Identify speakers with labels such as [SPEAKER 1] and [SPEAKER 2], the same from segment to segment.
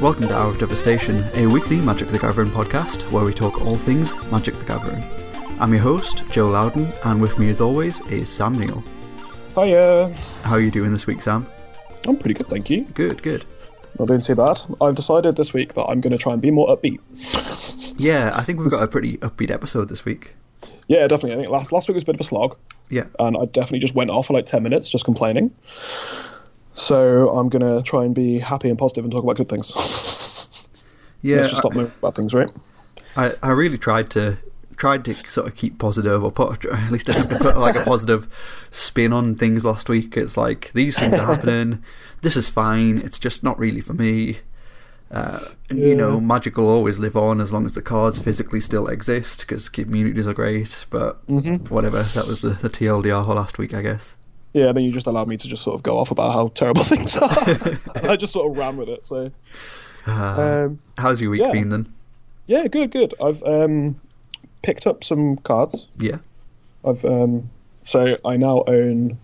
[SPEAKER 1] welcome to Hour of Devastation, a weekly Magic the Gathering podcast where we talk all things Magic the Gathering. I'm your host, Joe Loudon, and with me as always is Sam Neal.
[SPEAKER 2] Hiya.
[SPEAKER 1] How are you doing this week, Sam?
[SPEAKER 2] I'm pretty good, thank you.
[SPEAKER 1] Good, good.
[SPEAKER 2] Not doing too bad. I've decided this week that I'm going to try and be more upbeat.
[SPEAKER 1] Yeah, I think we've got a pretty upbeat episode this week.
[SPEAKER 2] Yeah, definitely. I think last last week was a bit of a slog,
[SPEAKER 1] Yeah,
[SPEAKER 2] and I definitely just went off for like ten minutes just complaining. So I'm going to try and be happy and positive and talk about good things.
[SPEAKER 1] yeah.
[SPEAKER 2] Let's just stop moaning about things, right?
[SPEAKER 1] I, I really tried to tried to sort of keep positive or put at least I think I put like a positive spin on things last week. It's like these things are happening. This is fine. It's just not really for me. Uh, You know, magic will always live on as long as the cards physically still exist because communities are great. But whatever, that was the, the TLDR for last week, I guess.
[SPEAKER 2] Yeah, then you just allowed me to just sort of go off about how terrible things are. And I just sort of ran with it. So, um,
[SPEAKER 1] How's your week
[SPEAKER 2] Yeah.
[SPEAKER 1] been then?
[SPEAKER 2] yeah, good, good. I've um, picked up some cards.
[SPEAKER 1] Yeah,
[SPEAKER 2] I've um, so I now own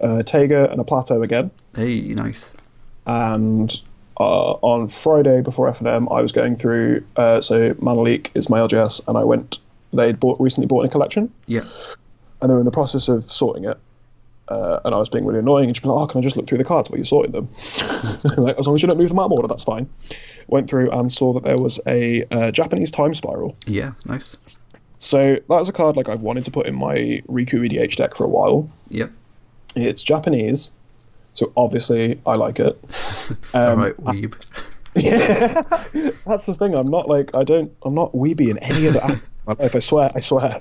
[SPEAKER 2] uh, Tega and a Plateau again.
[SPEAKER 1] hey, nice.
[SPEAKER 2] and uh, on Friday before FNM, I was going through. Uh, so Manuleak is my LGS, and I went. They'd bought recently bought in a collection,
[SPEAKER 1] Yeah,
[SPEAKER 2] and they were in the process of sorting it. Uh, and I was being really annoying, and she was like, "Oh, can I just look through the cards while you sorted them?" like, as long as you don't move them out of order, that's fine. Went through and saw that there was a uh, Japanese time spiral.
[SPEAKER 1] yeah, nice.
[SPEAKER 2] So that was a card like I've wanted to put in my Riku EDH deck for a while.
[SPEAKER 1] Yep.
[SPEAKER 2] It's Japanese, so obviously I like it.
[SPEAKER 1] All right, weeb.
[SPEAKER 2] Yeah, that's the thing. I'm not like I don't. I'm not weeby in any other aspect of my life. I swear. I swear.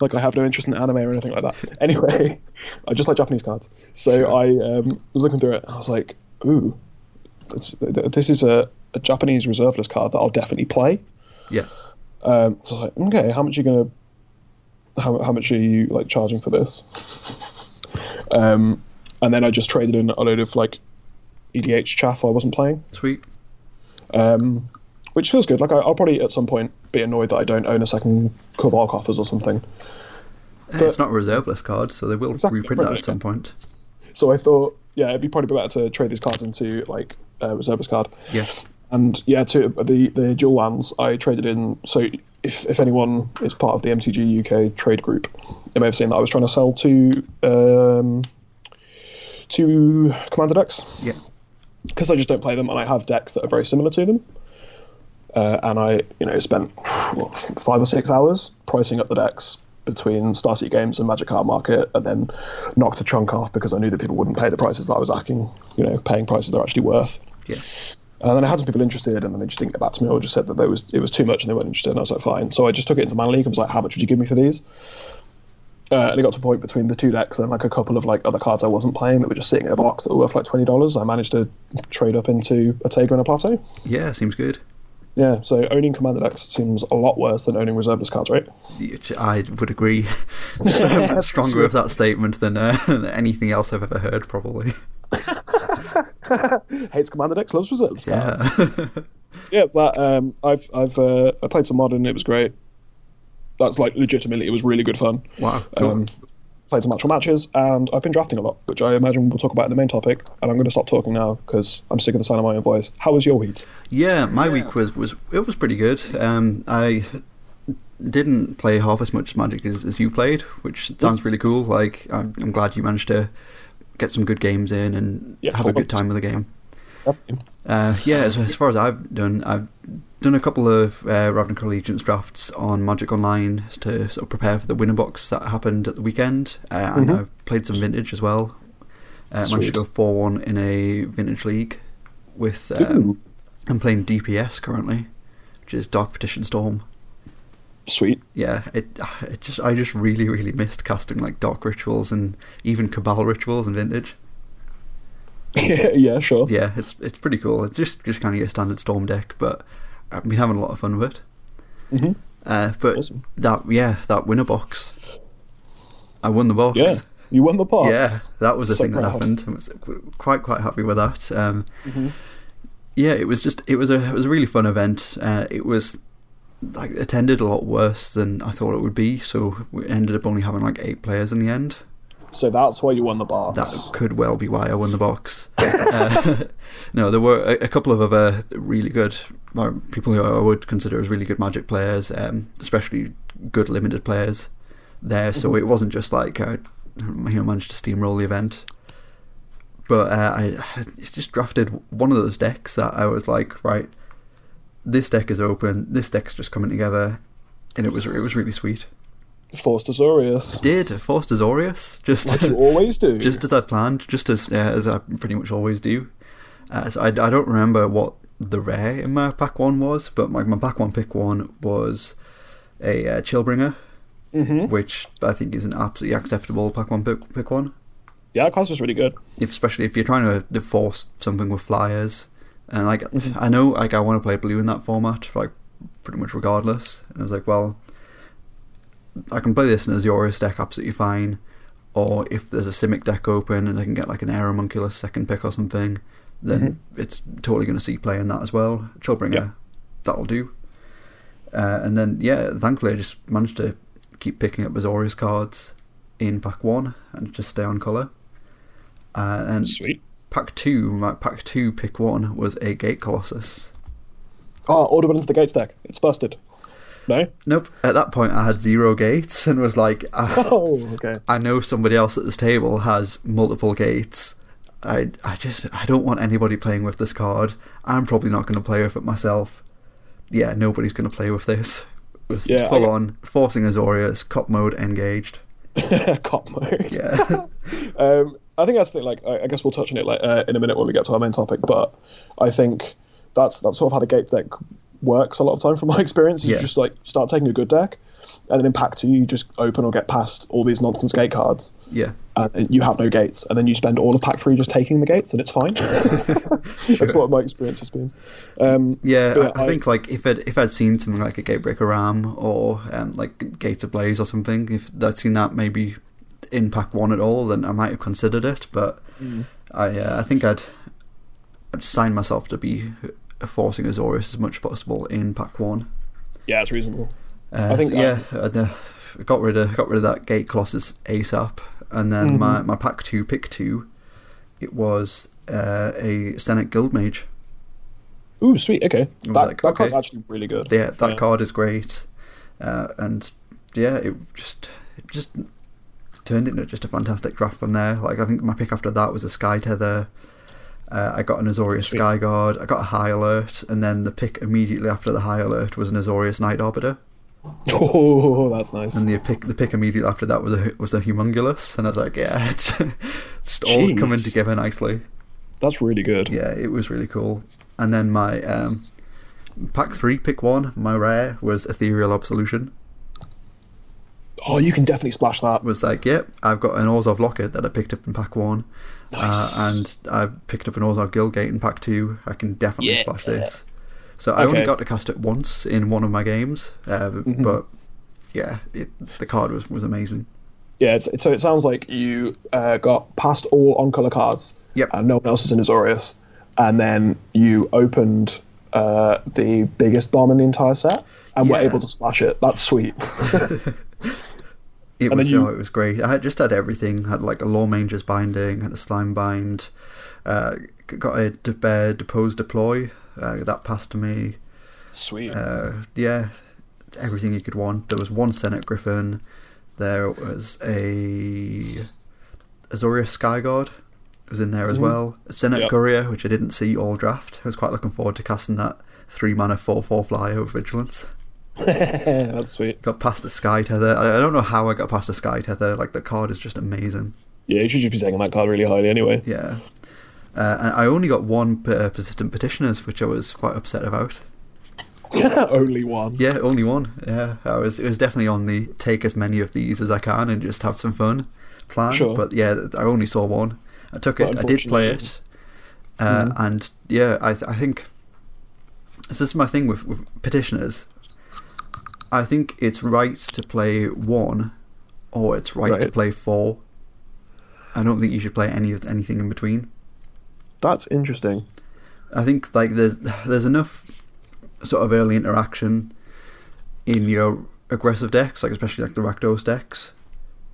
[SPEAKER 2] Like I have no interest in anime or anything like that. Anyway, I just like Japanese cards. So I um, was looking through it. and I was like, ooh, it's, this is a, a Japanese reserve list card that I'll definitely play.
[SPEAKER 1] yeah,
[SPEAKER 2] Um, so I was like, okay, how much are you gonna? How, how much are you like charging for this? Um, and then I just traded in a load of like EDH chaff I wasn't playing
[SPEAKER 1] sweet.
[SPEAKER 2] um, which feels good. Like I, I'll probably at some point be annoyed that I don't own a second Cabal coffers or something.
[SPEAKER 1] Eh, it's not a reserve list card, so they will
[SPEAKER 2] Exactly,
[SPEAKER 1] reprint that
[SPEAKER 2] right,
[SPEAKER 1] at some point.
[SPEAKER 2] So I thought, yeah, it'd be probably better to trade these cards into like a reservist card.
[SPEAKER 1] Yeah.
[SPEAKER 2] And yeah, to the the dual lands I traded in. So if if anyone is part of the MTG UK trade group, they may have seen that I was trying to sell to um, two commander decks.
[SPEAKER 1] Yeah.
[SPEAKER 2] because I just don't play them, and I have decks that are very similar to them. Uh, and I, you know, spent what, five or six hours pricing up the decks between Starseed Games and Magic Card Market, and then knocked a chunk off because I knew that people wouldn't pay the prices that I was asking, you know, paying prices they're actually worth.
[SPEAKER 1] Yeah.
[SPEAKER 2] And then I had some people interested, and then they just didn't get back to me, or just said that there was it was too much, and they weren't interested. And I was like, fine. So I just took it into Man League and was like, how much would you give me for these? Uh, and it got to a point between the two decks and like a couple of like other cards I wasn't playing that were just sitting in a box that were worth like twenty dollars. I managed to trade up into a Tega and a Plateau.
[SPEAKER 1] Yeah, seems good.
[SPEAKER 2] Yeah, so owning commander decks seems a lot worse than owning reserveless cards, right?
[SPEAKER 1] I would agree. So Stronger with that statement than, uh, than anything else I've ever heard, probably.
[SPEAKER 2] Hates commander decks, loves reserveless cards.
[SPEAKER 1] Yeah.
[SPEAKER 2] Yeah, it's that um, I've I've uh, I played some modern. It was great. That's like legitimately, it was really good fun.
[SPEAKER 1] wow. Cool.
[SPEAKER 2] Um, played some actual matches, and I've been drafting a lot, which I imagine we'll talk about in the main topic. And I'm going to stop talking now because I'm sick of the sound of my own voice. How was your week?
[SPEAKER 1] yeah, my week was, was it was pretty good. Um, I didn't play half as much Magic as, as you played, which sounds really cool. Like I'm, I'm glad you managed to get some good games in and
[SPEAKER 2] Yeah,
[SPEAKER 1] have a
[SPEAKER 2] cool.
[SPEAKER 1] good time with the game.
[SPEAKER 2] Everything?
[SPEAKER 1] Uh, yeah, as, as far as I've done, I've done a couple of uh, Ravnica Allegiance drafts on Magic Online to sort of prepare for the winner box that happened at the weekend, uh, and
[SPEAKER 2] Mhm.
[SPEAKER 1] I've played some Vintage as well. Uh, managed
[SPEAKER 2] Sweet.
[SPEAKER 1] to go four one in a Vintage league with. Um,
[SPEAKER 2] Ooh.
[SPEAKER 1] I'm playing DPS currently, which is Dark Petition Storm.
[SPEAKER 2] Sweet.
[SPEAKER 1] Yeah, it, it just I just really really missed casting like Dark Rituals and even Cabal Rituals and Vintage.
[SPEAKER 2] yeah, sure.
[SPEAKER 1] Yeah, it's it's pretty cool. It's just just kind of your standard storm deck, but I've been having a lot of fun with it.
[SPEAKER 2] Mhm.
[SPEAKER 1] Uh, but
[SPEAKER 2] Awesome.
[SPEAKER 1] that yeah, that winner box, I won the box.
[SPEAKER 2] Yeah, you won the pot.
[SPEAKER 1] Yeah, that was the
[SPEAKER 2] So
[SPEAKER 1] thing that
[SPEAKER 2] proud. Mm-hmm.
[SPEAKER 1] happened. I was quite quite happy with that. Um, Yeah, it was just it was a it was a really fun event. Uh, it was like attended a lot worse than I thought it would be, so we ended up only having like eight players in the end,
[SPEAKER 2] So that's why you won the box.
[SPEAKER 1] That could well be why I won the box. uh, no, there were a, a couple of other really good well, people who I would consider as really good Magic players, um, especially good limited players there. So it wasn't just like uh, I you know, managed to steamroll the event. But uh, I I just drafted one of those decks that I was like, right, this deck is open. This deck's just coming together, and it was it was really sweet.
[SPEAKER 2] Forced Azorius.
[SPEAKER 1] Did I forced Azorius just
[SPEAKER 2] Like you always do.
[SPEAKER 1] just as I planned, just as uh, as I pretty much always do. Uh, so I, I don't remember what the rare in my pack one was, but my, my pack one pick one was a uh, Chillbringer, which I think is an absolutely acceptable pack one pick, pick one,
[SPEAKER 2] yeah, that class was really good.
[SPEAKER 1] if, especially if you're trying to force something with flyers. And like I know, like I want to play blue in that format, like pretty much regardless. And I was like, well, I can play this in a Azorius deck absolutely fine, or if there's a Simic deck open and I can get like an Aeromunculus second pick or something, then it's totally going to see play in that as well. Chillbringer,
[SPEAKER 2] Mm-hmm. Yeah.
[SPEAKER 1] that'll do. Uh, and then, yeah, thankfully I just managed to keep picking up Azorius cards in pack one and just stay on colour. Uh, and
[SPEAKER 2] Sweet.
[SPEAKER 1] pack two, my pack two pick one was a Gate Colossus.
[SPEAKER 2] Oh, order went into the gates deck. It's busted. No?
[SPEAKER 1] Nope. At that point, I had zero gates and was like, "Ah, I,
[SPEAKER 2] Oh, okay.
[SPEAKER 1] I know somebody else at this table has multiple gates. I, I just I don't want anybody playing with this card. I'm probably not going to play with it myself. Yeah, nobody's going to play with this. It was
[SPEAKER 2] Yeah,
[SPEAKER 1] full
[SPEAKER 2] I-
[SPEAKER 1] on forcing Azorius cop mode engaged.
[SPEAKER 2] Cop mode.
[SPEAKER 1] Yeah,
[SPEAKER 2] Um, I think that's the thing. Like, I, I guess we'll touch on it like uh, in a minute when we get to our main topic. But I think that's that's sort of how the gate deck works a lot of time from my experience. Is
[SPEAKER 1] Yeah.
[SPEAKER 2] you just like start taking a good deck, and then in pack two you just open or get past all these nonsense gate cards,
[SPEAKER 1] yeah,
[SPEAKER 2] and, and you have no gates, and then you spend all of pack three just taking the gates, and it's fine. That's what my experience has been. Um,
[SPEAKER 1] yeah.
[SPEAKER 2] But
[SPEAKER 1] I, I
[SPEAKER 2] I-
[SPEAKER 1] think like if I'd, if I'd seen something like a Gatebreaker Ram or um, like Gate Ablaze or something, if I'd seen that maybe in pack one at all, then I might have considered it. But
[SPEAKER 2] Mm.
[SPEAKER 1] I uh, I think I'd I'd sign myself to be forcing Azorius as much as possible in pack one.
[SPEAKER 2] yeah, it's reasonable.
[SPEAKER 1] Uh,
[SPEAKER 2] I think
[SPEAKER 1] so,
[SPEAKER 2] I-
[SPEAKER 1] yeah, I, uh, got rid of got rid of that gate colossus ASAP, and then
[SPEAKER 2] Mm-hmm.
[SPEAKER 1] my, my pack two pick two, it was uh, a Senate Guildmage.
[SPEAKER 2] Ooh, sweet. Okay, that,
[SPEAKER 1] like,
[SPEAKER 2] that card's
[SPEAKER 1] okay.
[SPEAKER 2] actually really good.
[SPEAKER 1] Yeah, that
[SPEAKER 2] Yeah.
[SPEAKER 1] card is great, uh, and yeah, it just it just turned into just a fantastic draft from there. Like I think my pick after that was a Sky Tether. Uh, I got an Azorius
[SPEAKER 2] Sweet.
[SPEAKER 1] Sky Guard. I got a High Alert, and then the pick immediately after the High Alert was an Azorius Night Arbiter,
[SPEAKER 2] Oh, that's nice.
[SPEAKER 1] and the pick the pick immediately after that was a was a Humungulus, and I was like, yeah, it's just all
[SPEAKER 2] Jeez.
[SPEAKER 1] coming together nicely.
[SPEAKER 2] That's really good.
[SPEAKER 1] Yeah, it was really cool. And then my um, pack three pick one, my rare was Ethereal Absolution.
[SPEAKER 2] Oh, you can definitely splash that.
[SPEAKER 1] was like, "Yep, I've got an Orzov locket that I picked up in pack one, uh, and I picked up an Orzov Gilgate in pack two. I can definitely
[SPEAKER 2] Yeah.
[SPEAKER 1] splash this." So I only
[SPEAKER 2] Okay. Mm-hmm.
[SPEAKER 1] got to cast it once in one of my games, uh, but yeah, it, the card was, was amazing.
[SPEAKER 2] Yeah, it's, it's, so it sounds like you uh, got past all on color cards,
[SPEAKER 1] Yep.
[SPEAKER 2] and no one else is in Azorius, and then you opened uh, the biggest bomb in the entire set and were
[SPEAKER 1] Yeah.
[SPEAKER 2] able to splash it. That's sweet.
[SPEAKER 1] It
[SPEAKER 2] And
[SPEAKER 1] was
[SPEAKER 2] then
[SPEAKER 1] oh,
[SPEAKER 2] you-
[SPEAKER 1] it was great. I had just had everything. had like a Law Manger's binding, had a slime bind, uh, g- got a de- uh, depose deploy uh, that passed to me.
[SPEAKER 2] sweet.
[SPEAKER 1] uh, yeah, everything you could want. There was one Senate Griffin. There was a Azorius Skyguard was in there as well. Senate
[SPEAKER 2] Yep.
[SPEAKER 1] Courier, which I didn't see all draft. I was quite looking forward to casting that three mana four four flyer with vigilance.
[SPEAKER 2] That's sweet.
[SPEAKER 1] Got past a Sky Tether. I, I don't know how I got past a Sky Tether. Like the card is just amazing.
[SPEAKER 2] Yeah, you should just be taking that card really highly anyway.
[SPEAKER 1] Yeah. Uh, and I only got one per persistent petitioners, which I was quite upset about.
[SPEAKER 2] Only one.
[SPEAKER 1] Yeah, only one. Yeah, I was. It was definitely on the take as many of these as I can and just have some fun plan.
[SPEAKER 2] Sure.
[SPEAKER 1] But yeah, th- I only saw one. I took
[SPEAKER 2] Well,
[SPEAKER 1] it. I did play
[SPEAKER 2] unfortunately.
[SPEAKER 1] it, uh,
[SPEAKER 2] Mm-hmm.
[SPEAKER 1] and yeah, I th- I think this is my thing with, with petitioners. I think it's right to play one, or it's right, to
[SPEAKER 2] Right.
[SPEAKER 1] play four. I don't think you should play any of anything in between.
[SPEAKER 2] That's interesting.
[SPEAKER 1] I think like there's there's enough sort of early interaction in your aggressive decks, like especially like the Rakdos decks,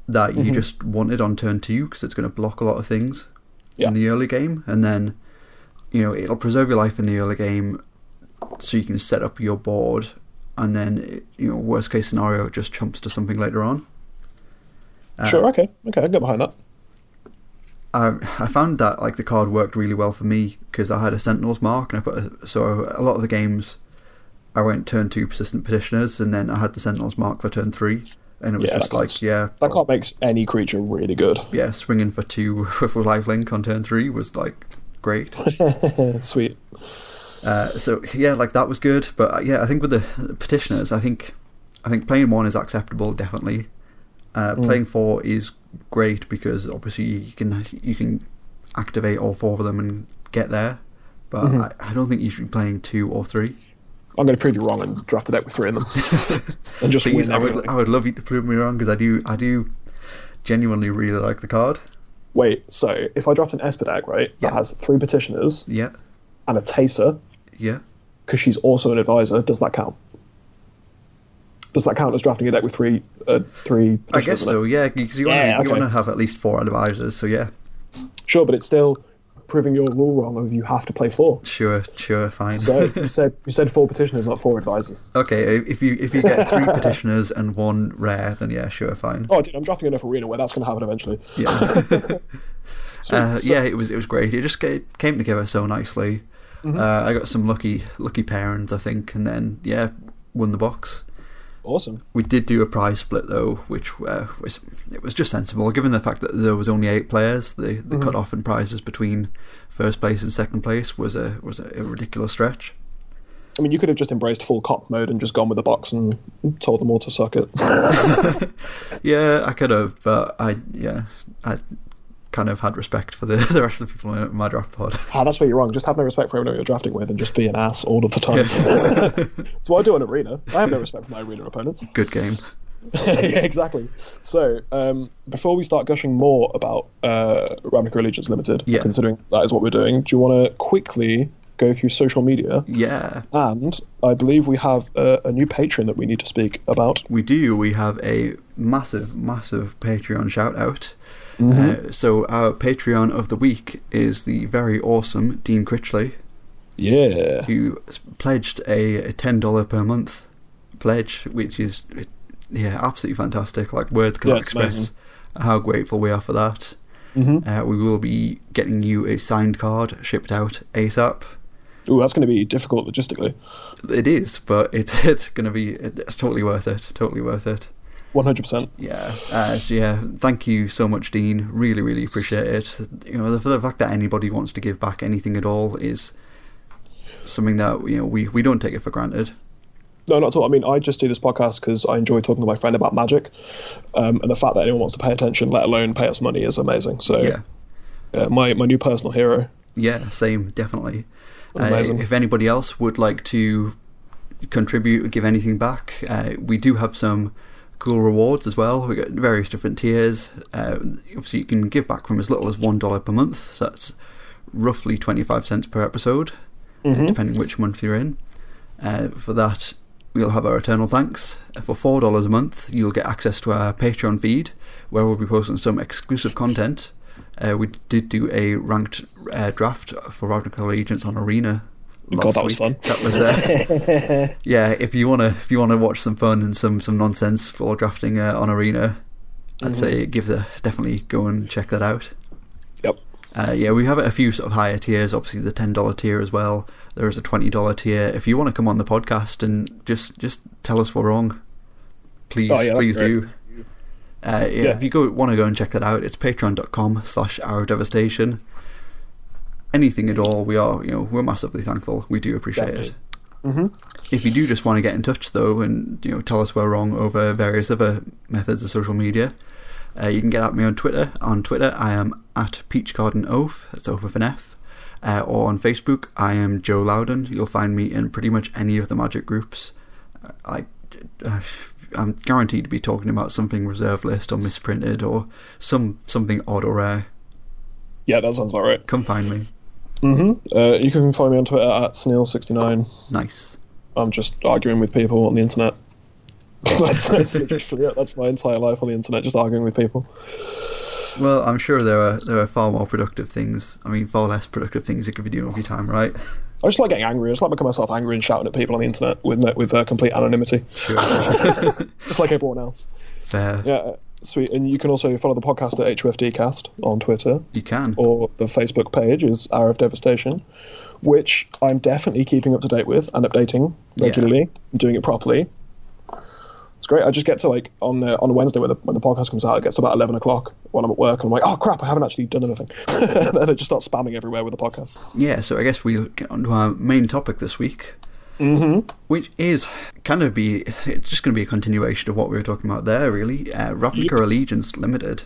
[SPEAKER 1] that you just wanted on turn two because it's going to block a lot of things
[SPEAKER 2] Yeah.
[SPEAKER 1] in the early game, and then you know it'll preserve your life in the early game, so you can set up your board, and then it, you know worst case scenario it just chumps to something later on. Uh,
[SPEAKER 2] sure, okay, okay, I can get behind that.
[SPEAKER 1] I, I found that like the card worked really well for me because I had a Sentinel's mark and I put a, so a lot of the games I went turn two persistent petitioners and then I had the Sentinel's mark for turn three and it was
[SPEAKER 2] Yeah,
[SPEAKER 1] just
[SPEAKER 2] that
[SPEAKER 1] like
[SPEAKER 2] counts.
[SPEAKER 1] yeah
[SPEAKER 2] That card makes any creature really good.
[SPEAKER 1] yeah swinging for two with a live link on turn three was like great
[SPEAKER 2] Sweet.
[SPEAKER 1] uh, so yeah like that was good but uh, yeah I think with the petitioners I think I think playing one is acceptable definitely uh, playing four is great because obviously you can you can activate all four of them and get there. But I, I don't think you should be playing two or three.
[SPEAKER 2] I'm going to prove you wrong and draft a deck with three in them, and just
[SPEAKER 1] Please,
[SPEAKER 2] win
[SPEAKER 1] I would
[SPEAKER 2] everything.
[SPEAKER 1] I would love you to prove me wrong because I do I do genuinely really like the card.
[SPEAKER 2] Wait, so if I draft an Esper deck, right,
[SPEAKER 1] Yeah.
[SPEAKER 2] that has three petitioners
[SPEAKER 1] Yeah,
[SPEAKER 2] and a Taser,
[SPEAKER 1] yeah.
[SPEAKER 2] because she's also an advisor, does that count? Does that count as drafting a deck with three, uh, three?
[SPEAKER 1] I guess
[SPEAKER 2] petitioners in it?
[SPEAKER 1] so. Yeah, because you want
[SPEAKER 2] Yeah,
[SPEAKER 1] you
[SPEAKER 2] okay.
[SPEAKER 1] want to have at least four advisors. So yeah,
[SPEAKER 2] Sure, but it's still proving your rule wrong of you have to play four.
[SPEAKER 1] sure, sure, fine.
[SPEAKER 2] So you said you said four petitioners, not four advisors.
[SPEAKER 1] okay, if you if you get three petitioners and one rare, then yeah, sure, fine.
[SPEAKER 2] Oh, dude, I'm drafting enough arena where that's going to happen eventually.
[SPEAKER 1] Yeah.
[SPEAKER 2] So-
[SPEAKER 1] Uh,
[SPEAKER 2] so-
[SPEAKER 1] yeah, it was it was great. It just ca- came together so nicely. Uh, I got some lucky lucky pairings, I think, and then yeah, won the box.
[SPEAKER 2] awesome.
[SPEAKER 1] We did do a prize split though, which uh, was it was just sensible given the fact that there was only eight players. The the cut off in prizes between first place and second place was a was a, a ridiculous stretch.
[SPEAKER 2] I mean, you could have just embraced full cop mode and just gone with the box and told them all to suck it.
[SPEAKER 1] Yeah, I could have, but I yeah I kind of had respect for the, the rest of the people in my draft pod.
[SPEAKER 2] ah, that's where you're wrong. Just have no respect for everyone you're drafting with and just be an ass all of the time. That's what I do in arena. I have no respect for my arena opponents.
[SPEAKER 1] Good game.
[SPEAKER 2] yeah, exactly. So, um, before we start gushing more about uh, Ravnica Allegiance Limited,
[SPEAKER 1] Yeah.
[SPEAKER 2] considering that is what we're doing, do you want to quickly go through social media?
[SPEAKER 1] Yeah.
[SPEAKER 2] And I believe we have a, a new patron that we need to speak about.
[SPEAKER 1] We do. We have a massive, massive Patreon shout out. Uh, so our Patreon of the week is the very awesome Dean Critchley,
[SPEAKER 2] Yeah.
[SPEAKER 1] who s- pledged a, a ten dollar per month pledge, which is uh, yeah, absolutely fantastic. Like words cannot
[SPEAKER 2] Yeah, it's
[SPEAKER 1] express
[SPEAKER 2] amazing. Mm-hmm.
[SPEAKER 1] how grateful we are for that. Uh, we will be getting you a signed card shipped out ASAP.
[SPEAKER 2] Ooh, that's going to be difficult logistically.
[SPEAKER 1] It is, but it's it's going to be it's totally worth it. Totally worth it.
[SPEAKER 2] 100%.
[SPEAKER 1] Yeah. Uh, so yeah, thank you so much, Dean. Really, really appreciate it. You know, the, for the fact that anybody wants to give back anything at all is something that you know we, we don't take it for granted.
[SPEAKER 2] No, not at all. I mean, I just do this podcast because I enjoy talking to my friend about magic. Um, and the fact that anyone wants to pay attention, let alone pay us money, is amazing. So,
[SPEAKER 1] Yeah.
[SPEAKER 2] uh, my, my new personal hero.
[SPEAKER 1] Yeah. Same. Definitely. Uh,
[SPEAKER 2] Amazing.
[SPEAKER 1] if anybody else would like to contribute, give anything back, uh, we do have some cool rewards as well. We got various different tiers. Uh, obviously, you can give back from as little as one dollar per month. So that's roughly twenty five cents per episode. uh, depending which month you're in. Uh, for that, we'll have our eternal thanks. For four dollars a month, you'll get access to our Patreon feed, where we'll be posting some exclusive content. Uh, we did do a ranked uh, draft for Ravnica Allegiance on Arena.
[SPEAKER 2] God,
[SPEAKER 1] last
[SPEAKER 2] that was
[SPEAKER 1] week.
[SPEAKER 2] fun.
[SPEAKER 1] That was uh, yeah. If you wanna, if you wanna watch some fun and some some nonsense for drafting uh, on Arena, I'd say give the definitely go and check that out.
[SPEAKER 2] Yep.
[SPEAKER 1] Uh, yeah, we have a few sort of higher tiers. Obviously, the ten dollar tier as well. There is a twenty dollar tier. If you want to come on the podcast and just just tell us we're wrong, please
[SPEAKER 2] Oh, yeah, that'd
[SPEAKER 1] please
[SPEAKER 2] be
[SPEAKER 1] do. Uh, yeah,
[SPEAKER 2] Yeah.
[SPEAKER 1] If you go want to go and check that out, it's patreon.com slash our devastation. Anything at all, we are you know we're massively thankful. We do appreciate
[SPEAKER 2] Definitely.
[SPEAKER 1] it. Mm-hmm. If you do just want to get in touch though, and you know tell us we're wrong over various other methods of social media, uh, you can get at me on Twitter. On Twitter, I am at Peach Garden Oaf. That's Oaf with an F. Uh, or on Facebook, I am Joe Loudon. You'll find me in pretty much any of the magic groups. I, I, I'm guaranteed to be talking about something reserve list or misprinted or some something odd or rare.
[SPEAKER 2] Yeah, that sounds about right.
[SPEAKER 1] Come find me.
[SPEAKER 2] Uh, you can find me on Twitter at Sneal69.
[SPEAKER 1] Nice.
[SPEAKER 2] I'm just arguing with people on the internet. that's, that's literally it. That's my entire life on the internet, just arguing with people.
[SPEAKER 1] Well, I'm sure there are there are far more productive things. I mean, far less productive things you could be doing with your time, right?
[SPEAKER 2] I just like getting angry. I just like making myself angry and shouting at people on the internet with no- with uh, complete anonymity,
[SPEAKER 1] Sure.
[SPEAKER 2] just like everyone else.
[SPEAKER 1] Fair.
[SPEAKER 2] Yeah, uh, sweet. And you can also follow the podcast at HUFDcast on Twitter,
[SPEAKER 1] You can.
[SPEAKER 2] or the Facebook page is Hour of Devastation, which I'm definitely keeping up to date with and updating regularly, and doing it properly. It's great. I just get to like on uh, on a Wednesday when the, when the podcast comes out, it gets to about eleven o'clock when I'm at work, and I'm like, oh crap, I haven't actually done anything, and then I just start spamming everywhere with the podcast.
[SPEAKER 1] Yeah, so I guess we'll get on to our main topic this week, mm-hmm. which is kind of be it's just going to be a continuation of what we were talking about there, really. Uh, Ravnica Allegiance Limited.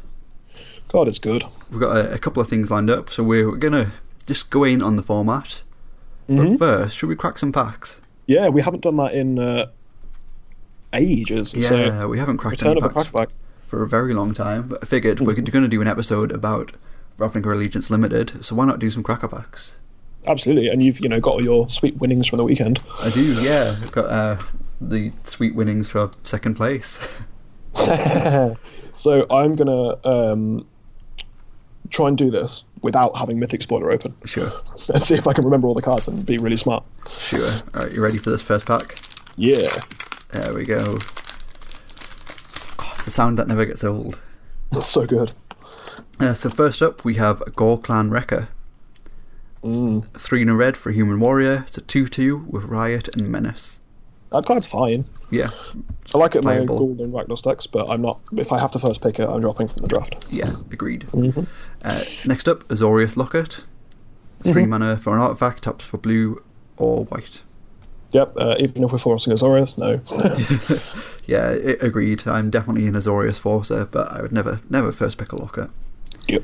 [SPEAKER 2] God, it's good.
[SPEAKER 1] We've got a, a couple of things lined up, so we're going to just go in on the format.
[SPEAKER 2] Mm-hmm.
[SPEAKER 1] But first, should we crack some packs?
[SPEAKER 2] Yeah, we haven't done that in uh, ages.
[SPEAKER 1] Yeah,
[SPEAKER 2] so
[SPEAKER 1] we haven't cracked
[SPEAKER 2] Return
[SPEAKER 1] any
[SPEAKER 2] of Mm-hmm. the
[SPEAKER 1] packs
[SPEAKER 2] Crackback.
[SPEAKER 1] for a very long time, but I figured we're going to do an episode about Ravnica Allegiance Limited, so why not do some cracker packs?
[SPEAKER 2] Absolutely, and you've you know got all your sweet winnings from the weekend.
[SPEAKER 1] I do, yeah. I've got uh, the sweet winnings for second place.
[SPEAKER 2] So I'm gonna um, try and do this without having Mythic Spoiler open.
[SPEAKER 1] Sure.
[SPEAKER 2] and see if I can remember all the cards and be really smart.
[SPEAKER 1] Sure. All right, you ready for this first pack?
[SPEAKER 2] Yeah.
[SPEAKER 1] There we go. Oh, it's a sound that never gets old.
[SPEAKER 2] That's so good.
[SPEAKER 1] Uh, so first up, we have Gore Clan Wrecker. It's Three in a red for a human warrior. It's a two-two with riot and menace.
[SPEAKER 2] That card's fine.
[SPEAKER 1] Yeah,
[SPEAKER 2] I like it in my
[SPEAKER 1] Playable.
[SPEAKER 2] golden Ragnos decks, but I'm not. If I have to first pick it, I'm dropping from the draft.
[SPEAKER 1] yeah, agreed. Uh, next up, Azorius Locket. 3 mana for an artifact. Taps for blue or white.
[SPEAKER 2] Yep. Uh, even if we're forcing Azorius, no.
[SPEAKER 1] Yeah, i agreed. I'm definitely an Azorius Forcer, but I would never, never first pick a Locket.
[SPEAKER 2] yep.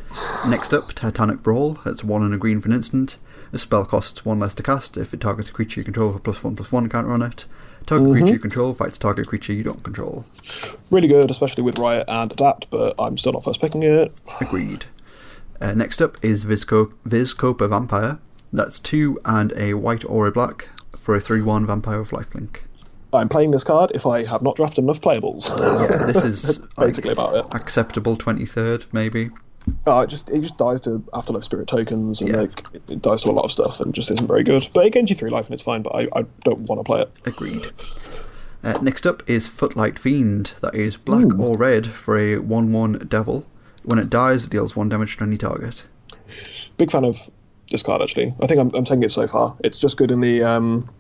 [SPEAKER 1] Next up, Titanic Brawl. That's one and a green for an instant. The spell costs one less to cast. If it targets a creature you control for plus one plus one counter on it, target creature you control fights target creature you don't control.
[SPEAKER 2] Really good, especially with Riot and Adapt, but I'm still not first picking it.
[SPEAKER 1] Agreed. Uh, next up is Vizco- Vizcopa Vampire. That's two and a white or a black for a 3 1 Vampire of Lifelink.
[SPEAKER 2] I'm playing this card if I have not drafted enough playables.
[SPEAKER 1] Yeah, this is like,
[SPEAKER 2] Basically about it.
[SPEAKER 1] acceptable 23rd, maybe.
[SPEAKER 2] Uh, it just it just dies to afterlife spirit tokens and
[SPEAKER 1] Yeah.
[SPEAKER 2] like it, it dies to a lot of stuff and just isn't very good. But it gains you three life and it's fine. But I, I don't want to play it.
[SPEAKER 1] Agreed. Uh, next up is Footlight Fiend. That is black or red for a 1 1 devil. When it dies, it deals 1 damage to any target.
[SPEAKER 2] Big fan of this card actually. I think I'm, I'm taking it so far. It's just good in the um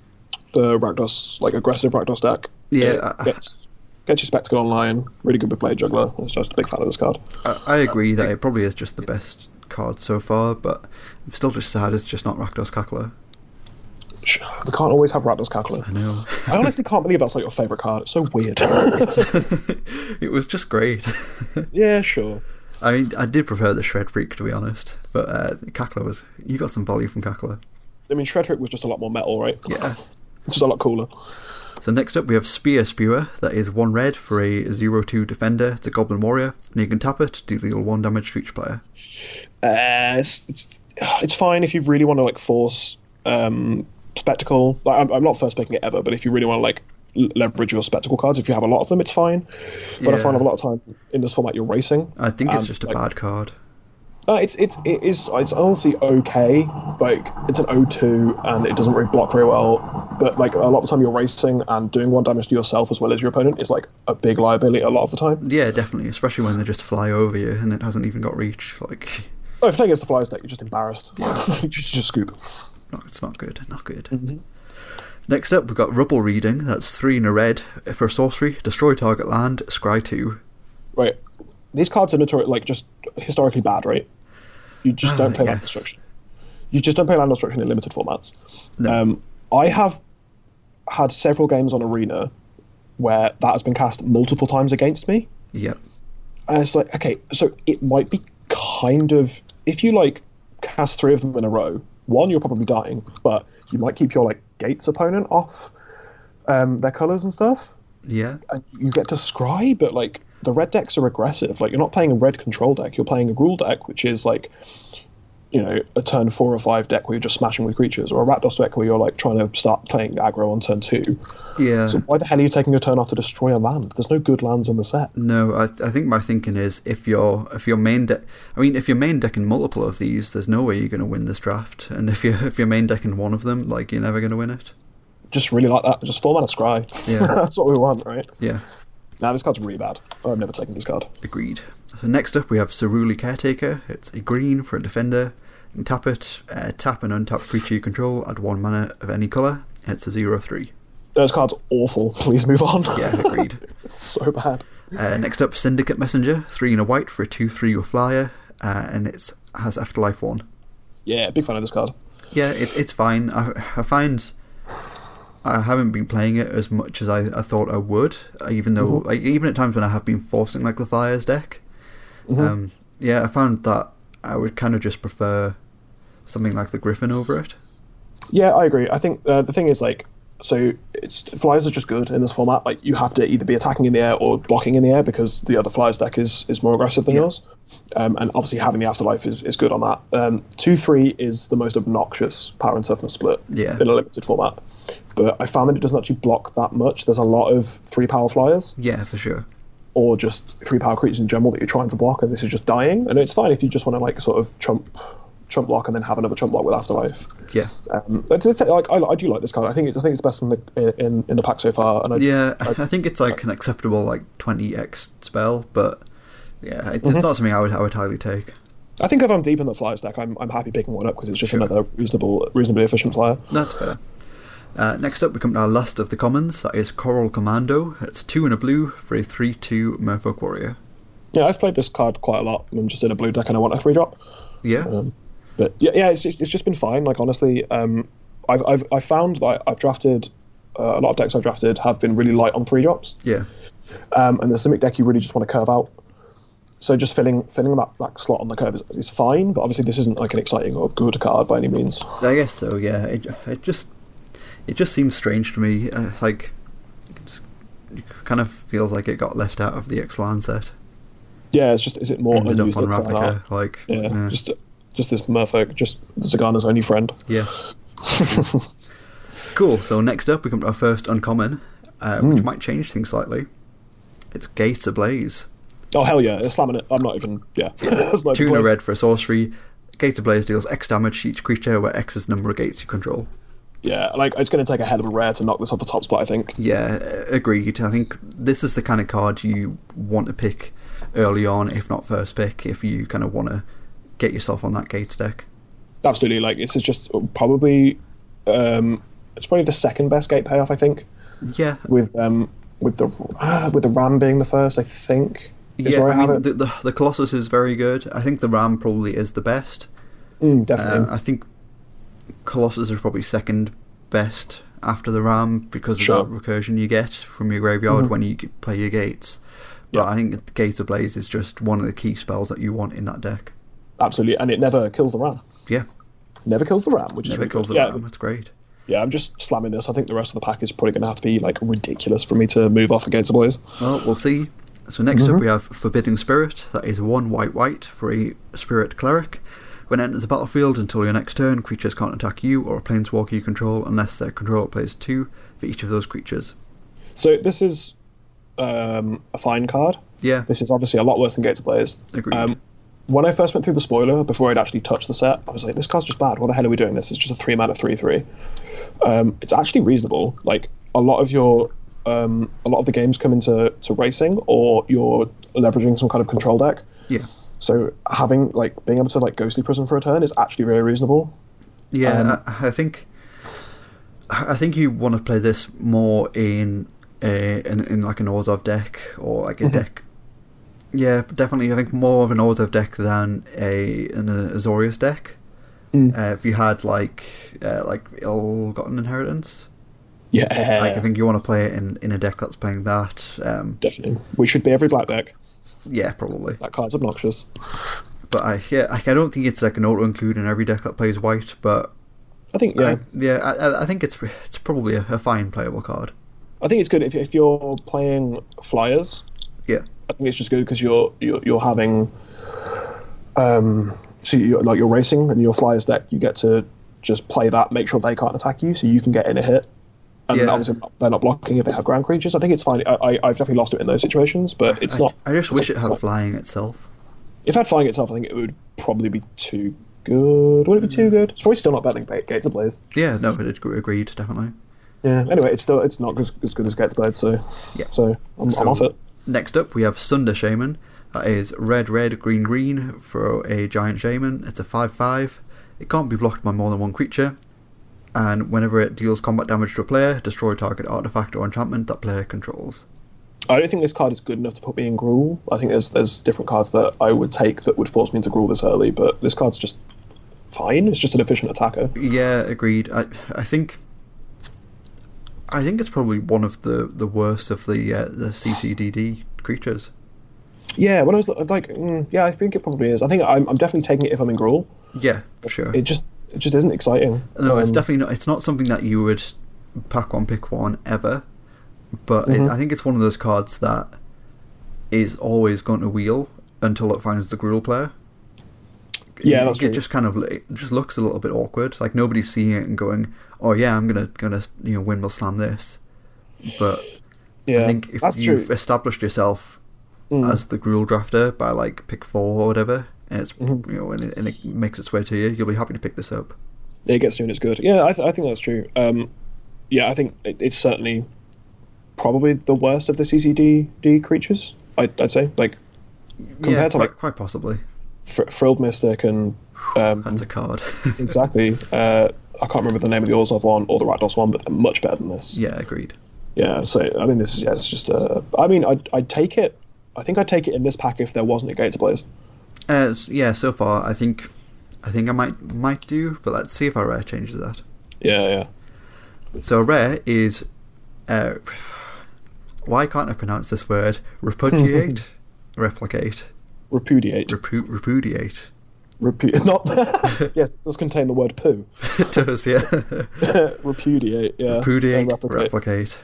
[SPEAKER 2] the Rakdos like aggressive Rakdos deck.
[SPEAKER 1] Yeah,
[SPEAKER 2] It
[SPEAKER 1] I-
[SPEAKER 2] gets gets you spectacle online. Really good with play juggler. I was just a big fan of this card.
[SPEAKER 1] I, I agree that it probably is just the best card so far, but I'm still just sad it's just not Rakdos Cackler.
[SPEAKER 2] Sh- We can't always have Rakdos cackler.
[SPEAKER 1] No.
[SPEAKER 2] I honestly can't believe that's like your favorite card. It's so weird.
[SPEAKER 1] it was just great.
[SPEAKER 2] yeah, sure.
[SPEAKER 1] I mean, I did prefer the Shred Freak, to be honest, but uh, Cackler was. You got some value from Cackler.
[SPEAKER 2] I mean, Shredrick was just a lot more metal, right?
[SPEAKER 1] Yeah.
[SPEAKER 2] Just a lot cooler.
[SPEAKER 1] So next up we have Spear Spewer, that is one red for a 0-2 defender, it's a Goblin Warrior, and you can tap it to deal one damage to each player.
[SPEAKER 2] Uh, it's, it's it's fine if you really want to like force um, spectacle. Like, I'm, I'm not first picking it ever, but if you really want to like l- leverage your spectacle cards, if you have a lot of them, it's fine. But I
[SPEAKER 1] Yeah.
[SPEAKER 2] find a lot of time in this format you're racing.
[SPEAKER 1] I think it's
[SPEAKER 2] Um,
[SPEAKER 1] just a
[SPEAKER 2] like-
[SPEAKER 1] bad card.
[SPEAKER 2] Uh, it's it's it is it's honestly okay. Like it's an O2 and it doesn't really block very well. But like a lot of the time you're racing and doing one damage to yourself as well as your opponent is like a big liability a lot of the time.
[SPEAKER 1] Yeah, definitely, especially when they just fly over you and it hasn't even got reach. Like,
[SPEAKER 2] Oh, if you're playing against the flyers deck, you're just embarrassed. you just just scoop.
[SPEAKER 1] no, it's not good, not good.
[SPEAKER 2] Mm-hmm.
[SPEAKER 1] Next up we've got Rubble Reading, that's three in a red. For sorcery, destroy target land, scry two.
[SPEAKER 2] right? These cards are notori like just historically bad, right? You just
[SPEAKER 1] Ah,
[SPEAKER 2] don't play land
[SPEAKER 1] yes.
[SPEAKER 2] destruction. You just don't play land destruction in limited formats.
[SPEAKER 1] No.
[SPEAKER 2] Um, I have had several games on Arena where that has been cast multiple times against me,
[SPEAKER 1] Yep.
[SPEAKER 2] and it's like, okay, so it might be kind of if you like cast three of them in a row. One, you're probably dying, but you might keep your like gates opponent off um, their colors and stuff
[SPEAKER 1] Yeah.
[SPEAKER 2] and you get to scry, but like the red decks are aggressive. Like you're not playing a red control deck, you're playing a rule deck, which is like you know a turn four or five deck where you're just smashing with creatures, or a Rakdos deck where you're like trying to start playing aggro on turn two.
[SPEAKER 1] Yeah.
[SPEAKER 2] So why the hell are you taking a turn off to destroy a land? There's no good lands in the set.
[SPEAKER 1] No, I, I think my thinking is if your if your main deck, I mean, if your main decking multiple of these, there's no way you're going to win this draft. And if you if your main decking one of them, like you're never going to win it.
[SPEAKER 2] Just really like that. Just four mana scry.
[SPEAKER 1] Yeah.
[SPEAKER 2] that's what we want, right?
[SPEAKER 1] Yeah,
[SPEAKER 2] Now this card's really bad. Oh, I've never taken this card.
[SPEAKER 1] agreed. So next up we have Cerule Caretaker. It's a green for a defender. You can tap it, uh, tap an untapped creature you control, add one mana of any color. It's a zero three.
[SPEAKER 2] This card's awful. Please move on.
[SPEAKER 1] Yeah, agreed.
[SPEAKER 2] it's so bad.
[SPEAKER 1] Uh, next up, Syndicate Messenger, three in a white for a two-three with flyer, uh, and it's has Afterlife one.
[SPEAKER 2] Yeah, big fan of this card.
[SPEAKER 1] Yeah, it, it's fine. I, I find I haven't been playing it as much as I, I thought I would, even though like, even at times when I have been forcing like the Thayer's deck. Um, yeah, I found that I would kind of just prefer something like the Griffin over it.
[SPEAKER 2] Yeah, I agree. I think uh, the thing is like, so it's flyers are just good in this format. Like you have to either be attacking in the air or blocking in the air because the other flyers deck is is more aggressive than yours. Um, and obviously having the afterlife is, is good on that. Um, two three is the most obnoxious power and toughness split
[SPEAKER 1] Yeah.
[SPEAKER 2] in a limited format. But I found that it doesn't actually block that much. There's a lot of three power flyers
[SPEAKER 1] Yeah, for sure.
[SPEAKER 2] or just three power creatures in general that you're trying to block, and this is just dying. And it's fine if you just want to like sort of chump chump block and then have another chump block with afterlife.
[SPEAKER 1] Yeah,
[SPEAKER 2] Um, but it's- like I, I do like this card. I think it's, I think it's best in the in, in the pack so far. And I,
[SPEAKER 1] yeah. I think it's like an acceptable like twenty x spell, but yeah, it's, it's not something I would I would highly take.
[SPEAKER 2] I think if I'm deep in the flyers deck, I'm, I'm happy picking one up because it's just another reasonable reasonably efficient flyer.
[SPEAKER 1] That's fair. Uh, next up, we come to our last of the commons. That is Coral Commando. It's two and a blue for a three-two Merfolk Warrior.
[SPEAKER 2] Yeah, I've played this card quite a lot. I'm just in a blue deck and I want a three drop.
[SPEAKER 1] Yeah,
[SPEAKER 2] But yeah, yeah, it's just, it's just been fine. Like honestly, um, I've I've I found that I've drafted uh, a lot of decks I've drafted have been really light on three drops.
[SPEAKER 1] yeah,
[SPEAKER 2] um, and the Simic deck you really just want to curve out. So just filling filling that, that slot on the curve is, is fine, but obviously this isn't like an exciting or good card by any means.
[SPEAKER 1] I guess so. Yeah, it, it just it just seems strange to me. Uh, like, it's, it kind of feels like it got left out of the X-Lan set.
[SPEAKER 2] Yeah, it's just is it more
[SPEAKER 1] Ended up
[SPEAKER 2] unused
[SPEAKER 1] on
[SPEAKER 2] than Xanar?
[SPEAKER 1] Ravnica. Like,
[SPEAKER 2] Yeah,
[SPEAKER 1] eh,
[SPEAKER 2] just just this merfolk, just Zagana's only friend.
[SPEAKER 1] yeah. cool. So next up, we come to our first uncommon, uh, which
[SPEAKER 2] Hmm.
[SPEAKER 1] might change things slightly. It's Gates Ablaze.
[SPEAKER 2] Oh hell yeah, it's slamming it. I'm not even yeah. It's not
[SPEAKER 1] Two and
[SPEAKER 2] even
[SPEAKER 1] a
[SPEAKER 2] close.
[SPEAKER 1] red for a sorcery. Gates of Blaze deals X damage to each creature, where X is the number of gates you control.
[SPEAKER 2] Yeah, like it's going to take a head of a rare to knock this off the top spot. I think.
[SPEAKER 1] Yeah, uh, agreed. I think this is the kind of card you want to pick early on, if not first pick, if you kind of want to get yourself on that Gates deck.
[SPEAKER 2] Absolutely, like this is just probably um, it's probably the second best gate payoff. I think
[SPEAKER 1] Yeah,
[SPEAKER 2] with um, with the ah, with the ram being the first. I think. Is
[SPEAKER 1] yeah.
[SPEAKER 2] where
[SPEAKER 1] I
[SPEAKER 2] have
[SPEAKER 1] mean,
[SPEAKER 2] it.
[SPEAKER 1] the, the the Colossus is very good. I think the Ram probably is the best.
[SPEAKER 2] Mm, definitely.
[SPEAKER 1] Um, I think Colossus is probably second best after the Ram because of
[SPEAKER 2] Sure. Mm-hmm.
[SPEAKER 1] that recursion you get from your graveyard when you g- play your gates. But I think the Gate of Blaze is just one of the key spells that you want in that deck.
[SPEAKER 2] Absolutely, and it never kills the ram.
[SPEAKER 1] Yeah,
[SPEAKER 2] Never kills the ram, which is
[SPEAKER 1] if
[SPEAKER 2] really
[SPEAKER 1] it kills the
[SPEAKER 2] good. yeah,
[SPEAKER 1] Ram, that's great.
[SPEAKER 2] yeah. I'm just slamming this. I think the rest of the pack is probably going to have to be like ridiculous for me to move off against the boys.
[SPEAKER 1] Well, we'll see. So next
[SPEAKER 2] Mm-hmm.
[SPEAKER 1] up we have Forbidding Spirit. That is one white white for a spirit cleric. When it enters the battlefield until your next turn, creatures can't attack you or a planeswalker you control unless their controller plays two for each of those creatures.
[SPEAKER 2] So this is um, a fine card.
[SPEAKER 1] Yeah,
[SPEAKER 2] This is obviously a lot worse than Gates of Blaze.
[SPEAKER 1] agreed.
[SPEAKER 2] Um, when I first went through the spoiler, before I'd actually touched the set, I was like, "This card's just bad. What the hell are we doing? This It's just a three mana three three. Um, it's actually reasonable. Like a lot of your, um, a lot of the games come into to racing, or you're leveraging some kind of control deck.
[SPEAKER 1] yeah,
[SPEAKER 2] So having like being able to like ghostly prison for a turn is actually very reasonable.
[SPEAKER 1] yeah.
[SPEAKER 2] Um,
[SPEAKER 1] I, I think I think you want to play this more in a in, in like an Orzhov deck or like
[SPEAKER 2] Mm-hmm.
[SPEAKER 1] a deck. Yeah, definitely. I think more of an Orzhov deck than a an Azorius deck.
[SPEAKER 2] Mm.
[SPEAKER 1] Uh, if you had like uh, like ill-gotten inheritance,
[SPEAKER 2] Yeah,
[SPEAKER 1] like I think you want to play it in, in a deck that's playing that. Um,
[SPEAKER 2] definitely. We should be every black deck.
[SPEAKER 1] yeah, probably.
[SPEAKER 2] That card's obnoxious.
[SPEAKER 1] But I yeah, like, I don't think it's like an auto-include in every deck that plays white. But
[SPEAKER 2] I think yeah,
[SPEAKER 1] I, yeah, I, I- I think it's it's probably a, a fine playable card.
[SPEAKER 2] I think it's good if, if you're playing flyers.
[SPEAKER 1] Yeah,
[SPEAKER 2] I think it's just good because you're, you're you're having um so you're, like you're racing and your flyers deck, you get to just play that, make sure they can't attack you, so you can get in a hit. And
[SPEAKER 1] Yeah.
[SPEAKER 2] obviously they're not blocking if they have ground creatures. I think it's fine. I, I, I've definitely lost it in those situations, but it's
[SPEAKER 1] I,
[SPEAKER 2] not.
[SPEAKER 1] I just wish it
[SPEAKER 2] it's
[SPEAKER 1] had
[SPEAKER 2] not-
[SPEAKER 1] flying itself.
[SPEAKER 2] If it had flying itself, I think it would probably be too good. Would it
[SPEAKER 1] Mm.
[SPEAKER 2] be too good? It's probably still not better than Ga- Gates of Blaze.
[SPEAKER 1] Yeah, no, it ag- agreed definitely.
[SPEAKER 2] Yeah. Anyway, it's still it's not as, as good as Gates of Blade, so
[SPEAKER 1] Yeah.
[SPEAKER 2] So I'm,
[SPEAKER 1] So-
[SPEAKER 2] I'm off it.
[SPEAKER 1] Next up, we have Sunder Shaman. That is red, red, green, green for a giant shaman. It's a 5 5. It can't be blocked by more than one creature. And whenever it deals combat damage to a player, destroy target artifact or enchantment that player controls.
[SPEAKER 2] I don't think this card is good enough to put me in gruel. I think there's there's different cards that I would take that would force me into gruel this early, but this card's just fine. It's just an efficient attacker.
[SPEAKER 1] Yeah, agreed. I, I think. I think it's probably one of the, the worst of the uh, the CCDD creatures.
[SPEAKER 2] Yeah, when I was lo- like, mm, yeah, I think it probably is. I think I'm, I'm definitely taking it if I'm in gruel.
[SPEAKER 1] Yeah, for sure.
[SPEAKER 2] It just it just isn't exciting.
[SPEAKER 1] No, it's
[SPEAKER 2] Um,
[SPEAKER 1] definitely not. It's not something that you would pack one, pick one ever. But
[SPEAKER 2] Mm-hmm.
[SPEAKER 1] it, I think it's one of those cards that is always going to wheel until it finds the gruel player.
[SPEAKER 2] Yeah,
[SPEAKER 1] it,
[SPEAKER 2] that's
[SPEAKER 1] it
[SPEAKER 2] true.
[SPEAKER 1] just kind of it just looks a little bit awkward. Like nobody's seeing it and going, "Oh yeah, I'm gonna gonna you know windmill slam this." But
[SPEAKER 2] yeah,
[SPEAKER 1] I think if
[SPEAKER 2] that's
[SPEAKER 1] you've
[SPEAKER 2] true.
[SPEAKER 1] established yourself
[SPEAKER 2] Mm.
[SPEAKER 1] as the gruel drafter by like pick four or whatever, and it's
[SPEAKER 2] Mm-hmm.
[SPEAKER 1] you know and it, and it makes its way to you, you'll be happy to pick this up.
[SPEAKER 2] it gets you and it's good. Yeah, I, th- I think that's true. Um, yeah, I think it, it's certainly probably the worst of the CCDD creatures. I, I'd say like
[SPEAKER 1] yeah,
[SPEAKER 2] Compared to,
[SPEAKER 1] quite,
[SPEAKER 2] like-
[SPEAKER 1] quite possibly.
[SPEAKER 2] fr- Frilled Mystic and um,
[SPEAKER 1] That's a card.
[SPEAKER 2] exactly. Uh, I can't remember the name of the Orzhov one or the Rakdos one, but they're much better than this.
[SPEAKER 1] yeah, agreed.
[SPEAKER 2] Yeah, so I mean, this is yeah, it's just. Uh, I mean, I'd, I'd take it. I think I'd take it in this pack if there wasn't a Gates of Blaze.
[SPEAKER 1] Uh, s- yeah, so far I think, I think I might might do, but let's see if our rare changes that.
[SPEAKER 2] Yeah, yeah.
[SPEAKER 1] So rare is, uh, why can't I pronounce this word? Repudiate, replicate,
[SPEAKER 2] Repudiate.
[SPEAKER 1] repu- repudiate.
[SPEAKER 2] Repu- not. yes, it does contain the word poo.
[SPEAKER 1] It does, yeah.
[SPEAKER 2] Repudiate. Yeah.
[SPEAKER 1] repudiate,
[SPEAKER 2] Don't replicate.
[SPEAKER 1] replicate.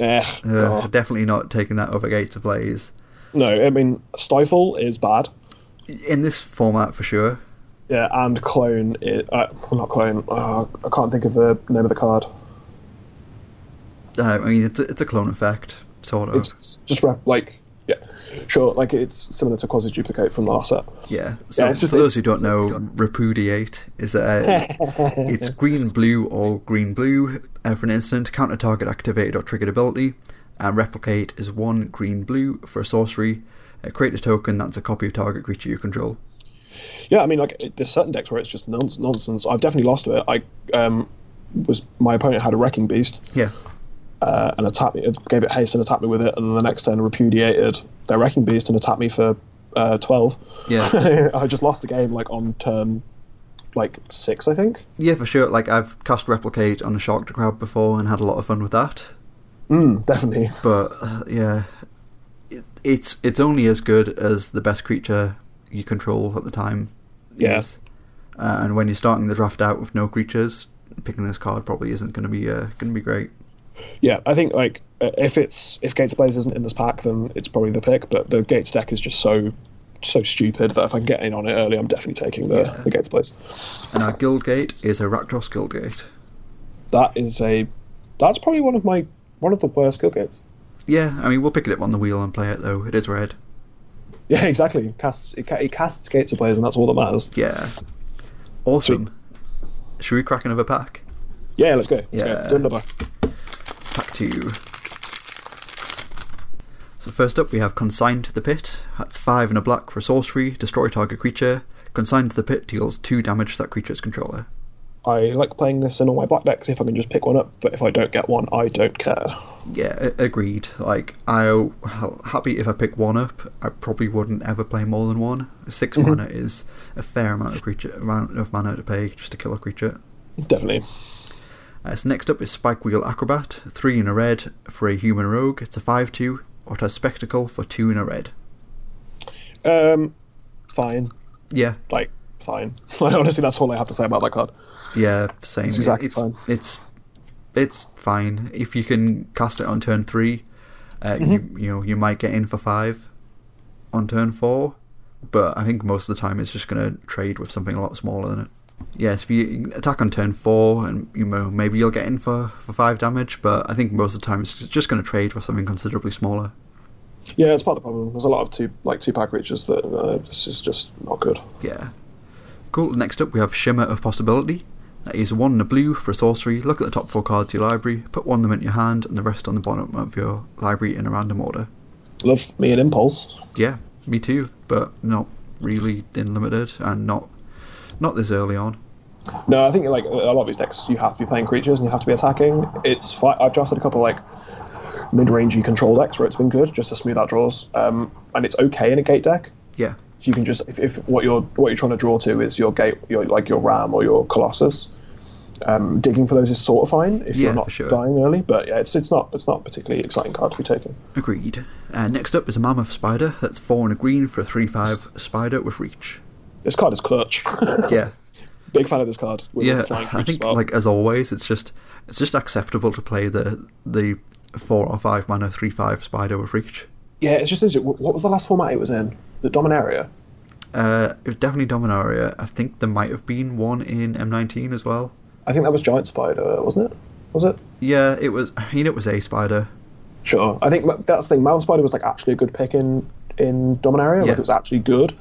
[SPEAKER 2] Eh,
[SPEAKER 1] Uh,
[SPEAKER 2] God.
[SPEAKER 1] definitely not taking that over Gates of Blaze
[SPEAKER 2] No, I mean stifle is bad.
[SPEAKER 1] in this format for sure.
[SPEAKER 2] Yeah, and clone. Is, uh, well, not clone. Uh, I can't think of the name of the card.
[SPEAKER 1] Uh, I mean, it's, a- it's a clone effect, sort of.
[SPEAKER 2] It's just rep, like yeah, sure. Like it's similar to quasi duplicate from the last set.
[SPEAKER 1] Yeah. So
[SPEAKER 2] Yeah, it's just-
[SPEAKER 1] for those
[SPEAKER 2] it's-
[SPEAKER 1] who don't know, repudiate is a it's green blue or green blue uh, for an instant counter target activated or triggered ability, and replicate is one green blue for a sorcery. Uh, create a token that's a copy of target creature you control.
[SPEAKER 2] Yeah, I mean, like it- there's certain decks where it's just non- nonsense. I've definitely lost to it. I um, was my opponent had a wrecking beast
[SPEAKER 1] Yeah.
[SPEAKER 2] uh, and attacked me, gave it haste and attacked me with it, and then the next turn repudiated their wrecking beast and attacked me for uh, twelve.
[SPEAKER 1] Yeah.
[SPEAKER 2] I just lost the game like on turn like six, I think.
[SPEAKER 1] yeah, for sure. Like I've cast replicate on a shark to crab before and had a lot of fun with that.
[SPEAKER 2] Mm, definitely.
[SPEAKER 1] But uh, yeah, it, it's it's only as good as the best creature you control at the time.
[SPEAKER 2] Yeah.
[SPEAKER 1] is. Uh, and when you're starting the draft out with no creatures, picking this card probably isn't going to be uh, going to be great.
[SPEAKER 2] Yeah, I think like uh, if it's if Gates Blaze isn't in this pack, then it's probably the pick. But the Gates deck is just so so stupid that if I can get in on it early, I'm definitely taking the,
[SPEAKER 1] Yeah.
[SPEAKER 2] the Gates Blaze.
[SPEAKER 1] And our guild gate is a Rakdos guild gate.
[SPEAKER 2] That is a that's probably one of my one of the worst skill gates.
[SPEAKER 1] Yeah, I mean we'll pick it up on the wheel and play it though. It is red.
[SPEAKER 2] Yeah, exactly. It casts it, ca- it casts Gates of Blaze, and that's all that matters.
[SPEAKER 1] Yeah, awesome. Should we crack another pack?
[SPEAKER 2] Yeah, let's go. Let's go.
[SPEAKER 1] Yeah.
[SPEAKER 2] Do another.
[SPEAKER 1] Pack two. So first up we have consigned to the pit. That's five and a black for sorcery. Destroy target creature. Consigned to the pit deals two damage to that creature's controller.
[SPEAKER 2] I like playing this in all my black decks if I can just pick one up. But if I don't get one, I don't care.
[SPEAKER 1] Yeah, a- agreed. Like I happy if I pick one up. I probably wouldn't ever play more than one. 6 mana is a fair amount of creature amount of mana to pay just to kill a creature.
[SPEAKER 2] Definitely.
[SPEAKER 1] Uh, so next up is Spike Wheel Acrobat, three in a red for a human rogue. It's a five-two. Or it has Spectacle for two in a red.
[SPEAKER 2] Um, fine.
[SPEAKER 1] Yeah,
[SPEAKER 2] Like fine. Like honestly, that's all I have to say about that card.
[SPEAKER 1] yeah, same.
[SPEAKER 2] It's exactly
[SPEAKER 1] it's, It's it's fine if you can cast it on turn three. Uh, You you know you might get in for five on turn four. but I think most of the time it's just going to trade with something a lot smaller than it. Yes, if you attack on turn four, and you know maybe you'll get in for, for five damage, but I think most of the time it's just going to trade with something considerably smaller.
[SPEAKER 2] Yeah, it's part of the problem. There's a lot of two like two pack creatures that uh, this is just not good.
[SPEAKER 1] Yeah. Cool. Next up, we have Shimmer of Possibility. That is one in a blue for a sorcery. Look at the top four cards of your library, put one of them in your hand, and the rest on the bottom of your library in a random order.
[SPEAKER 2] Love me an impulse.
[SPEAKER 1] Yeah, me too, but not really in limited and not not this early on.
[SPEAKER 2] No, I think like a lot of these decks, you have to be playing creatures and you have to be attacking. It's fi- I've drafted a couple like mid-rangey control decks where it's been good just to smooth out draws, um, and it's okay in a gate deck.
[SPEAKER 1] Yeah,
[SPEAKER 2] If you can just if, if what you're what you're trying to draw to is your gate, your like your ram or your colossus, um, digging for those is sort of fine if
[SPEAKER 1] Yeah,
[SPEAKER 2] you're not
[SPEAKER 1] for sure.
[SPEAKER 2] dying early. But yeah, it's it's not it's not a particularly exciting card to be taking.
[SPEAKER 1] agreed. Uh, next up is a Mammoth Spider. That's four in a green for a three-five spider with reach.
[SPEAKER 2] This card is clutch.
[SPEAKER 1] Yeah,
[SPEAKER 2] Big fan of this card. with
[SPEAKER 1] yeah.
[SPEAKER 2] flying
[SPEAKER 1] I
[SPEAKER 2] creatures
[SPEAKER 1] think
[SPEAKER 2] as well.
[SPEAKER 1] like as always, it's just it's just acceptable to play the the four or five mana three-five spider with reach.
[SPEAKER 2] yeah, it's just what was the last format it was in? The Dominaria.
[SPEAKER 1] Uh, it was definitely Dominaria. I think there might have been one in M19 as well.
[SPEAKER 2] I think that was Giant Spider, wasn't it? Was it?
[SPEAKER 1] Yeah, it was. I mean, it was a spider.
[SPEAKER 2] Sure. I think that's the thing. Mountain Spider was like actually a good pick in in Dominaria.
[SPEAKER 1] Yeah.
[SPEAKER 2] Like it was actually good.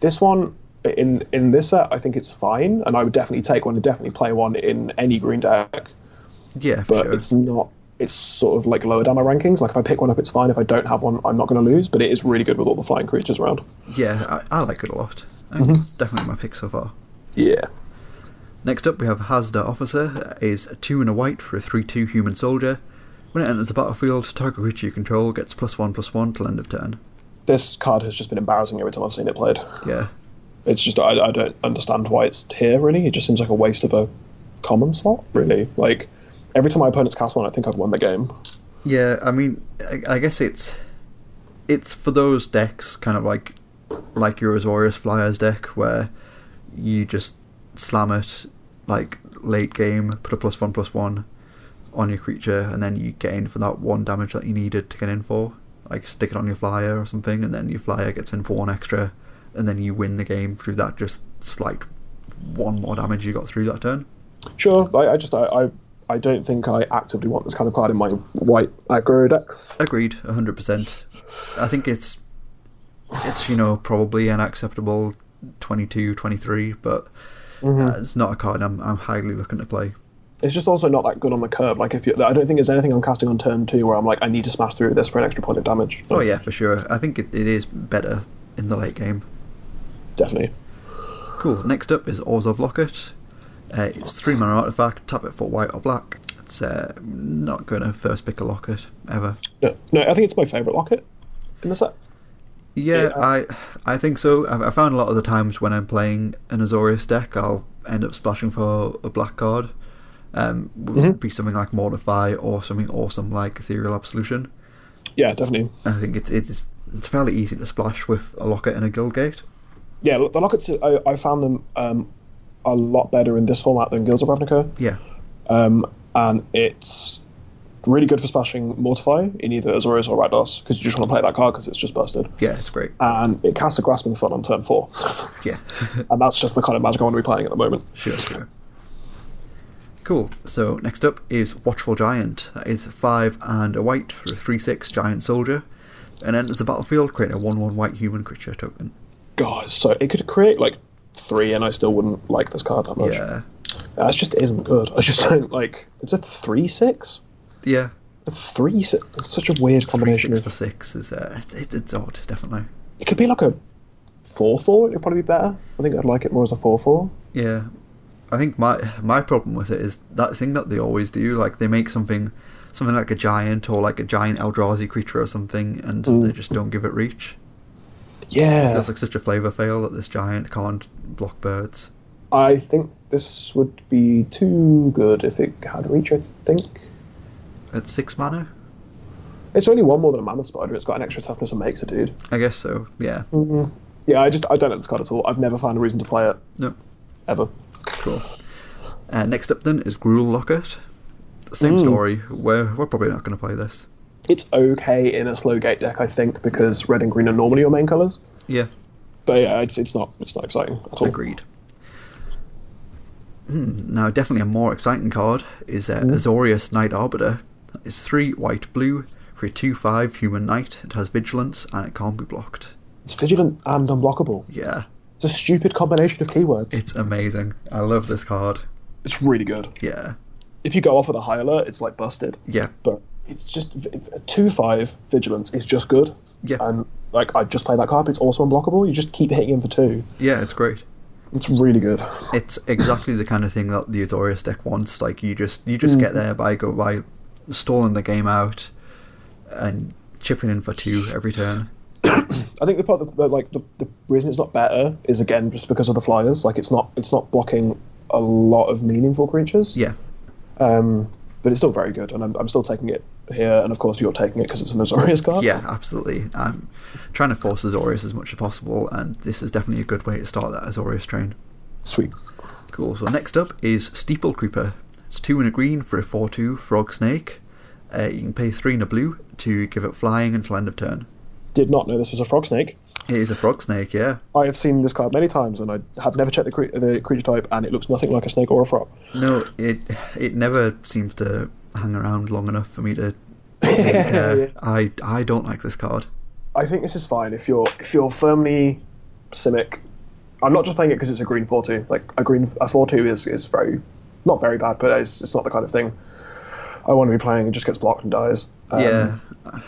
[SPEAKER 2] This one in in this set, I think it's fine, and I would definitely take one and definitely play one in any green deck.
[SPEAKER 1] Yeah, for
[SPEAKER 2] But
[SPEAKER 1] sure.
[SPEAKER 2] it's not. It's sort of like lower down my rankings. Like if I pick one up, it's fine. If I don't have one, I'm not going to lose. But it is really good with all the flying creatures around.
[SPEAKER 1] Yeah, I, I like it a lot. I think It's definitely my pick so far.
[SPEAKER 2] Yeah.
[SPEAKER 1] Next up, we have Hazda Officer. Is a two and a white for a three-two human soldier. When it enters the battlefield, target creature you control gets plus one plus one till end of turn.
[SPEAKER 2] This card has just been embarrassing every time I've seen it played.
[SPEAKER 1] Yeah,
[SPEAKER 2] it's just I, I don't understand why it's here really it just seems like a waste of a common slot really like every time my opponents cast one i think i've won the game
[SPEAKER 1] yeah. I mean, I, I guess it's it's for those decks, kind of like like your Azorius Flyers deck, where you just slam it like late game, put a plus one plus one on your creature, and then you get in for that one damage that you needed to get in for. Like stick it on your flyer or something, and then your flyer gets in for one extra, and then you win the game through that just slight one more damage you got through that turn.
[SPEAKER 2] sure but i, I just I, I i don't think i actively want this kind of card in my white aggro decks
[SPEAKER 1] Agreed, hundred percent. I think it's it's you know probably an acceptable 22, 23, but uh, it's not a card I'm I'm highly looking to play.
[SPEAKER 2] it's just also not that good on the curve like if you i don't think there's anything i'm casting on turn two where i'm like i need to smash through this for an extra point of damage
[SPEAKER 1] Oh yeah, for sure. I think it, it is better in the late game.
[SPEAKER 2] definitely
[SPEAKER 1] Cool. Next up is Orzhov Locket. Uh, it's three mana artifact. Tap it for white or black. It's uh, not gonna first pick a locket ever.
[SPEAKER 2] no, no i think it's my favorite locket in the set
[SPEAKER 1] Yeah,
[SPEAKER 2] Yeah.
[SPEAKER 1] I I think so. I've, I found a lot of the times when I'm playing an Azorius deck, I'll end up splashing for a black card. Um, would be something like Mortify or something awesome like Ethereal Absolution.
[SPEAKER 2] yeah definitely
[SPEAKER 1] I think it's it's it's fairly easy to splash with a Locket and a Guildgate.
[SPEAKER 2] yeah the lockets i, I found them um, a lot better in this format than guilds of ravnica
[SPEAKER 1] Yeah,
[SPEAKER 2] um, and it's really good for splashing Mortify in either Azorius or Rakdos because you just want to play that card because it's just busted.
[SPEAKER 1] yeah, it's great.
[SPEAKER 2] And it casts a Grasping Thud on turn four,
[SPEAKER 1] Yeah,
[SPEAKER 2] and that's just the kind of magic I want to be playing at the moment.
[SPEAKER 1] sure, sure. Cool. So next up is Watchful Giant. That is five and a white for a three-six giant soldier, and enters the battlefield. Create a one-one white human creature token.
[SPEAKER 2] God, so it could create like three, and I still wouldn't like this card that much.
[SPEAKER 1] Yeah,
[SPEAKER 2] That just isn't good. I just don't like. It's a three six.
[SPEAKER 1] yeah.
[SPEAKER 2] A three six. It's such a weird
[SPEAKER 1] Three
[SPEAKER 2] combination.
[SPEAKER 1] six for
[SPEAKER 2] Of,
[SPEAKER 1] six is uh, it, it, it's odd, definitely.
[SPEAKER 2] it could be like a four four. It'd probably be better. I think I'd like it more as a four four.
[SPEAKER 1] Yeah, I think my my problem with it is that thing that they always do. Like they make something, something like a giant or like a giant Eldrazi creature or something, and they just don't give it reach.
[SPEAKER 2] Yeah.
[SPEAKER 1] Feels like such a flavor fail that this giant can't block birds.
[SPEAKER 2] I think this would be too good if it had reach, I think.
[SPEAKER 1] At six mana,
[SPEAKER 2] It's only one more than a mammoth spider, it's got an extra toughness and makes a dude.
[SPEAKER 1] I guess so. Yeah.
[SPEAKER 2] Yeah, I just I don't like this card at all. I've never found a reason to play it,
[SPEAKER 1] No.
[SPEAKER 2] ever.
[SPEAKER 1] Cool. Uh, next up then is Gruel Locket. Same story. We're we're probably not going to play this.
[SPEAKER 2] It's okay in a slow gate deck, I think, because red and green are normally your main colours.
[SPEAKER 1] Yeah.
[SPEAKER 2] But yeah, it's, it's not it's not exciting at all.
[SPEAKER 1] Agreed. Hmm, now, definitely a more exciting card is uh, Azorius Knight Arbiter. It's three white blue for a two five human knight. It has vigilance and it can't be blocked.
[SPEAKER 2] It's vigilant and unblockable.
[SPEAKER 1] Yeah,
[SPEAKER 2] It's a stupid combination of keywords. It's,
[SPEAKER 1] it's amazing. I love this card.
[SPEAKER 2] really good.
[SPEAKER 1] Yeah,
[SPEAKER 2] If you go off with a high alert, it's like busted.
[SPEAKER 1] yeah,
[SPEAKER 2] But it's just v- v- two five vigilance is just good.
[SPEAKER 1] yeah,
[SPEAKER 2] And like I just played that card. but It's also unblockable. You just keep hitting him for two.
[SPEAKER 1] yeah. It's great.
[SPEAKER 2] It's really good.
[SPEAKER 1] It's exactly the kind of thing that the Azorius deck wants. Like you just you just get there by go by stalling the game out and chipping in for two every turn.
[SPEAKER 2] I think the part that, that like the, the reason it's not better is again just because of the flyers. Like it's not it's not blocking a lot of meaningful creatures.
[SPEAKER 1] Yeah,
[SPEAKER 2] Um, but it's still very good, and I'm, I'm still taking it here. And of course, you're taking it because it's an Azorius card.
[SPEAKER 1] yeah, absolutely. I'm trying to force Azorius as much as possible, and this is definitely a good way to start that Azorius train.
[SPEAKER 2] Sweet.
[SPEAKER 1] Cool. So next up is Steeple Creeper. It's two and a green for a four-two frog snake. Uh, you can pay three and a blue to give it flying until end of turn.
[SPEAKER 2] Did not know this was a frog snake.
[SPEAKER 1] It is a frog snake, yeah.
[SPEAKER 2] I have seen this card many times, and I have never checked the, cre- the creature type, and it looks nothing like a snake or a frog.
[SPEAKER 1] No, it it never seems to hang around long enough for me to. Uh, I I don't like this card.
[SPEAKER 2] I think this is fine if you're if you're firmly Simic. I'm not just playing it because it's a green four two. Like a green a four two is is very not very bad, but it's, it's not the kind of thing I want to be playing. It just gets blocked and dies. Um,
[SPEAKER 1] yeah,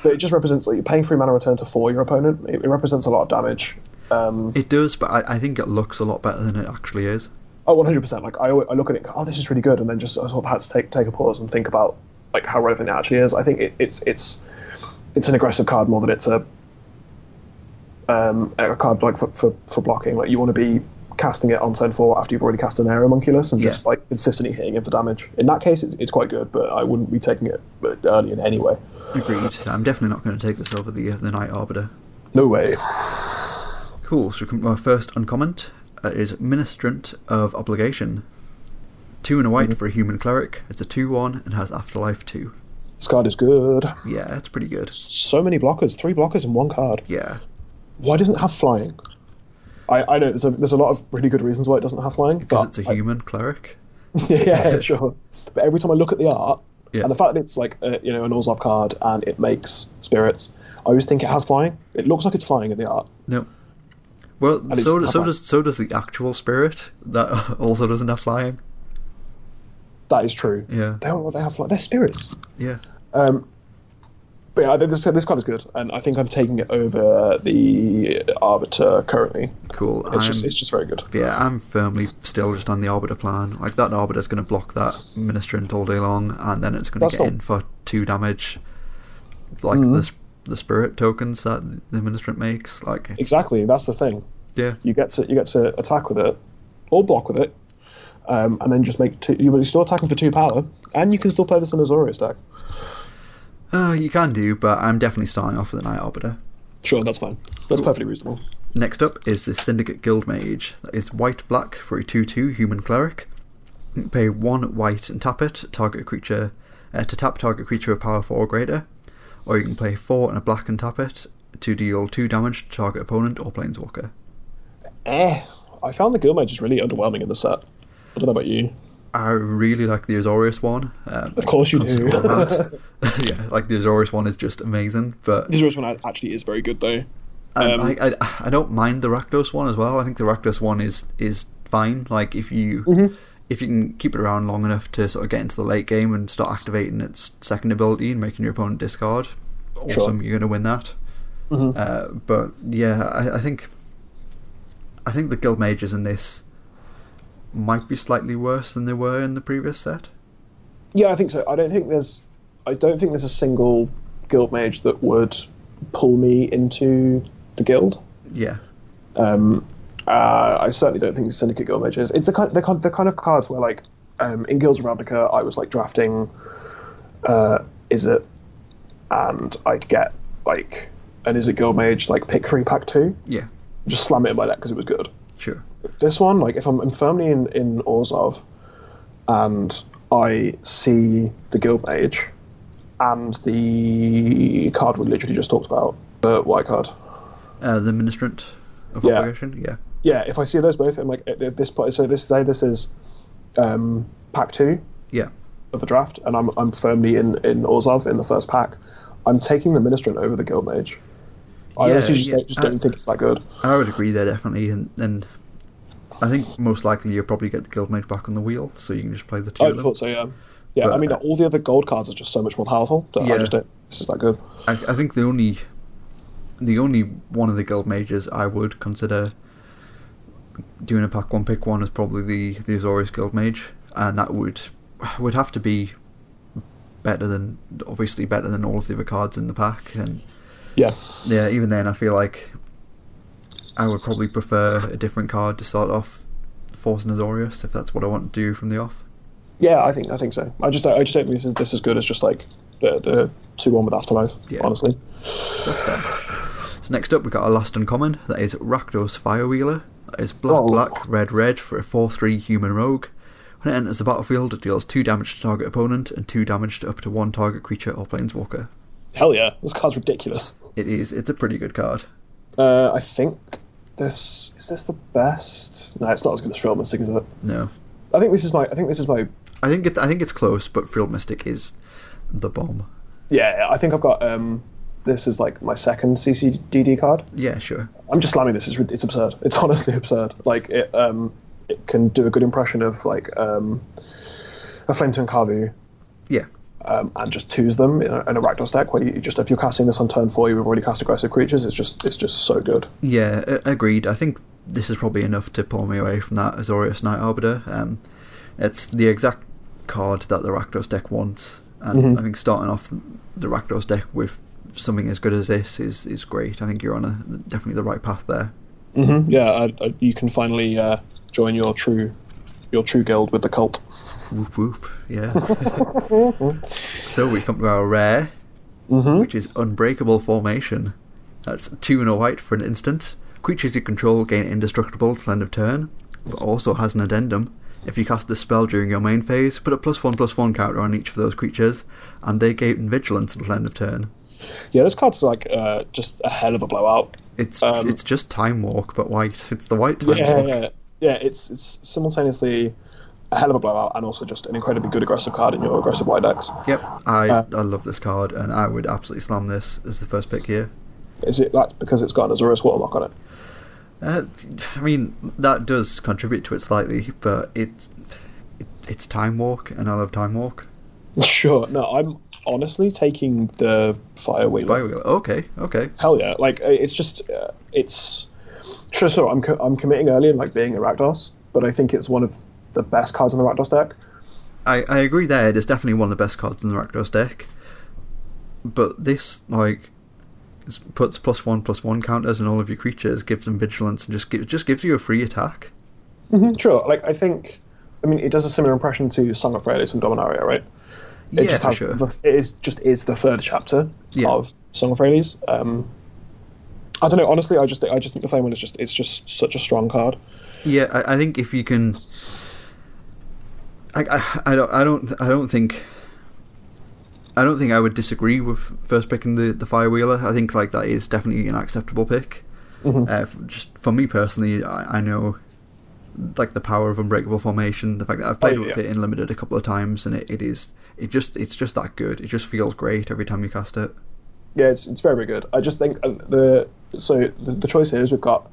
[SPEAKER 2] but it just represents like you're paying three mana return to four your opponent. It, it represents a lot of damage. Um,
[SPEAKER 1] it does, but I, I think it looks a lot better than it actually is.
[SPEAKER 2] oh, 100 percent. Like I, alwa- I look at it, and go, oh, this is really good, and then just I sort of had to take take a pause and think about like how relevant it actually is. I think it, it's it's it's an aggressive card more than it's a um, a card like for, for, for blocking. Like you want to be casting it on turn four after you've already cast an air homunculus and just
[SPEAKER 1] Yeah.
[SPEAKER 2] like consistently hitting it for damage. In that case, it's, it's quite good, but I wouldn't be taking it uh, early in any way.
[SPEAKER 1] Agreed. I'm definitely not going to take this over the the Night Arbiter.
[SPEAKER 2] No way.
[SPEAKER 1] Cool. So we come to our first uncomment uh, is Ministrant of Obligation. Two and a
[SPEAKER 2] Mm-hmm.
[SPEAKER 1] white for a human cleric. It's a two-one and has Afterlife two.
[SPEAKER 2] This card is good.
[SPEAKER 1] Yeah, it's pretty good.
[SPEAKER 2] so many blockers, three blockers in one card.
[SPEAKER 1] Yeah,
[SPEAKER 2] Why doesn't it have flying? I, I know there's a, there's a lot of really good reasons why it doesn't have flying.
[SPEAKER 1] because
[SPEAKER 2] But
[SPEAKER 1] it's a human cleric.
[SPEAKER 2] yeah, sure. But every time I look at the art
[SPEAKER 1] Yeah.
[SPEAKER 2] and the fact that it's like a, you know an Orzhov card and it makes spirits, I always think it has flying. It looks like it's flying in the art.
[SPEAKER 1] No. Well,
[SPEAKER 2] it's
[SPEAKER 1] so
[SPEAKER 2] not
[SPEAKER 1] so
[SPEAKER 2] bad.
[SPEAKER 1] does so does the actual spirit that also doesn't have flying.
[SPEAKER 2] That is true.
[SPEAKER 1] Yeah,
[SPEAKER 2] They don't know what they have flying. They're spirits.
[SPEAKER 1] yeah,
[SPEAKER 2] Um, but yeah, I think this this card is good, and I think I'm taking it over the Arbiter currently.
[SPEAKER 1] cool.
[SPEAKER 2] It's
[SPEAKER 1] I'm,
[SPEAKER 2] just it's just very good.
[SPEAKER 1] yeah, I'm firmly still just on the Arbiter plan. Like that Arbiter's going to block that Ministrant all day long, and then it's going
[SPEAKER 2] That's
[SPEAKER 1] to get
[SPEAKER 2] not-
[SPEAKER 1] in for two damage. Like the s the spirit tokens that the Ministrant makes. Like it's-
[SPEAKER 2] Exactly. That's the thing.
[SPEAKER 1] yeah,
[SPEAKER 2] you get to you get to attack with it or block with it, um, and then just make two. You're still attacking for two power, and you can still play this in Azorius deck.
[SPEAKER 1] uh, you can do, but I'm definitely starting off with the Night Arbiter.
[SPEAKER 2] Sure, that's fine. That's perfectly reasonable.
[SPEAKER 1] Next up is the Syndicate Guild Mage. That is white black for a 2 2 human cleric. Pay one white and tap it, target creature, uh, to tap target creature of power 4 or greater. Or you can play 4 and a black and tap it to deal 2 damage to target opponent or planeswalker.
[SPEAKER 2] Eh, I found the Guild Mage is really underwhelming in the set. I don't know about you.
[SPEAKER 1] I really like the Azorius one. Um,
[SPEAKER 2] Of course you do.
[SPEAKER 1] Constant Combat. yeah, like the Azorius one is just amazing, but
[SPEAKER 2] The Azorius one actually is very good though.
[SPEAKER 1] Um,
[SPEAKER 2] Um,
[SPEAKER 1] I, I I don't mind the Rakdos one as well. I think the Rakdos one is is fine. Like if you
[SPEAKER 2] Mm-hmm.
[SPEAKER 1] if you can keep it around long enough to sort of get into the late game and start activating its second ability and making your opponent discard, awesome, you're going to win that.
[SPEAKER 2] Mm-hmm.
[SPEAKER 1] Uh, but yeah, I, I think I think the guild mages in this might be slightly worse than they were in the previous set.
[SPEAKER 2] Yeah, I think so. I don't think there's, I don't think there's a single Guild Mage that would pull me into the guild.
[SPEAKER 1] Yeah,
[SPEAKER 2] Um, uh, I certainly don't think Syndicate Guild Mage is. It's the kind, the kind, the kind of cards where, like, um, in Guilds of Ravnica, I was like drafting, uh, is it, and I'd get like an is it Guild Mage like pick three pack two,
[SPEAKER 1] yeah,
[SPEAKER 2] just slam it in my deck because it was good.
[SPEAKER 1] sure,
[SPEAKER 2] This one, like, if I'm, I'm firmly in in Orzhov, and I see the Guild Mage, and the card we literally just talked about, the white card.
[SPEAKER 1] uh, the ministrant. of
[SPEAKER 2] Yeah.
[SPEAKER 1] obligation. Yeah.
[SPEAKER 2] yeah, if I see those both, I'm like, at at this point, so this say this is um, pack two
[SPEAKER 1] Yeah.
[SPEAKER 2] of the draft, and I'm I'm firmly in in Orzov in the first pack. I'm taking the Ministrant over the Guild Mage. I
[SPEAKER 1] Yeah,
[SPEAKER 2] honestly just,
[SPEAKER 1] yeah, uh,
[SPEAKER 2] don't, just
[SPEAKER 1] I-
[SPEAKER 2] don't think it's that good.
[SPEAKER 1] I would agree there definitely, and and I think most likely you'll probably get the guildmate back on the wheel, so you can just play the two
[SPEAKER 2] I
[SPEAKER 1] of them.
[SPEAKER 2] thought so, yeah. Yeah,
[SPEAKER 1] But,
[SPEAKER 2] I mean,
[SPEAKER 1] uh,
[SPEAKER 2] all the other gold cards are just so much more powerful. That
[SPEAKER 1] Yeah.
[SPEAKER 2] I just don't. This is that good.
[SPEAKER 1] I, I think the only the only one of the guild mages I would consider doing a pack one pick one is probably the the Azorius guild mage, and that would would have to be better than obviously better than all of the other cards in the pack, and
[SPEAKER 2] Yeah,
[SPEAKER 1] yeah, even then I feel like I would probably prefer a different card to start off, forcing Azorius if that's what I want to do from the off.
[SPEAKER 2] yeah, I think I think so. I just don't, I just don't think this is this is good as just like the, the two one with Afterlife.
[SPEAKER 1] Yeah.
[SPEAKER 2] Honestly,
[SPEAKER 1] That's fair. So next up, we've got our last uncommon. That is Rakdos Firewheeler. That is black,
[SPEAKER 2] Oh.
[SPEAKER 1] black, red, red for a 4-3 human rogue. When it enters the battlefield, it deals 2 damage to target opponent and 2 damage to up to 1 target creature or planeswalker.
[SPEAKER 2] hell yeah, this card's ridiculous.
[SPEAKER 1] It is. It's a pretty good card.
[SPEAKER 2] Uh, I think this is this the best. No, it's not as good as Film. I'm sticking to it.
[SPEAKER 1] No.
[SPEAKER 2] I think this is my. I think this is my.
[SPEAKER 1] I think it's, I think it's close, but Frilled Mystic is the bomb.
[SPEAKER 2] Yeah, I think I've got. Um, this is like my second CCDD card.
[SPEAKER 1] Yeah, sure.
[SPEAKER 2] I'm just slamming this. It's, rid- it's absurd. It's honestly absurd. Like it, um, it can do a good impression of like um, a Flinton Kavu
[SPEAKER 1] Yeah.
[SPEAKER 2] um, and just twos them in a, in a Rakdos deck where you just if you're casting this on turn four, you've already cast aggressive creatures. It's just it's just so good.
[SPEAKER 1] Yeah, a- agreed. I think this is probably enough to pull me away from that Azorius Night Arbiter. Um, it's the exact card that the Rakdos deck wants, and I think starting off the Rakdos deck with something as good as this is is great. I think you're on a definitely the right path there.
[SPEAKER 2] Mm-hmm. Yeah, I, I, you can finally uh, join your true your true guild with the cult.
[SPEAKER 1] Whoop whoop, yeah. so we come to our rare,
[SPEAKER 2] Mm-hmm.
[SPEAKER 1] which is Unbreakable Formation. That's two and a white for an instant. Creatures you control gain indestructible till end of turn, but also has an addendum. If you cast this spell during your main phase, put a plus one plus one counter on each of those creatures, and they gain vigilance until end of turn.
[SPEAKER 2] Yeah, this card's like uh, just a hell of a blowout.
[SPEAKER 1] It's
[SPEAKER 2] Um,
[SPEAKER 1] it's just time walk, but white. It's the white time
[SPEAKER 2] Yeah,
[SPEAKER 1] walk.
[SPEAKER 2] yeah, yeah. It's it's simultaneously a hell of a blowout and also just an incredibly good aggressive card in your aggressive white decks.
[SPEAKER 1] Yep, I
[SPEAKER 2] Uh.
[SPEAKER 1] I love this card, and I would absolutely slam this as the first pick here.
[SPEAKER 2] Is it that because it's got an Azurus watermark on it?
[SPEAKER 1] Uh, I mean, that does contribute to it slightly, but it's it, it's time walk, and I love time walk.
[SPEAKER 2] Sure. No, I'm honestly taking the fire wheel.
[SPEAKER 1] Fire wheel. Okay, okay.
[SPEAKER 2] Hell yeah! Like uh, it's just uh, it's sure. So I'm co- I'm committing early and like being a Rakdos, but I think it's one of the best cards in the Rakdos deck.
[SPEAKER 1] I, I agree there. It is definitely one of the best cards in the Rakdos deck. But this like s- puts plus one plus one counters on all of your creatures, gives them vigilance, and just gi- just gives you a free attack.
[SPEAKER 2] Sure. Like I think, I mean, it does a similar impression to Song of Freylis and Dominaria, right? It
[SPEAKER 1] yeah,
[SPEAKER 2] just
[SPEAKER 1] for
[SPEAKER 2] has
[SPEAKER 1] sure.
[SPEAKER 2] the, it is just is the third chapter
[SPEAKER 1] Yeah.
[SPEAKER 2] of Song of Freylis. Um, I don't know. Honestly, I just I just think the Flame one is just it's just such a strong card.
[SPEAKER 1] Yeah, I, I think if you can, I, I, I don't, I don't, I don't think, I don't think I would disagree with first picking the the firewheeler. I think like that is definitely an acceptable pick.
[SPEAKER 2] Mm-hmm.
[SPEAKER 1] Uh, f- just for me personally, I, I know like the power of unbreakable formation. The fact that I've played
[SPEAKER 2] yeah,
[SPEAKER 1] with
[SPEAKER 2] Oh, yeah.
[SPEAKER 1] it in limited a couple of times, and it, it is it just it's just that good. It just feels great every time you cast it.
[SPEAKER 2] Yeah, it's, it's very very good. I just think uh, the so the, the choice here is we've got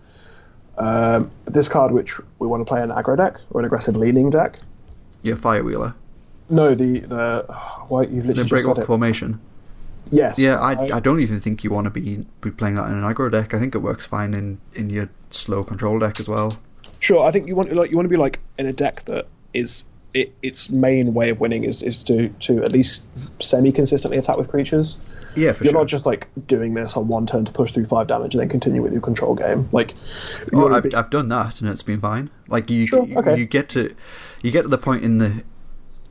[SPEAKER 2] um, this card which we want to play an aggro deck or an aggressive leaning deck.
[SPEAKER 1] Yeah, firewheeler,
[SPEAKER 2] No, the the why you've
[SPEAKER 1] the
[SPEAKER 2] literally just said
[SPEAKER 1] unbreakable
[SPEAKER 2] it.
[SPEAKER 1] formation.
[SPEAKER 2] Yes. Uh,
[SPEAKER 1] Yeah, I, I don't even think you want to be, be playing that in an aggro deck. I think it works fine in, in your slow control deck as well.
[SPEAKER 2] Sure, I think you want like you want to be like in a deck that is it, its main way of winning is, is to to at least semi consistently attack with creatures.
[SPEAKER 1] Yeah, for
[SPEAKER 2] You're
[SPEAKER 1] sure.
[SPEAKER 2] not just like doing this on one turn to push through five damage and then continue with your control game. Like, you
[SPEAKER 1] oh,
[SPEAKER 2] wanna
[SPEAKER 1] I've,
[SPEAKER 2] be-
[SPEAKER 1] I've done that and it's been fine. Like you,
[SPEAKER 2] Sure,
[SPEAKER 1] you,
[SPEAKER 2] okay.
[SPEAKER 1] you get to you get to the point in the.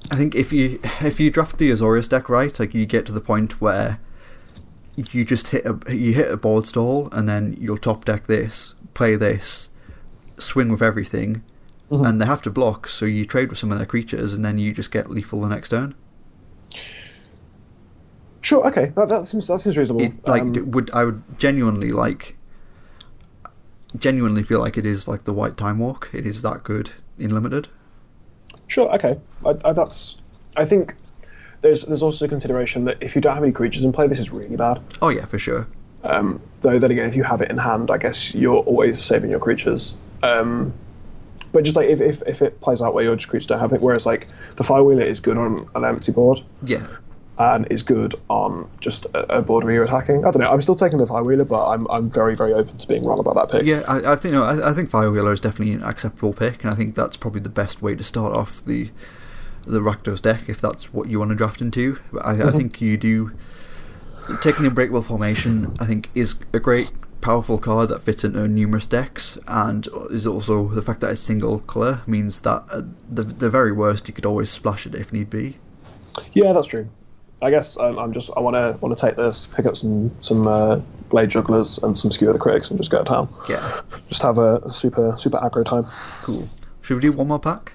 [SPEAKER 1] I think if you if you draft the Azorius deck right, like you get to the point where you just hit a you hit a board stall and then you'll top deck this, play this, swing with everything,
[SPEAKER 2] Mm-hmm.
[SPEAKER 1] and they have to block, so you trade with some of their creatures and then you just get lethal the next turn.
[SPEAKER 2] sure, Um, okay, that, that seems that seems reasonable.
[SPEAKER 1] it, like
[SPEAKER 2] Um,
[SPEAKER 1] d- would I would genuinely like genuinely feel like it is like the White Time Walk. It is that good in limited.
[SPEAKER 2] Sure. Okay. I, I, that's. I think there's there's also the consideration that if you don't have any creatures in play, this is really bad.
[SPEAKER 1] Oh yeah, for sure.
[SPEAKER 2] Um, though then again, if you have it in hand, I guess you're always saving your creatures. Um, but just like if, if, if it plays out where your creatures don't have it, whereas like the firewheeler is good on an empty board
[SPEAKER 1] Yeah,
[SPEAKER 2] and is good on just a, a board where you're attacking. I don't know. I'm still taking the firewheeler, but I'm I'm very very open to being wrong about that pick.
[SPEAKER 1] yeah. I, I think no, I, I think Firewheeler is definitely an acceptable pick, and I think that's probably the best way to start off the the Rakdos deck if that's what you want to draft into. But I, I think you do taking the Unbreakable formation. I think is a great. Powerful card that fits into numerous decks, and is also the fact that it's single color means that at the the very worst you could always splash it if need be.
[SPEAKER 2] Yeah, that's true. I guess um, I'm just I want to want to take this, pick up some some uh, blade jugglers and some skewer the critics, and just go to town.
[SPEAKER 1] Yeah,
[SPEAKER 2] Just have a super super aggro time.
[SPEAKER 1] cool. Should we do one more pack?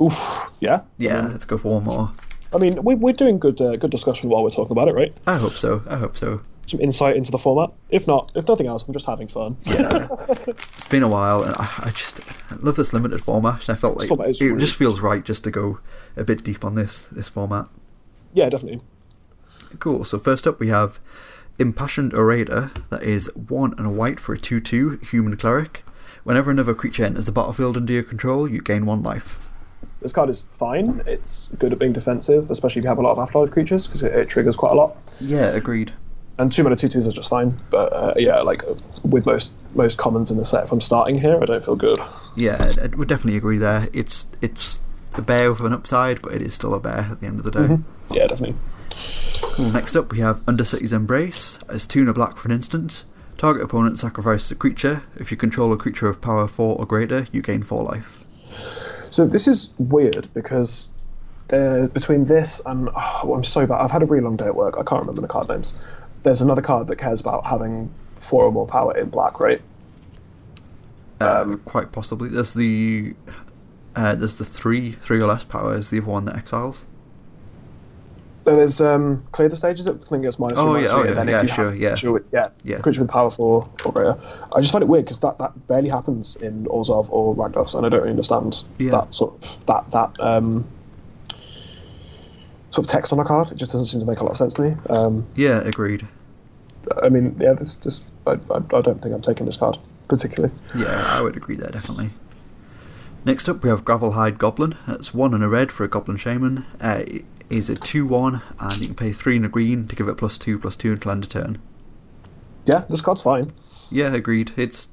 [SPEAKER 2] Oof. Yeah.
[SPEAKER 1] Yeah, let's go for one more.
[SPEAKER 2] I mean, we're, we're doing good uh, good discussion while we're talking about it, right?
[SPEAKER 1] I hope so. I hope so.
[SPEAKER 2] Some insight into the format. If not, if nothing else, I'm just having fun.
[SPEAKER 1] Yeah, it's been a while, and I, I just I love this limited format. And I felt like it
[SPEAKER 2] format is really-
[SPEAKER 1] just feels right just to go a bit deep on this this format.
[SPEAKER 2] yeah, definitely.
[SPEAKER 1] Cool. So first up, we have Impassioned Orator. That is one and a white for a two-two human cleric. Whenever another creature enters the battlefield under your control, you gain one life.
[SPEAKER 2] This card is fine. It's good at being defensive, especially if you have a lot of afterlife creatures, because it, it triggers quite a lot.
[SPEAKER 1] Yeah, agreed.
[SPEAKER 2] And two mana two twos is just fine. But uh, yeah, like with most most commons in the set, if I'm starting here, I don't feel good.
[SPEAKER 1] Yeah, I I would definitely agree there. It's it's a bear with an upside, but it is still a bear at the end of the day.
[SPEAKER 2] Yeah, definitely.
[SPEAKER 1] Well, next up, we have Undercity's Embrace. As two and a black for an instant, target opponent sacrifices a creature. If you control a creature of power 4 or greater, you gain 4 life.
[SPEAKER 2] So this is weird because uh, between this and oh, I'm so bad. I've had a really long day at work. I can't remember the card names. There's another card that cares about having four or more power in black, right?
[SPEAKER 1] Um, Quite possibly. There's the uh, there's the 3 three or less power, is the other one that exiles.
[SPEAKER 2] No, there's um, clear the stages. That, I think it's minus
[SPEAKER 1] Oh,
[SPEAKER 2] three, minus
[SPEAKER 1] yeah, oh,
[SPEAKER 2] three,
[SPEAKER 1] yeah,
[SPEAKER 2] and then
[SPEAKER 1] yeah,
[SPEAKER 2] if you
[SPEAKER 1] sure,
[SPEAKER 2] have
[SPEAKER 1] yeah.
[SPEAKER 2] creature with- yeah,
[SPEAKER 1] Yeah.
[SPEAKER 2] creature with power four or greater. I just find it weird because that, that barely happens in Orzhov or Rakdos, and I don't really understand
[SPEAKER 1] Yeah.
[SPEAKER 2] that sort of that that um, sort of text on a card. It just doesn't seem to make a lot of sense to me. Um,
[SPEAKER 1] Yeah, agreed.
[SPEAKER 2] I mean, yeah, this just I, I, I don't think I'm taking this card particularly.
[SPEAKER 1] Yeah, I would agree there, definitely. Next up, we have Gravelhide Goblin. That's one and a red for a Goblin Shaman. Uh, it is a 2 1, and you can pay 3 and a green to give it plus 2 plus 2 until end of turn.
[SPEAKER 2] Yeah, this card's fine.
[SPEAKER 1] Yeah, agreed. It's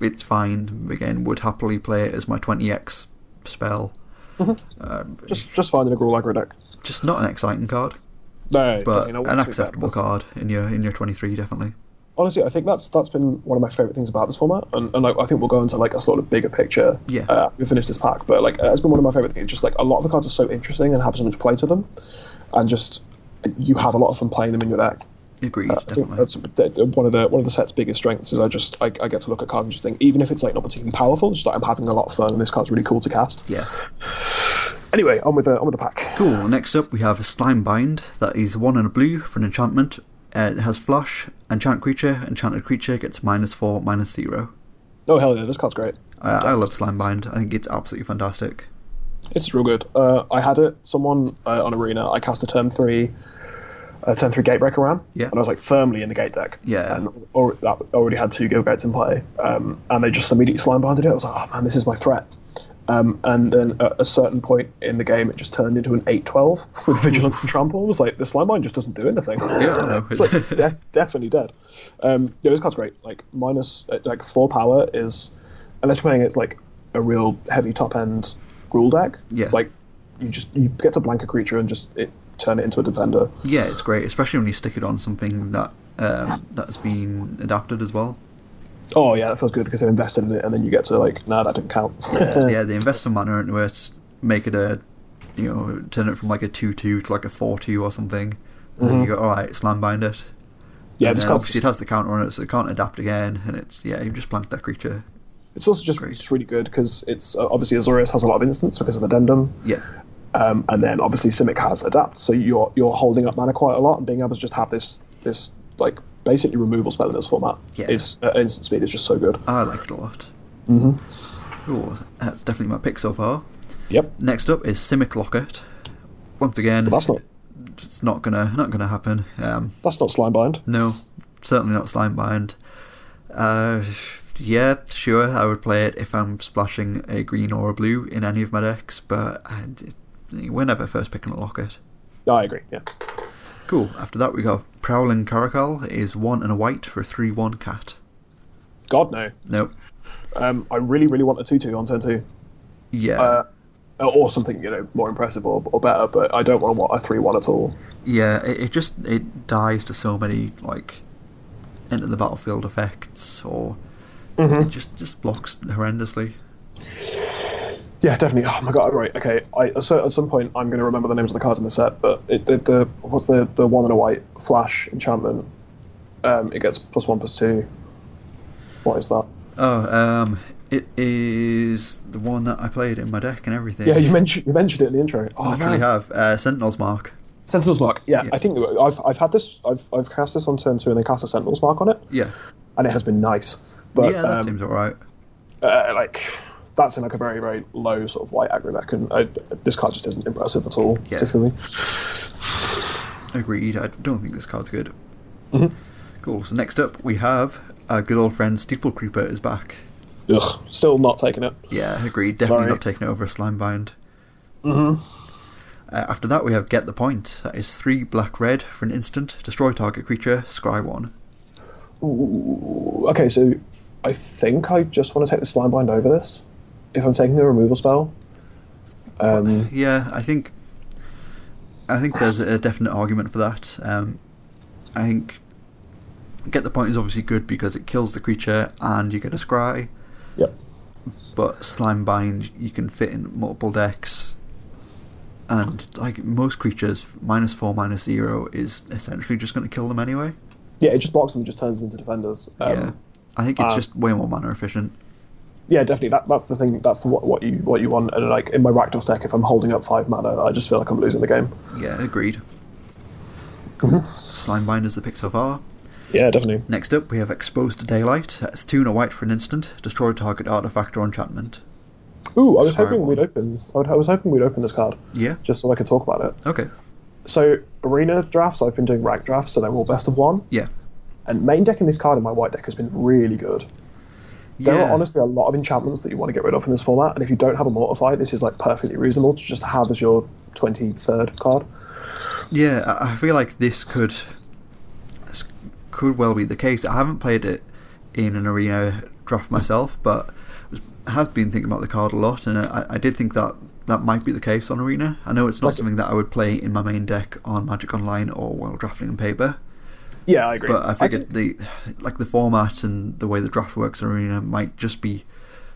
[SPEAKER 1] it's fine. Again, would happily play it as my twenty X spell. Um,
[SPEAKER 2] Just just finding a Gruul aggro deck.
[SPEAKER 1] just not an exciting card,
[SPEAKER 2] No,
[SPEAKER 1] but
[SPEAKER 2] definitely not
[SPEAKER 1] an
[SPEAKER 2] whatsoever.
[SPEAKER 1] acceptable card in your in your twenty three definitely.
[SPEAKER 2] honestly, I think that's that's been one of my favorite things about this format, and, and like, I think we'll go into like a sort of bigger picture.
[SPEAKER 1] Yeah.
[SPEAKER 2] uh, we finish this pack, but like uh, it's been one of my favorite things. Just like a lot of the cards are so interesting and have so much play to them, and just you have a lot of fun playing them in your deck.
[SPEAKER 1] Agreed,
[SPEAKER 2] I think
[SPEAKER 1] definitely.
[SPEAKER 2] that's that- one of the one of the set's biggest strengths is I just I, I get to look at cards and just think even if it's like not particularly powerful, it's just like I'm having a lot of fun and this card's really cool to cast.
[SPEAKER 1] Yeah.
[SPEAKER 2] Anyway, on with the on with the pack.
[SPEAKER 1] Cool. Next up, we have Slime Bind. That is one and a blue for an enchantment. Uh, it has flash, enchant creature, enchanted creature gets minus four, minus zero.
[SPEAKER 2] Oh hell yeah, this card's great.
[SPEAKER 1] I, I love Slime Bind. I think it's absolutely fantastic.
[SPEAKER 2] It's real good. Uh, I had it. Someone uh, on Arena. I cast a turn three, a turn three Gatebreaker ram.
[SPEAKER 1] Yeah.
[SPEAKER 2] And I was like firmly in the gate deck.
[SPEAKER 1] Yeah.
[SPEAKER 2] And or, that already had two Guild Gates in play. Um, and they just immediately slime binded it. I was like, oh man, this is my threat. Um, and then at a certain point in the game, it just turned into an 8 12 with Vigilance and Trample. I was like, this slime bind just doesn't do anything.
[SPEAKER 1] Yeah, I know.
[SPEAKER 2] it's like de- definitely dead. Um, yeah, this card's great. Like, minus, uh, like, 4 power is, unless you're playing it's like a real heavy top end rule deck.
[SPEAKER 1] Yeah.
[SPEAKER 2] Like, you just you get to blank a creature and just it, turn it into a defender.
[SPEAKER 1] Yeah, it's great, especially when you stick it on something that um, that's been adapted as well.
[SPEAKER 2] Oh yeah, that feels good because they've invested in it, and then you get to like, nah, that didn't count.
[SPEAKER 1] yeah, they invest some mana into it, make it a, you know, turn it from like a 2 2 to like a 4 2 or something. And then you go, alright, slam bind it.
[SPEAKER 2] Mm-hmm. yeah,
[SPEAKER 1] And
[SPEAKER 2] this
[SPEAKER 1] then
[SPEAKER 2] card's
[SPEAKER 1] obviously it has the counter on it, so it can't adapt again. And it's, yeah, you just plant that creature.
[SPEAKER 2] It's also just
[SPEAKER 1] Great.
[SPEAKER 2] it's really good because it's uh, obviously Azorius has a lot of instants because of addendum,
[SPEAKER 1] Yeah,
[SPEAKER 2] um, and then obviously Simic has adapt. So you're you're holding up mana quite a lot and being able to just have this this like basically removal spell in this format.
[SPEAKER 1] Yeah.
[SPEAKER 2] It's uh, instant speed is just so good.
[SPEAKER 1] I like it a lot.
[SPEAKER 2] hmm
[SPEAKER 1] Cool. That's definitely my pick so far.
[SPEAKER 2] Yep.
[SPEAKER 1] Next up is Simic Locket. Once again,
[SPEAKER 2] But that's not
[SPEAKER 1] it's not gonna not gonna happen. Um,
[SPEAKER 2] that's not slime bind.
[SPEAKER 1] no, certainly not Slimebind. Uh, yeah, sure, I would play it if I'm splashing a green or a blue in any of my decks, but I, we're never first picking a Locket.
[SPEAKER 2] I agree. Yeah.
[SPEAKER 1] Cool. After that, we got Prowling Caracal is one and a white for a three-one cat.
[SPEAKER 2] God no.
[SPEAKER 1] Nope.
[SPEAKER 2] Um, I really really want a two two on turn two.
[SPEAKER 1] Yeah.
[SPEAKER 2] Uh, or something you know more impressive or, or better, but I don't want to want a three one at all.
[SPEAKER 1] Yeah, it, it just it dies to so many like enter the battlefield effects, or it just just blocks horrendously.
[SPEAKER 2] Yeah, definitely. Oh my god! Right, okay. I so at some point I'm going to remember the names of the cards in the set, but it, the, the what's the the one and a white flash enchantment? Um, it gets plus one plus two. What is that?
[SPEAKER 1] Oh, um, it is the one that I played in my deck and everything.
[SPEAKER 2] Yeah, you mentioned you mentioned it in the intro. Oh,
[SPEAKER 1] I actually
[SPEAKER 2] man.
[SPEAKER 1] have uh, Sentinel's Mark.
[SPEAKER 2] Sentinel's mark. Yeah,
[SPEAKER 1] Yeah.
[SPEAKER 2] I think I've I've had this. I've I've cast this on turn two, and they cast a Sentinel's mark on it,
[SPEAKER 1] Yeah,
[SPEAKER 2] and it has been nice. But
[SPEAKER 1] yeah, that
[SPEAKER 2] um,
[SPEAKER 1] seems alright.
[SPEAKER 2] uh, like that's in like a very very low sort of white aggro deck, and uh, this card just isn't impressive at all,
[SPEAKER 1] Yeah.
[SPEAKER 2] particularly.
[SPEAKER 1] Agreed. I don't think this card's good.
[SPEAKER 2] Mm-hmm.
[SPEAKER 1] Cool. So next up, we have our good old friend Steeple Creeper is back.
[SPEAKER 2] Ugh, still not taking it.
[SPEAKER 1] Yeah, agreed. Definitely
[SPEAKER 2] Sorry.
[SPEAKER 1] not taking it over a slime bind. Mm-hmm. Uh, after that, we have Get the Point. That is three black red for an instant. Destroy target creature, scry one.
[SPEAKER 2] Ooh, okay, so I think I just want to take the slime bind over this. If I'm taking a removal spell, um,
[SPEAKER 1] Yeah, I think I think there's a definite argument for that. Um, I think Get the Point is obviously good because it kills the creature and you get a scry,
[SPEAKER 2] yep,
[SPEAKER 1] but slime bind you can fit in multiple decks. And like most creatures, minus four, minus zero is essentially just going to kill them anyway.
[SPEAKER 2] yeah, it just blocks them, and just turns them into defenders. Um,
[SPEAKER 1] yeah, I think it's
[SPEAKER 2] um,
[SPEAKER 1] just way more mana efficient.
[SPEAKER 2] yeah, definitely. That, that's the thing. That's what, what you what you want. And like in my Rakdos deck, if I'm holding up five mana, I just feel like I'm losing the game.
[SPEAKER 1] Yeah, agreed. Slime Binder's the pick so far.
[SPEAKER 2] Yeah, definitely.
[SPEAKER 1] Next up, we have Exposed to Daylight. That's two and a white for an instant. Destroy target artifact or enchantment.
[SPEAKER 2] Ooh, I was
[SPEAKER 1] Sorry,
[SPEAKER 2] hoping
[SPEAKER 1] what?
[SPEAKER 2] we'd open. I, would, I was hoping we'd open this card
[SPEAKER 1] Yeah.
[SPEAKER 2] just so I could talk about it.
[SPEAKER 1] Okay.
[SPEAKER 2] So arena drafts, I've been doing rank drafts, so they're all best of one.
[SPEAKER 1] Yeah.
[SPEAKER 2] And main decking this card in my white deck has been really good. There
[SPEAKER 1] yeah.
[SPEAKER 2] are honestly a lot of enchantments that you want to get rid of in this format, and if you don't have a mortify, this is like perfectly reasonable to just have as your twenty third card.
[SPEAKER 1] Yeah, I I feel like this could this could well be the case. I haven't played it in an arena draft myself, but was- have been thinking about the card a lot, and I, I did think that that might be the case on arena. I know it's not
[SPEAKER 2] Like-
[SPEAKER 1] something that I would play in my main deck on Magic Online or while drafting on paper,
[SPEAKER 2] Yeah, I agree.
[SPEAKER 1] but I figured
[SPEAKER 2] think-
[SPEAKER 1] the like the format and the way the draft works in arena might just be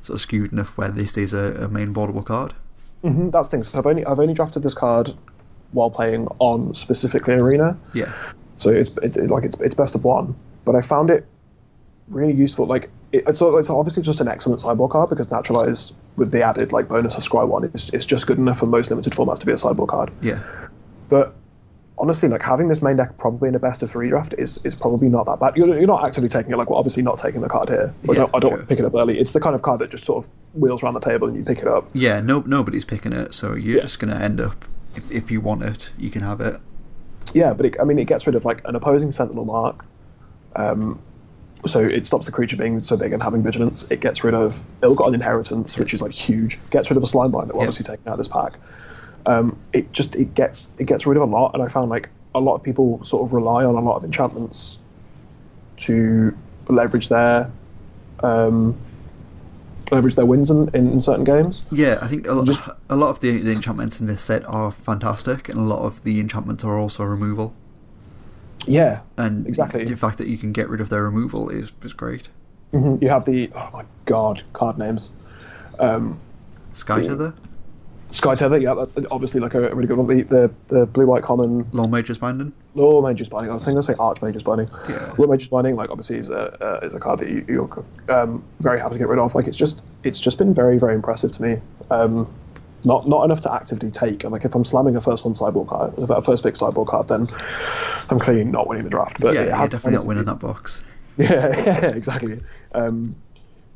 [SPEAKER 1] sort of skewed enough where this is a, a main boardable card.
[SPEAKER 2] Mhm, that's the thing. So I've only I've only drafted this card while playing on specifically arena,
[SPEAKER 1] Yeah,
[SPEAKER 2] so it's it, it- like it's it's best of one. But I found it really useful. Like it, it's it's obviously just an excellent sideboard card because naturalize with the added like bonus of scry one, it's it's just good enough for most limited formats to be a sideboard card.
[SPEAKER 1] yeah,
[SPEAKER 2] But honestly, like having this main deck probably in a best of three draft is is probably not that bad. You're, you're not actively taking it. Like we're obviously not taking the card here. But
[SPEAKER 1] Yeah,
[SPEAKER 2] no, I don't
[SPEAKER 1] sure.
[SPEAKER 2] want to pick it up early. It's the kind of card that just sort of wheels around the table and you pick it up.
[SPEAKER 1] yeah. No, nobody's picking it, so you're
[SPEAKER 2] Yeah.
[SPEAKER 1] just gonna end up if, if you want it, you can have it.
[SPEAKER 2] Yeah, but it, I mean, it gets rid of like an opposing sentinel mark. Um, so it stops the creature being so big and having vigilance. It gets rid of ill-gotten inheritance, which is like huge. Gets rid of a slime bind that we're
[SPEAKER 1] Yeah.
[SPEAKER 2] obviously taking out of this pack. Um, it just it gets it gets rid of a lot, and I found like a lot of people sort of rely on a lot of enchantments to leverage their um, leverage their wins in, in, in certain games.
[SPEAKER 1] Yeah, I think a lot,
[SPEAKER 2] Just-
[SPEAKER 1] a lot of the, the enchantments in this set are fantastic, and a lot of the enchantments are also removal.
[SPEAKER 2] Yeah,
[SPEAKER 1] And
[SPEAKER 2] Exactly.
[SPEAKER 1] the fact that you can get rid of their removal is, is great.
[SPEAKER 2] Mhm. you have the oh my god card names. Um,
[SPEAKER 1] Sky Tether,
[SPEAKER 2] Sky Tether, yeah, that's obviously like a, a really good one. The the, the blue white common
[SPEAKER 1] Long Mage's Binding.
[SPEAKER 2] Law Mage's Binding. I was thinking I say Arch Mage's Binding.
[SPEAKER 1] Yeah.
[SPEAKER 2] Law Mage's Binding, like obviously, is a uh, is a card that you, you're um, very happy to get rid of. Like it's just it's just been very very impressive to me. Um, Not not enough to actively take. And like if I'm slamming a first one sideboard card, if a first pick sideboard card, then I'm clearly not winning the draft. But
[SPEAKER 1] yeah,
[SPEAKER 2] it
[SPEAKER 1] you're
[SPEAKER 2] has
[SPEAKER 1] definitely not winning that box.
[SPEAKER 2] yeah, yeah, exactly. Um,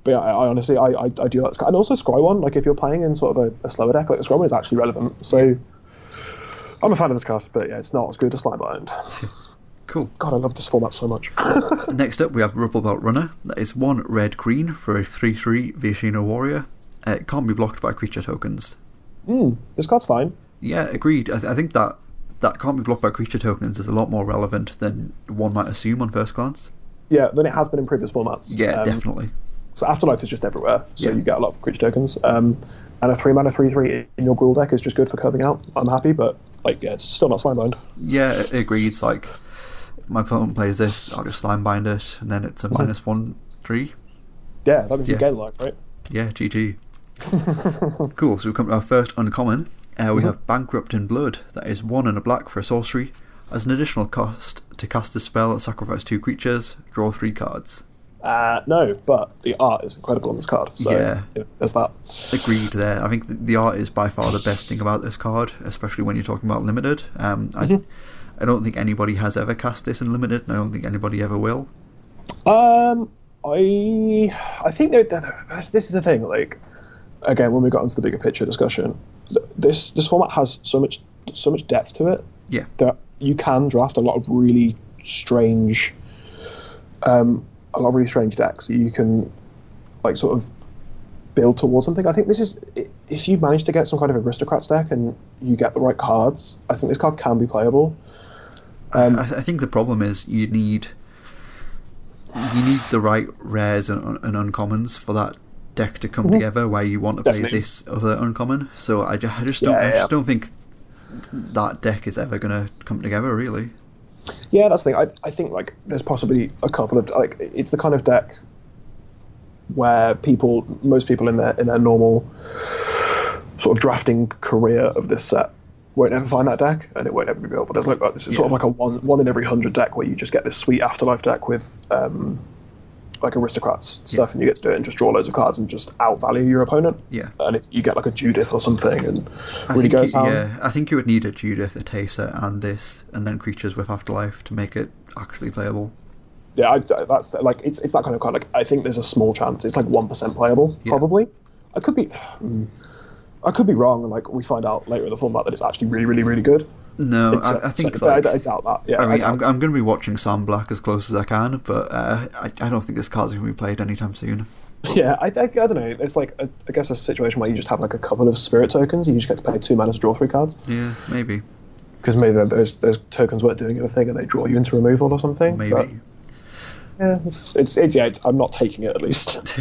[SPEAKER 2] but yeah, I, I honestly, I, I, I do like Scry. And also Scry one, like if you're playing in sort of a, a slower deck, like Scry one is actually relevant. So I'm a fan of this card, but yeah, it's not as good as Slime Bind.
[SPEAKER 1] Cool.
[SPEAKER 2] God, I love this format so much.
[SPEAKER 1] Next up, we have Rubble Belt Runner. That is one red green for a 3 3 Vishino Warrior. Uh, it can't be blocked by creature tokens.
[SPEAKER 2] mm, this card's fine.
[SPEAKER 1] Yeah, agreed. I, th- I think that that can't be blocked by creature tokens is a lot more relevant than one might assume on first glance.
[SPEAKER 2] Yeah, then it has been in previous formats.
[SPEAKER 1] Yeah,
[SPEAKER 2] Um,
[SPEAKER 1] definitely.
[SPEAKER 2] So Afterlife is just everywhere, so
[SPEAKER 1] Yeah.
[SPEAKER 2] you get a lot of creature tokens. Um, and a three mana three three in your Gruul deck is just good for curving out. I'm happy, but like yeah, it's still not Slime Bind.
[SPEAKER 1] Yeah, a- agreed. It's Like, my opponent plays this, I'll just slime bind it, and then it's a minus 1 3.
[SPEAKER 2] Yeah, that means
[SPEAKER 1] Yeah.
[SPEAKER 2] you gain life, right?
[SPEAKER 1] Yeah, GG. cool, so we come to our first uncommon. Uh, we have Bankrupt in Blood. That is one and a black for a sorcery. As an additional cost, to cast a spell, sacrifice two creatures, draw three cards.
[SPEAKER 2] Uh, no, but the art is incredible on this card. So
[SPEAKER 1] Yeah.
[SPEAKER 2] yeah, there's that.
[SPEAKER 1] Agreed there. I think th- the art is by far the best thing about this card, especially when you're talking about limited. Um, I, I don't think anybody has ever cast this in limited, and I don't think anybody ever will.
[SPEAKER 2] Um, I I think that that- that's, this is the thing. Like again, when we got into the bigger picture discussion, th- this this format has so much so much depth to it
[SPEAKER 1] Yeah,
[SPEAKER 2] that you can draft a lot of really strange, um, a lot of really strange decks. that You can like sort of build towards something. I think this is i- if you manage to get some kind of aristocrats deck and you get the right cards. I think this card can be playable.
[SPEAKER 1] I, I think the problem is you need you need the right rares and, un- and uncommons for that deck to come together where you want to play
[SPEAKER 2] Definitely.
[SPEAKER 1] this other uncommon. So I, ju- I just don't I
[SPEAKER 2] Yeah,
[SPEAKER 1] just
[SPEAKER 2] yeah.
[SPEAKER 1] don't think that deck is ever gonna come together really.
[SPEAKER 2] Yeah, that's the thing. I, I think like there's possibly a couple of like it's the kind of deck where people, most people in their in their normal sort of drafting career of this set won't ever find that deck, and it won't ever be built. But there's like this is sort of
[SPEAKER 1] Yeah.
[SPEAKER 2] like a one one in every hundred deck where you just get this sweet afterlife deck with um, like aristocrats stuff, and you get to do it and just draw loads of cards and just outvalue your opponent.
[SPEAKER 1] Yeah.
[SPEAKER 2] and if you get like a Judith or something, and
[SPEAKER 1] I
[SPEAKER 2] really
[SPEAKER 1] think
[SPEAKER 2] go
[SPEAKER 1] you-
[SPEAKER 2] down.
[SPEAKER 1] yeah, I think you would need a Judith, a Taser, and this, and then creatures with afterlife to make it actually playable.
[SPEAKER 2] yeah, I, I- that's like it's it's that kind of card. Like I think there's a small chance it's like one percent playable probably. I could be, mm, I could be wrong, and like we find out later in the format that it's actually really, really, really good.
[SPEAKER 1] No,
[SPEAKER 2] So-
[SPEAKER 1] I, I think
[SPEAKER 2] so,
[SPEAKER 1] like,
[SPEAKER 2] uh, I, I doubt that. Yeah,
[SPEAKER 1] I mean, I'm,
[SPEAKER 2] doubt
[SPEAKER 1] I'm going to be watching Sam Black as close as I can, but uh, I, I don't think this card's going to be played anytime soon.
[SPEAKER 2] Yeah, I, I, I don't know. It's like a, I guess a situation where you just have like a couple of spirit tokens. You just get to pay two mana to draw three cards
[SPEAKER 1] Yeah, maybe,
[SPEAKER 2] because maybe those those tokens weren't doing anything and they draw you into removal or something.
[SPEAKER 1] maybe.
[SPEAKER 2] But, yeah, it's, it's, it's yeah. It's, I'm not taking it at least.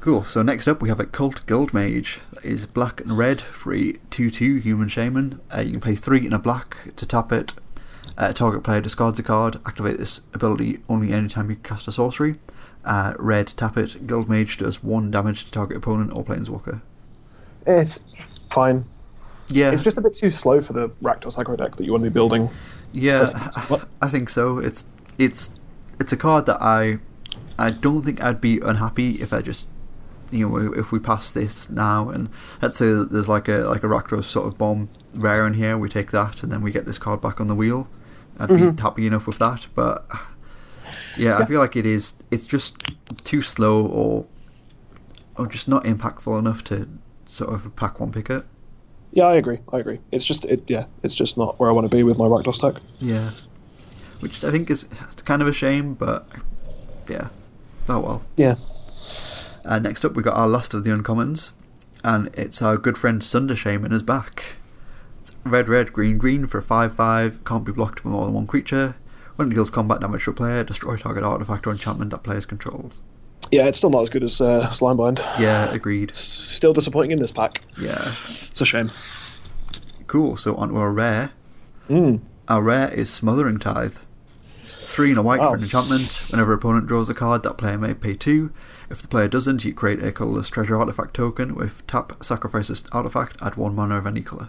[SPEAKER 1] Cool. So next up, we have a Cult Guild Mage. That is black and red, free two-two human shaman. Uh, you can play three and a black to tap it. Uh, target player discards a card. Activate this ability only anytime you cast a sorcery. Uh, red, tap it. Guild Mage does one damage to target opponent or planeswalker.
[SPEAKER 2] it's fine.
[SPEAKER 1] Yeah,
[SPEAKER 2] It's just a bit too slow for the Rakdos aggro deck that you want to be building.
[SPEAKER 1] Yeah,
[SPEAKER 2] What?
[SPEAKER 1] I think so. It's it's it's a card that I I don't think I'd be unhappy if I just you know if we pass this now and let's say that there's like a like a Rakdos sort of bomb rare in here. We take that and then we get this card back on the wheel. I'd be happy enough with that, but yeah, I feel like it is. It's just too slow or or just not impactful enough to sort of pack one picket.
[SPEAKER 2] Yeah, I agree. I agree. It's just it. Yeah, it's just not where I want to be with my Rakdos deck.
[SPEAKER 1] Yeah. Which I think is it's kind of a shame, but yeah. Oh well.
[SPEAKER 2] Yeah.
[SPEAKER 1] Uh, next up, we got our last of the uncommons, and it's our good friend Sunder Shaman is back. It's red, red, green, green for a 5 5, can't be blocked by more than one creature. When it deals combat damage to a player, destroy target artifact or enchantment that players controls.
[SPEAKER 2] Yeah, it's still not as good as uh, Slimebind.
[SPEAKER 1] Yeah, agreed.
[SPEAKER 2] Still disappointing in this pack.
[SPEAKER 1] Yeah.
[SPEAKER 2] It's a shame.
[SPEAKER 1] Cool, so onto our rare. Our rare is Smothering Tithe. Three and a white
[SPEAKER 2] Wow.
[SPEAKER 1] for an enchantment. Whenever opponent draws a card, that player may pay two. If the player doesn't, you create a colorless treasure artifact token with tap, sacrifices artifact, add one mana of any color.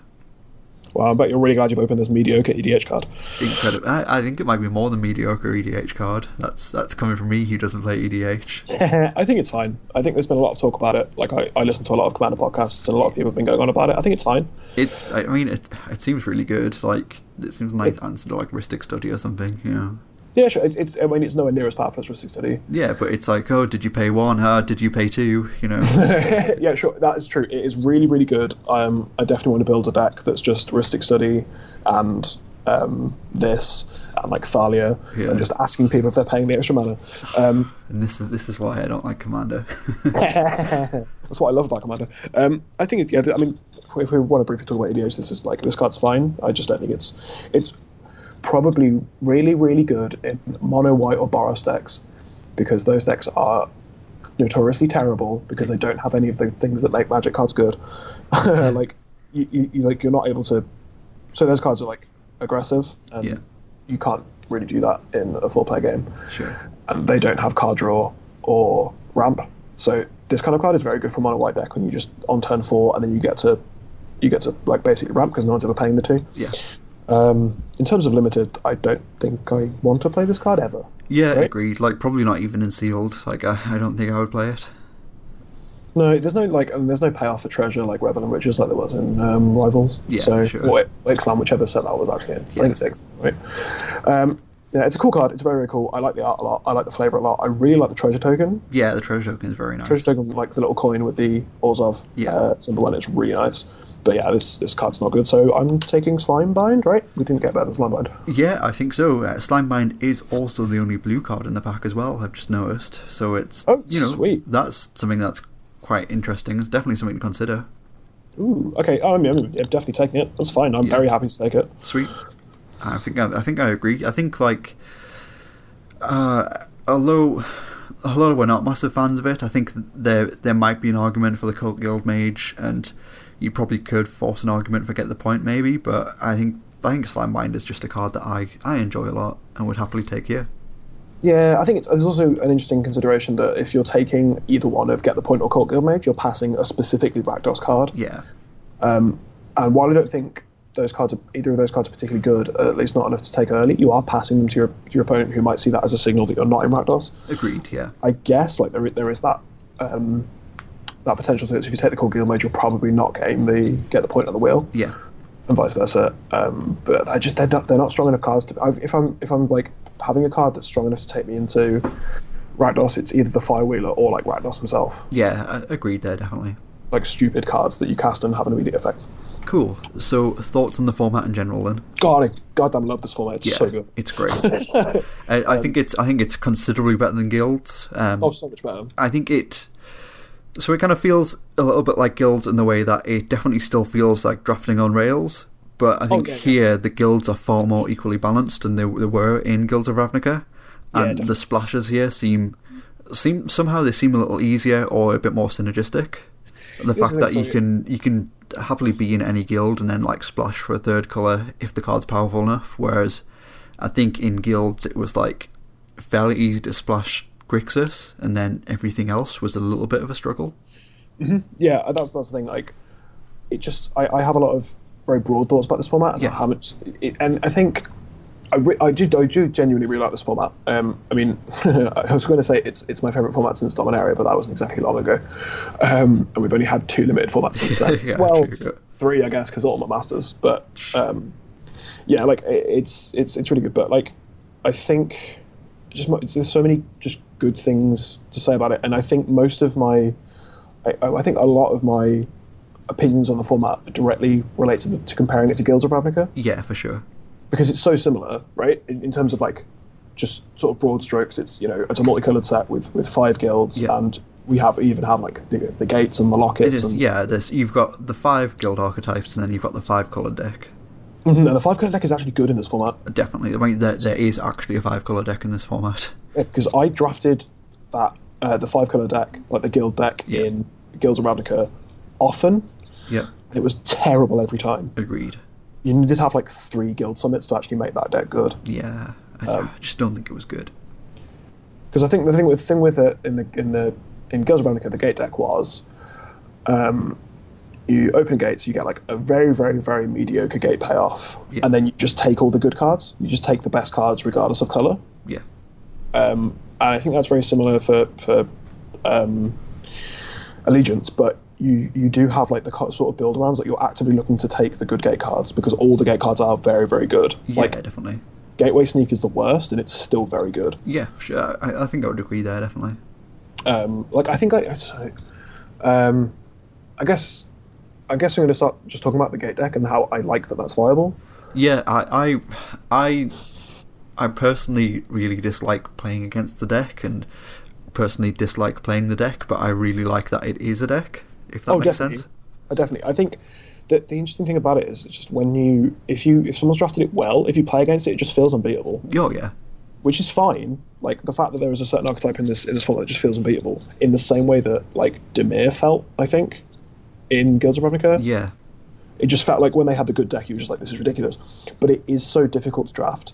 [SPEAKER 2] Well, I bet you're really glad you've opened this mediocre EDH card.
[SPEAKER 1] Incredible. I, I think it might be more than mediocre EDH card. That's that's coming from me who doesn't play E EDH.
[SPEAKER 2] I think it's fine. I think there's been a lot of talk about it. Like I, I listen to a lot of Commander podcasts, and a lot of people have been going on about it. I think it's fine.
[SPEAKER 1] It's. I mean, it it seems really good. Like it seems a nice answer to like Ristic Study or something. You know.
[SPEAKER 2] Yeah, sure. It's, it's I mean, it's nowhere near as powerful as Ristic Study.
[SPEAKER 1] Yeah, but it's like, oh, did you pay one? Huh? Did you pay two? You know.
[SPEAKER 2] yeah, sure. That is true. It is really, really good. Um, I definitely want to build a deck that's just Ristic Study and um, this and like Thalia
[SPEAKER 1] Yeah.
[SPEAKER 2] and just asking people if they're paying the extra mana. Um,
[SPEAKER 1] and this is this is why I don't like Commander.
[SPEAKER 2] that's what I love about Commander. Um, I think it, yeah. I mean, if we want to briefly talk about EDH, this is like this card's fine. I just don't think it's it's probably really, really good in mono white or Boros decks because those decks are notoriously terrible because they don't have any of the things that make Magic cards good. like you, you, you like you're not able to. So those cards are like aggressive, and
[SPEAKER 1] Yeah.
[SPEAKER 2] you can't really do that in a four player game
[SPEAKER 1] sure.
[SPEAKER 2] and um, they don't have card draw or ramp. So this kind of card is very good for mono white deck when you just on turn four and then you get to you get to like basically ramp because no one's ever paying the two.
[SPEAKER 1] Yeah.
[SPEAKER 2] Um, in terms of limited, I don't think I want to play this card ever.
[SPEAKER 1] Yeah.
[SPEAKER 2] Right.
[SPEAKER 1] Agreed. Like probably not even in sealed. Like I, I don't think I would play it.
[SPEAKER 2] No, there's no like and there's no payoff for treasure like Revel and Riches like there was in um, Rivals.
[SPEAKER 1] Yeah,
[SPEAKER 2] so
[SPEAKER 1] sure.
[SPEAKER 2] or Ixalan, whichever set that was actually in. I
[SPEAKER 1] Yeah.
[SPEAKER 2] think it's Ix, right? Um, yeah, it's a cool card. It's very, very cool. I like the art a lot. I like the flavor a lot. I really like the treasure token.
[SPEAKER 1] Yeah, the treasure token is very nice.
[SPEAKER 2] treasure token, like the little coin with the Orzov
[SPEAKER 1] Yeah.
[SPEAKER 2] uh, symbol, and it's really nice. But yeah, this this card's not good, so I'm taking Slime Bind, right? We didn't get better than Slime Bind.
[SPEAKER 1] Yeah, I think so. Uh, Slimebind is also the only blue card in the pack as well. I've just noticed. So it's
[SPEAKER 2] Oh,
[SPEAKER 1] you know
[SPEAKER 2] sweet.
[SPEAKER 1] that's something that's quite interesting. It's definitely something to consider.
[SPEAKER 2] Ooh, okay. Oh, I mean, I'm definitely taking it. That's fine. I'm
[SPEAKER 1] Yeah.
[SPEAKER 2] very happy to take it.
[SPEAKER 1] Sweet. I think I, I think I agree. I think like, uh, although although we're not massive fans of it, I think there there might be an argument for the cult guild mage, and you probably could force an argument for get the point maybe. But I think I think Slimebind is just a card that I I enjoy a lot and would happily take here.
[SPEAKER 2] Yeah, I think it's there's also an interesting consideration that if you're taking either one of Get the Point or Cult Guild Mage, you're passing a specifically Rakdos card.
[SPEAKER 1] Yeah.
[SPEAKER 2] And while I don't think those cards, are, either of those cards, are particularly good, uh, at least not enough to take early, you are passing them to your your opponent who might see that as a signal that you're not in Rakdos.
[SPEAKER 1] Agreed. Yeah.
[SPEAKER 2] I guess like there, i- there is that um, that potential to it. So if you take the Corgill mage, you'll probably not getting the get the point at the wheel,
[SPEAKER 1] Yeah.
[SPEAKER 2] and vice versa. Um, but I just they're not, they're not strong enough cards. To, I've, if I'm if I'm like having a card that's strong enough to take me into Rakdos, it's either the Firewheeler or like Rakdos himself.
[SPEAKER 1] Yeah, I- agreed there, definitely.
[SPEAKER 2] Like stupid cards that you cast and have an immediate effect.
[SPEAKER 1] Cool. So, thoughts on the format in general, then?
[SPEAKER 2] God, I goddamn love this format. It's
[SPEAKER 1] Yeah,
[SPEAKER 2] so good.
[SPEAKER 1] it's great. I, I think it's I think it's considerably better than guilds. Um,
[SPEAKER 2] Oh, so much better.
[SPEAKER 1] I think it. So it kind of feels a little bit like guilds in the way that it definitely still feels like drafting on rails, but I think
[SPEAKER 2] Oh, yeah, yeah.
[SPEAKER 1] here the guilds are far more equally balanced than they, they were in Guilds of Ravnica,
[SPEAKER 2] Yeah,
[SPEAKER 1] and the
[SPEAKER 2] definitely.
[SPEAKER 1] splashes here seem seem somehow they seem a little easier or a bit more synergistic. And the
[SPEAKER 2] Here's
[SPEAKER 1] fact
[SPEAKER 2] the
[SPEAKER 1] that
[SPEAKER 2] thing,
[SPEAKER 1] you
[SPEAKER 2] so-
[SPEAKER 1] can you can happily be in any guild and then like splash for a third color if the card's powerful enough, whereas I think in guilds it was like fairly easy to splash Grixis, and then everything else was a little bit of a struggle.
[SPEAKER 2] yeah, that's, that's the thing. Like, it just I, I have a lot of very broad thoughts about this format and
[SPEAKER 1] Yeah.
[SPEAKER 2] how much. It, and I think I, re- I do I do genuinely really like this format. Um, I mean, I was going to say it's it's my favorite format since Dominaria, but that wasn't exactly long ago. Um, and we've only had two limited formats since then.
[SPEAKER 1] Yeah,
[SPEAKER 2] well,
[SPEAKER 1] true, yeah.
[SPEAKER 2] three I guess because Ultimate Masters, but um, yeah, like it, it's it's it's really good. But like, I think just mo- there's so many just good things to say about it, and I think most of my I, I think a lot of my opinions on the format directly relate to, the, to comparing it to Guilds of Ravnica
[SPEAKER 1] Yeah, for sure.
[SPEAKER 2] because it's so similar, right? In, in terms of like just sort of broad strokes, it's you know it's a multicolored set with with five guilds,
[SPEAKER 1] Yeah.
[SPEAKER 2] and we have even have like the, the gates and the
[SPEAKER 1] It
[SPEAKER 2] lockets
[SPEAKER 1] is,
[SPEAKER 2] and,
[SPEAKER 1] yeah, this you've got the five guild archetypes, and then you've got the five colored deck.
[SPEAKER 2] Mhm, and the five color deck is actually good in this format
[SPEAKER 1] Definitely, I mean, there, there is actually a five color deck in this format.
[SPEAKER 2] because I drafted that uh, the five color deck like the guild deck
[SPEAKER 1] Yeah.
[SPEAKER 2] in Guilds of Ravnica often.
[SPEAKER 1] Yep,
[SPEAKER 2] and It was terrible every time.
[SPEAKER 1] agreed.
[SPEAKER 2] You needed to have like three guild summits to actually make that deck good.
[SPEAKER 1] Yeah, I,
[SPEAKER 2] Um,
[SPEAKER 1] I just don't think it was good.
[SPEAKER 2] because I think the thing with thing with it in the in the in Girls of Ravnica, the gate deck was, um, you open gates, you get like a very, very, very mediocre gate payoff,
[SPEAKER 1] Yeah.
[SPEAKER 2] and then you just take all the good cards. You just take the best cards regardless of color.
[SPEAKER 1] Yeah.
[SPEAKER 2] Um, and I think that's very similar for for um, allegiance, but you you do have like the co- sort of build arounds that you're actively looking to take the good gate cards because all the gate cards are very very good.
[SPEAKER 1] Yeah,
[SPEAKER 2] Like
[SPEAKER 1] definitely.
[SPEAKER 2] gateway sneak is the worst, and it's still very good.
[SPEAKER 1] Yeah, for sure. I, I think I would agree there, definitely.
[SPEAKER 2] Um, like I think I it's, uh, um, I guess I guess I'm going to start just talking about the gate deck and how I like that that's viable.
[SPEAKER 1] Yeah, I, I, I, I personally really dislike playing against the deck, and personally dislike playing the deck. But I really like that it is a deck. If that
[SPEAKER 2] Oh,
[SPEAKER 1] makes
[SPEAKER 2] definitely.
[SPEAKER 1] sense.
[SPEAKER 2] I definitely. I think that the interesting thing about it is it's just when you if you if someone's drafted it well, if you play against it, it just feels unbeatable,
[SPEAKER 1] Oh yeah,
[SPEAKER 2] which is fine. Like the fact that there is a certain archetype in this in this format that just feels unbeatable, in the same way that like Demir felt, I think, in Guilds of Ravnica.
[SPEAKER 1] yeah,
[SPEAKER 2] It just felt like when they had the good deck, you were just like, this is ridiculous. But it is so difficult to draft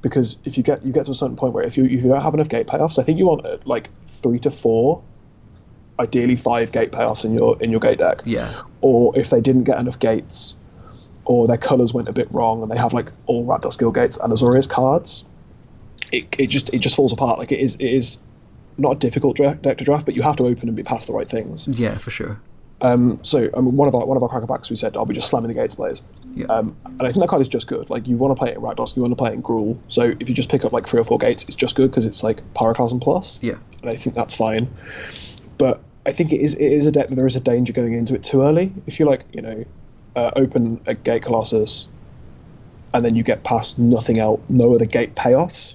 [SPEAKER 2] because if you get you get to a certain point where if you if you don't have enough gate payoffs, I think you want uh, like three to four, ideally five gate payoffs in your in your gate deck
[SPEAKER 1] yeah,
[SPEAKER 2] or if they didn't get enough gates, or their colors went a bit wrong, and they have like all Rakdos skill gates and Azorius cards, it, it just it just falls apart. Like it is it is not a difficult dra- deck to draft, but you have to open and be past the right things.
[SPEAKER 1] yeah, for sure.
[SPEAKER 2] Um, so I mean, one of our one of our cracker packs, we said, "I'll be just slamming the gates players,"
[SPEAKER 1] Yeah,
[SPEAKER 2] um, and I think that card is just good. Like you want to play it in Rakdos, you want to play it in Gruul. So if you just pick up like three or four gates, it's just good because it's like Pyroclasm plus
[SPEAKER 1] yeah,
[SPEAKER 2] and I think that's fine. But I think it is it is a deck that there is a danger going into it too early. If you like, you know, uh, open a gate colossus, and then you get past nothing else, no other gate payoffs,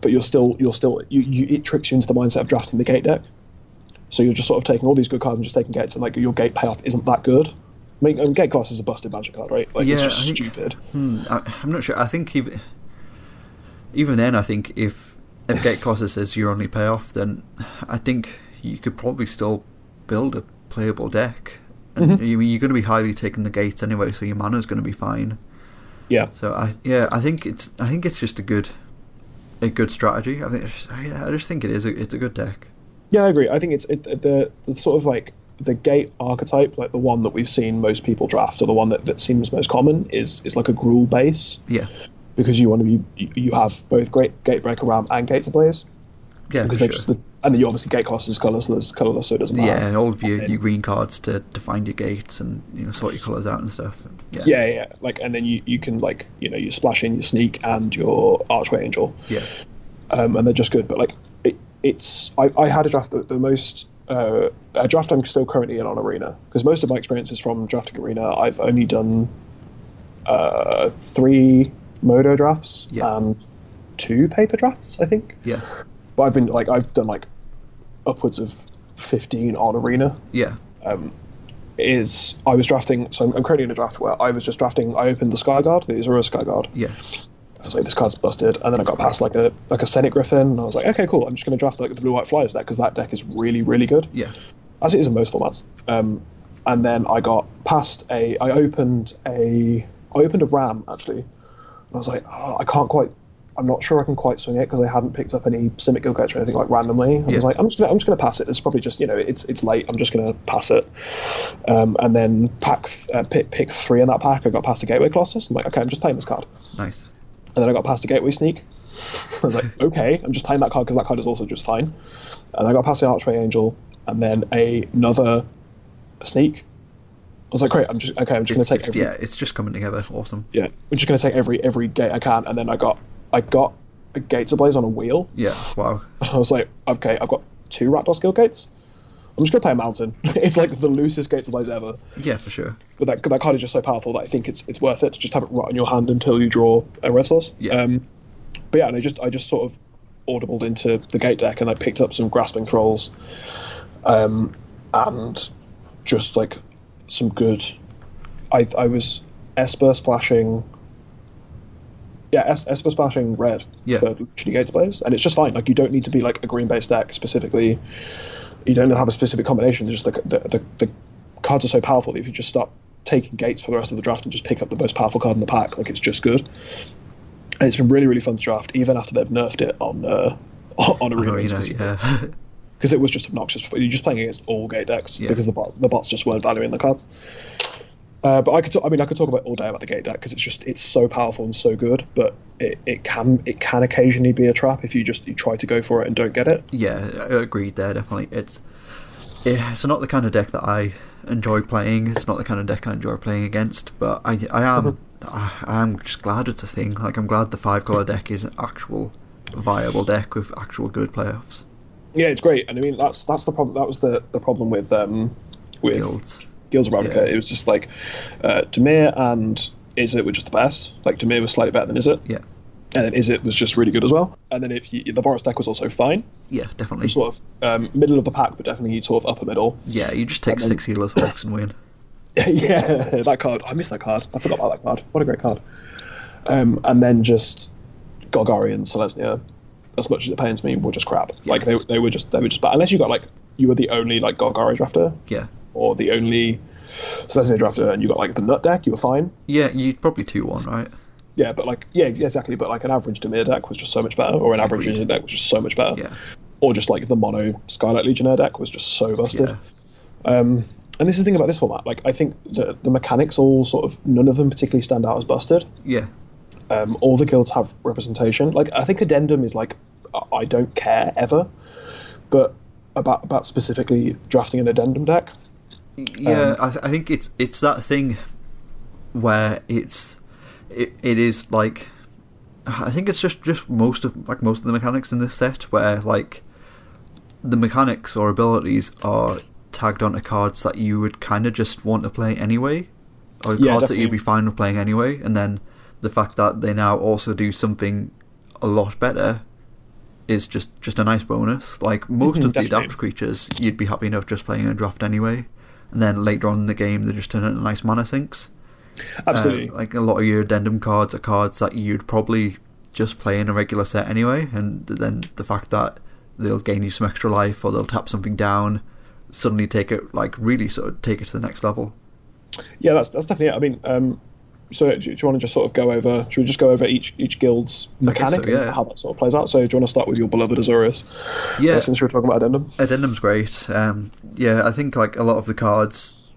[SPEAKER 2] but you're still you're still you, you it tricks you into the mindset of drafting the gate deck. So you're just sort of taking all these good cards and just taking gates, and like your gate payoff isn't that good. I mean, and gate colossus is a busted magic card, right? Like it's
[SPEAKER 1] Yeah,
[SPEAKER 2] just
[SPEAKER 1] I think-
[SPEAKER 2] stupid.
[SPEAKER 1] Hmm, I, I'm not sure. I think even even then, I think if if Gate Colossus is your only payoff, then I think you could probably still build a playable deck. And
[SPEAKER 2] Mm-hmm.
[SPEAKER 1] you, you're going to be highly taking the gates anyway, so your mana's going to be fine.
[SPEAKER 2] Yeah.
[SPEAKER 1] So I yeah, I think it's I think it's just a good a good strategy. I think it's, yeah, I just think it is a, it's a good deck.
[SPEAKER 2] Yeah, I agree. I think it's it, the, the sort of like the gate archetype, like the one that we've seen most people draft, or the one that, that seems most common, is is like a gruel base
[SPEAKER 1] Yeah,
[SPEAKER 2] because you want to be you, you have both great gate breaker ram and gate to players
[SPEAKER 1] yeah, for sure.
[SPEAKER 2] because they're just the, and then you obviously gate cost is colorless, colorless, so it doesn't matter.
[SPEAKER 1] yeah, and all of your,
[SPEAKER 2] then-
[SPEAKER 1] your green cards to, to find your gates and you know sort your colors out and stuff. Yeah,
[SPEAKER 2] yeah, yeah, yeah. Like, and then you, you can like, you know, you splash in your sneak and your archway angel.
[SPEAKER 1] yeah,
[SPEAKER 2] um, and they're just good. But like it, it's I, I had a draft that the most uh, a draft I'm still currently in on Arena because most of my experience is from drafting Arena. I've only done uh, three Modo drafts
[SPEAKER 1] Yeah.
[SPEAKER 2] and two paper drafts, I think.
[SPEAKER 1] yeah,
[SPEAKER 2] But I've been like I've done like upwards of fifteen on Arena
[SPEAKER 1] yeah.
[SPEAKER 2] is I was drafting, so I'm, I'm currently in a draft where I was just drafting. I opened the Skyguard, the Azura Skyguard.
[SPEAKER 1] Yeah.
[SPEAKER 2] I was like, this card's busted, and then I got past like a like a Senate Griffin, and I was like, okay, cool. I'm just going to draft like the Blue White Flyers deck because that deck is really really good,
[SPEAKER 1] Yeah.
[SPEAKER 2] as it is in most formats. Um, and then I got past a, I opened a, I opened a Ram actually, and I was like, oh, I can't quite, I'm not sure I can quite swing it because I hadn't picked up any Simic Gilgamesh or anything like randomly. I
[SPEAKER 1] Yeah.
[SPEAKER 2] was like, I'm just gonna, I'm just gonna pass it. It's probably just you know, it's it's late. I'm just gonna pass it. Um, and then pack th- uh, pick pick three in that pack. I got past a Gateway Colossus. I'm like, okay, I'm just playing this card.
[SPEAKER 1] Nice.
[SPEAKER 2] And then I got past a gateway sneak. I was like, okay, I'm just playing that card because that card is also just fine. And I got past the archway angel, and then a, another sneak. I was like, great, I'm just okay. I'm just going to take every
[SPEAKER 1] Yeah, it's just coming together. Awesome.
[SPEAKER 2] yeah. I'm just going to take every every gate I can. And then I got I got a gates ablaze on a wheel.
[SPEAKER 1] Yeah. Wow.
[SPEAKER 2] I was like, okay, I've got two Rakdos skill gates. I'm just going to play a mountain. it's like the loosest gates ablaze ever.
[SPEAKER 1] Yeah, for sure.
[SPEAKER 2] But that, that card is just so powerful that I think it's it's worth it to just have it right in your hand until you draw a red source.
[SPEAKER 1] Yeah.
[SPEAKER 2] Um, but yeah, and I just I just sort of audibled into the gate deck and I picked up some grasping thralls, um, and just like some good. I I was Esper splashing. Yeah, Es- Esper splashing red
[SPEAKER 1] Yeah.
[SPEAKER 2] for shitty gates players, and it's just fine. Like you don't need to be like a green based deck specifically. You don't have a specific combination. It's just like the, the the cards are so powerful that if you just start taking gates for the rest of the draft and just pick up the most powerful card in the pack, like it's just good. And it's been really really fun to draft, even after they've nerfed it on uh, on arena.
[SPEAKER 1] Arena,
[SPEAKER 2] specifically.
[SPEAKER 1] Oh, yeah.
[SPEAKER 2] because it was just obnoxious before. You're just playing against all gate decks
[SPEAKER 1] Yeah.
[SPEAKER 2] because the bot, the bots just weren't valuing the cards. Uh, but I could, talk, I mean, I could talk about all day about the gate deck because it's just it's so powerful and so good. But it, it can it can occasionally be a trap if you just you try to go for it and don't get it.
[SPEAKER 1] Yeah, I- I agreed there. Definitely, it's yeah, it's not the kind of deck that I enjoy playing. It's not the kind of deck I enjoy playing against. But I, I am, I,
[SPEAKER 2] Mm-hmm.
[SPEAKER 1] I am just glad it's a thing. Like I'm glad the five color deck is an actual viable deck with actual good playoffs
[SPEAKER 2] Yeah, it's great, and I mean that's that's the problem. That was the, the problem with um with
[SPEAKER 1] guilds.
[SPEAKER 2] Guilds of Ravnica.
[SPEAKER 1] Yeah.
[SPEAKER 2] It was just like uh, Demir and Is it were just the best. Like Demir was slightly better than Is it,
[SPEAKER 1] Yeah,
[SPEAKER 2] and then Is it was just really good as well. And then if you, the Boris deck was also fine,
[SPEAKER 1] yeah, definitely.
[SPEAKER 2] sort of um, middle of the pack, but definitely sort of upper middle.
[SPEAKER 1] Yeah, you just take
[SPEAKER 2] then-
[SPEAKER 1] six healers walks and win.
[SPEAKER 2] yeah, that card. I missed that card. I forgot about that card. What a great card. Um, and then just Golgari and Celestia, as much as it pains me, were just crap. Like they, they were just they were just bad. Unless you got like you were the only like Golgari drafter
[SPEAKER 1] Yeah,
[SPEAKER 2] or the only Celestia drafter, and you got like the nut deck, you were fine.
[SPEAKER 1] yeah, you'd probably two one, right?
[SPEAKER 2] Yeah, but like yeah, yeah, exactly. But like an average Demir deck was just so much better, or an average
[SPEAKER 1] Agreed.
[SPEAKER 2] Legion deck was just so much better,
[SPEAKER 1] Yeah,
[SPEAKER 2] or just like the mono Skylight Legionnaire deck was just so busted.
[SPEAKER 1] yeah,
[SPEAKER 2] Um, and this is the thing about this format. Like, I think the, the mechanics all sort of none of them particularly stand out as busted.
[SPEAKER 1] yeah,
[SPEAKER 2] Um, all the guilds have representation. Like, I think addendum is like I- I don't care ever, but about about specifically drafting an addendum deck.
[SPEAKER 1] yeah.
[SPEAKER 2] Um,
[SPEAKER 1] I, th- I think it's it's that thing where it's it, it is like I think it's just just most of like most of the mechanics in this set where like the mechanics or abilities are tagged onto cards that you would kind of just want to play anyway, or
[SPEAKER 2] Yeah,
[SPEAKER 1] cards that you'd
[SPEAKER 2] definitely.
[SPEAKER 1] be fine with playing anyway, and then the fact that they now also do something a lot better is just just a nice bonus. Like most
[SPEAKER 2] Mhm,
[SPEAKER 1] of the
[SPEAKER 2] definitely.
[SPEAKER 1] adapt creatures, you'd be happy enough just playing a draft anyway, and then later on in the game they just turn into nice mana sinks.
[SPEAKER 2] Absolutely.
[SPEAKER 1] Uh, like a lot of your addendum cards are cards that you'd probably just play in a regular set anyway, and then the fact that they'll gain you some extra life or they'll tap something down, suddenly take it like really sort of take it to the next level.
[SPEAKER 2] yeah, that's that's definitely it. I mean, um, so do, do you want to just sort of go over? Should we just go over each each guild's mechanic
[SPEAKER 1] so, yeah.
[SPEAKER 2] and how that sort of plays out? So do you want to start with your beloved Azorius?
[SPEAKER 1] Yeah,
[SPEAKER 2] Uh, since you were talking about addendum.
[SPEAKER 1] Addendum's great. Um, yeah, I think like a lot of the cards,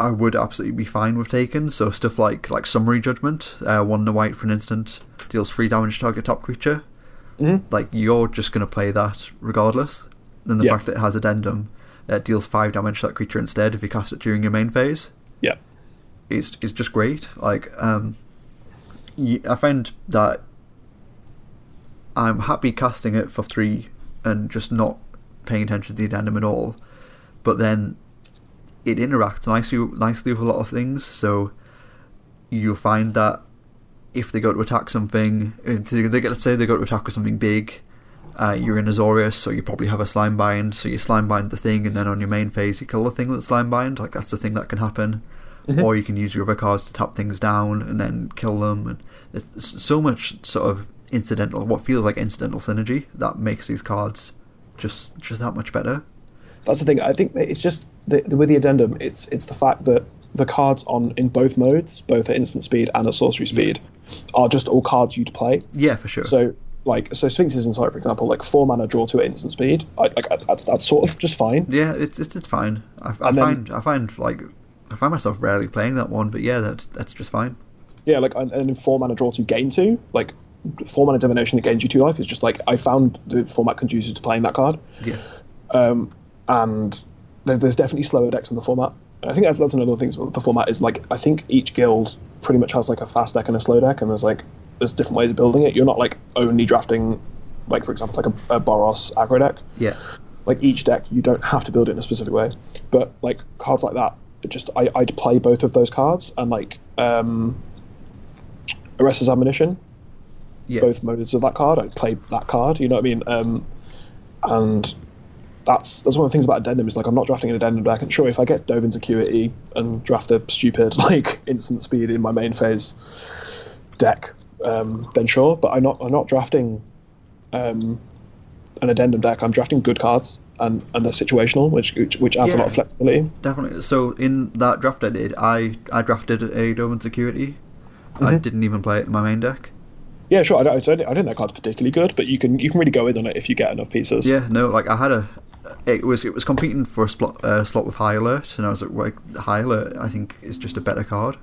[SPEAKER 1] I would absolutely be fine with taking. So stuff like like summary judgment, uh, one in a white for an instant, deals three damage to target top creature.
[SPEAKER 2] Mhm.
[SPEAKER 1] Like you're just gonna play that regardless. And the
[SPEAKER 2] Yeah.
[SPEAKER 1] fact that it has addendum, that deals five damage to that creature instead if you cast it during your main phase
[SPEAKER 2] Yeah.
[SPEAKER 1] is is just great. Like, um, y- I find that I'm happy casting it for three and just not paying attention to the addendum at all. But then it interacts nicely nicely with a lot of things. So you'll find that if they go to attack something, if they they get let's say they go to attack with something big. Uh, you're in Azorius, so you probably have a slime bind. So you slime bind the thing, and then on your main phase, you kill the thing with slime bind. Like that's the thing that can happen
[SPEAKER 2] Mm-hmm.
[SPEAKER 1] or you can use your other cards to tap things down and then kill them. And there's s- so much sort of incidental, what feels like incidental synergy that makes these cards just just that much better.
[SPEAKER 2] That's the thing. I think that it's just the, the, with the addendum, it's it's the fact that the cards on in both modes, both at instant speed and at sorcery speed, are just all cards you'd play.
[SPEAKER 1] Yeah, for sure.
[SPEAKER 2] So like so Sphinx's Insight, for example, like four mana draw two at instant speed. I, like I, that's, that's sort of just fine.
[SPEAKER 1] yeah, it's it's, it's fine. I, I
[SPEAKER 2] And then-
[SPEAKER 1] find I find like I find myself rarely playing that one, but yeah, that's that's just fine.
[SPEAKER 2] Yeah, like and, and in four mana draw two gain two, like four mana divination that gains you two life is just like I found the format conducive to playing that card.
[SPEAKER 1] Yeah,
[SPEAKER 2] um, and there- there's definitely slower decks in the format. I think that's, that's another thing about the format is like I think each guild pretty much has like a fast deck and a slow deck, and there's like there's different ways of building it. You're not like only drafting like for example like a, a Boros aggro deck.
[SPEAKER 1] yeah,
[SPEAKER 2] Like each deck, you don't have to build it in a specific way, but like cards like that, it just I, I'd play both of those cards and like um, Arrestor's Admonition
[SPEAKER 1] yeah.
[SPEAKER 2] both modes of that card. I'd play that card. You know what I mean? Um, and that's that's one of the things about addendum is like I'm not drafting an addendum deck. And sure, if I get Dove Insecurity and draft a stupid like instant speed in my main phase deck, um, then sure. But I'm not I'm not drafting um, an addendum deck. I'm drafting good cards. And, and they're situational, which which, which adds a lot of
[SPEAKER 1] Yeah.
[SPEAKER 2] flexibility.
[SPEAKER 1] Definitely. So in that draft I did, I I drafted a Dovan Security. I didn't even play it in my main deck.
[SPEAKER 2] Yeah, sure. I don't, I don't I don't think that card's particularly good, but you can you can really go in on it if you get enough pieces.
[SPEAKER 1] Yeah, no, like I had a it was it was competing for a slot, uh, slot with High Alert, and I was like, well, High Alert, I think is just a better card.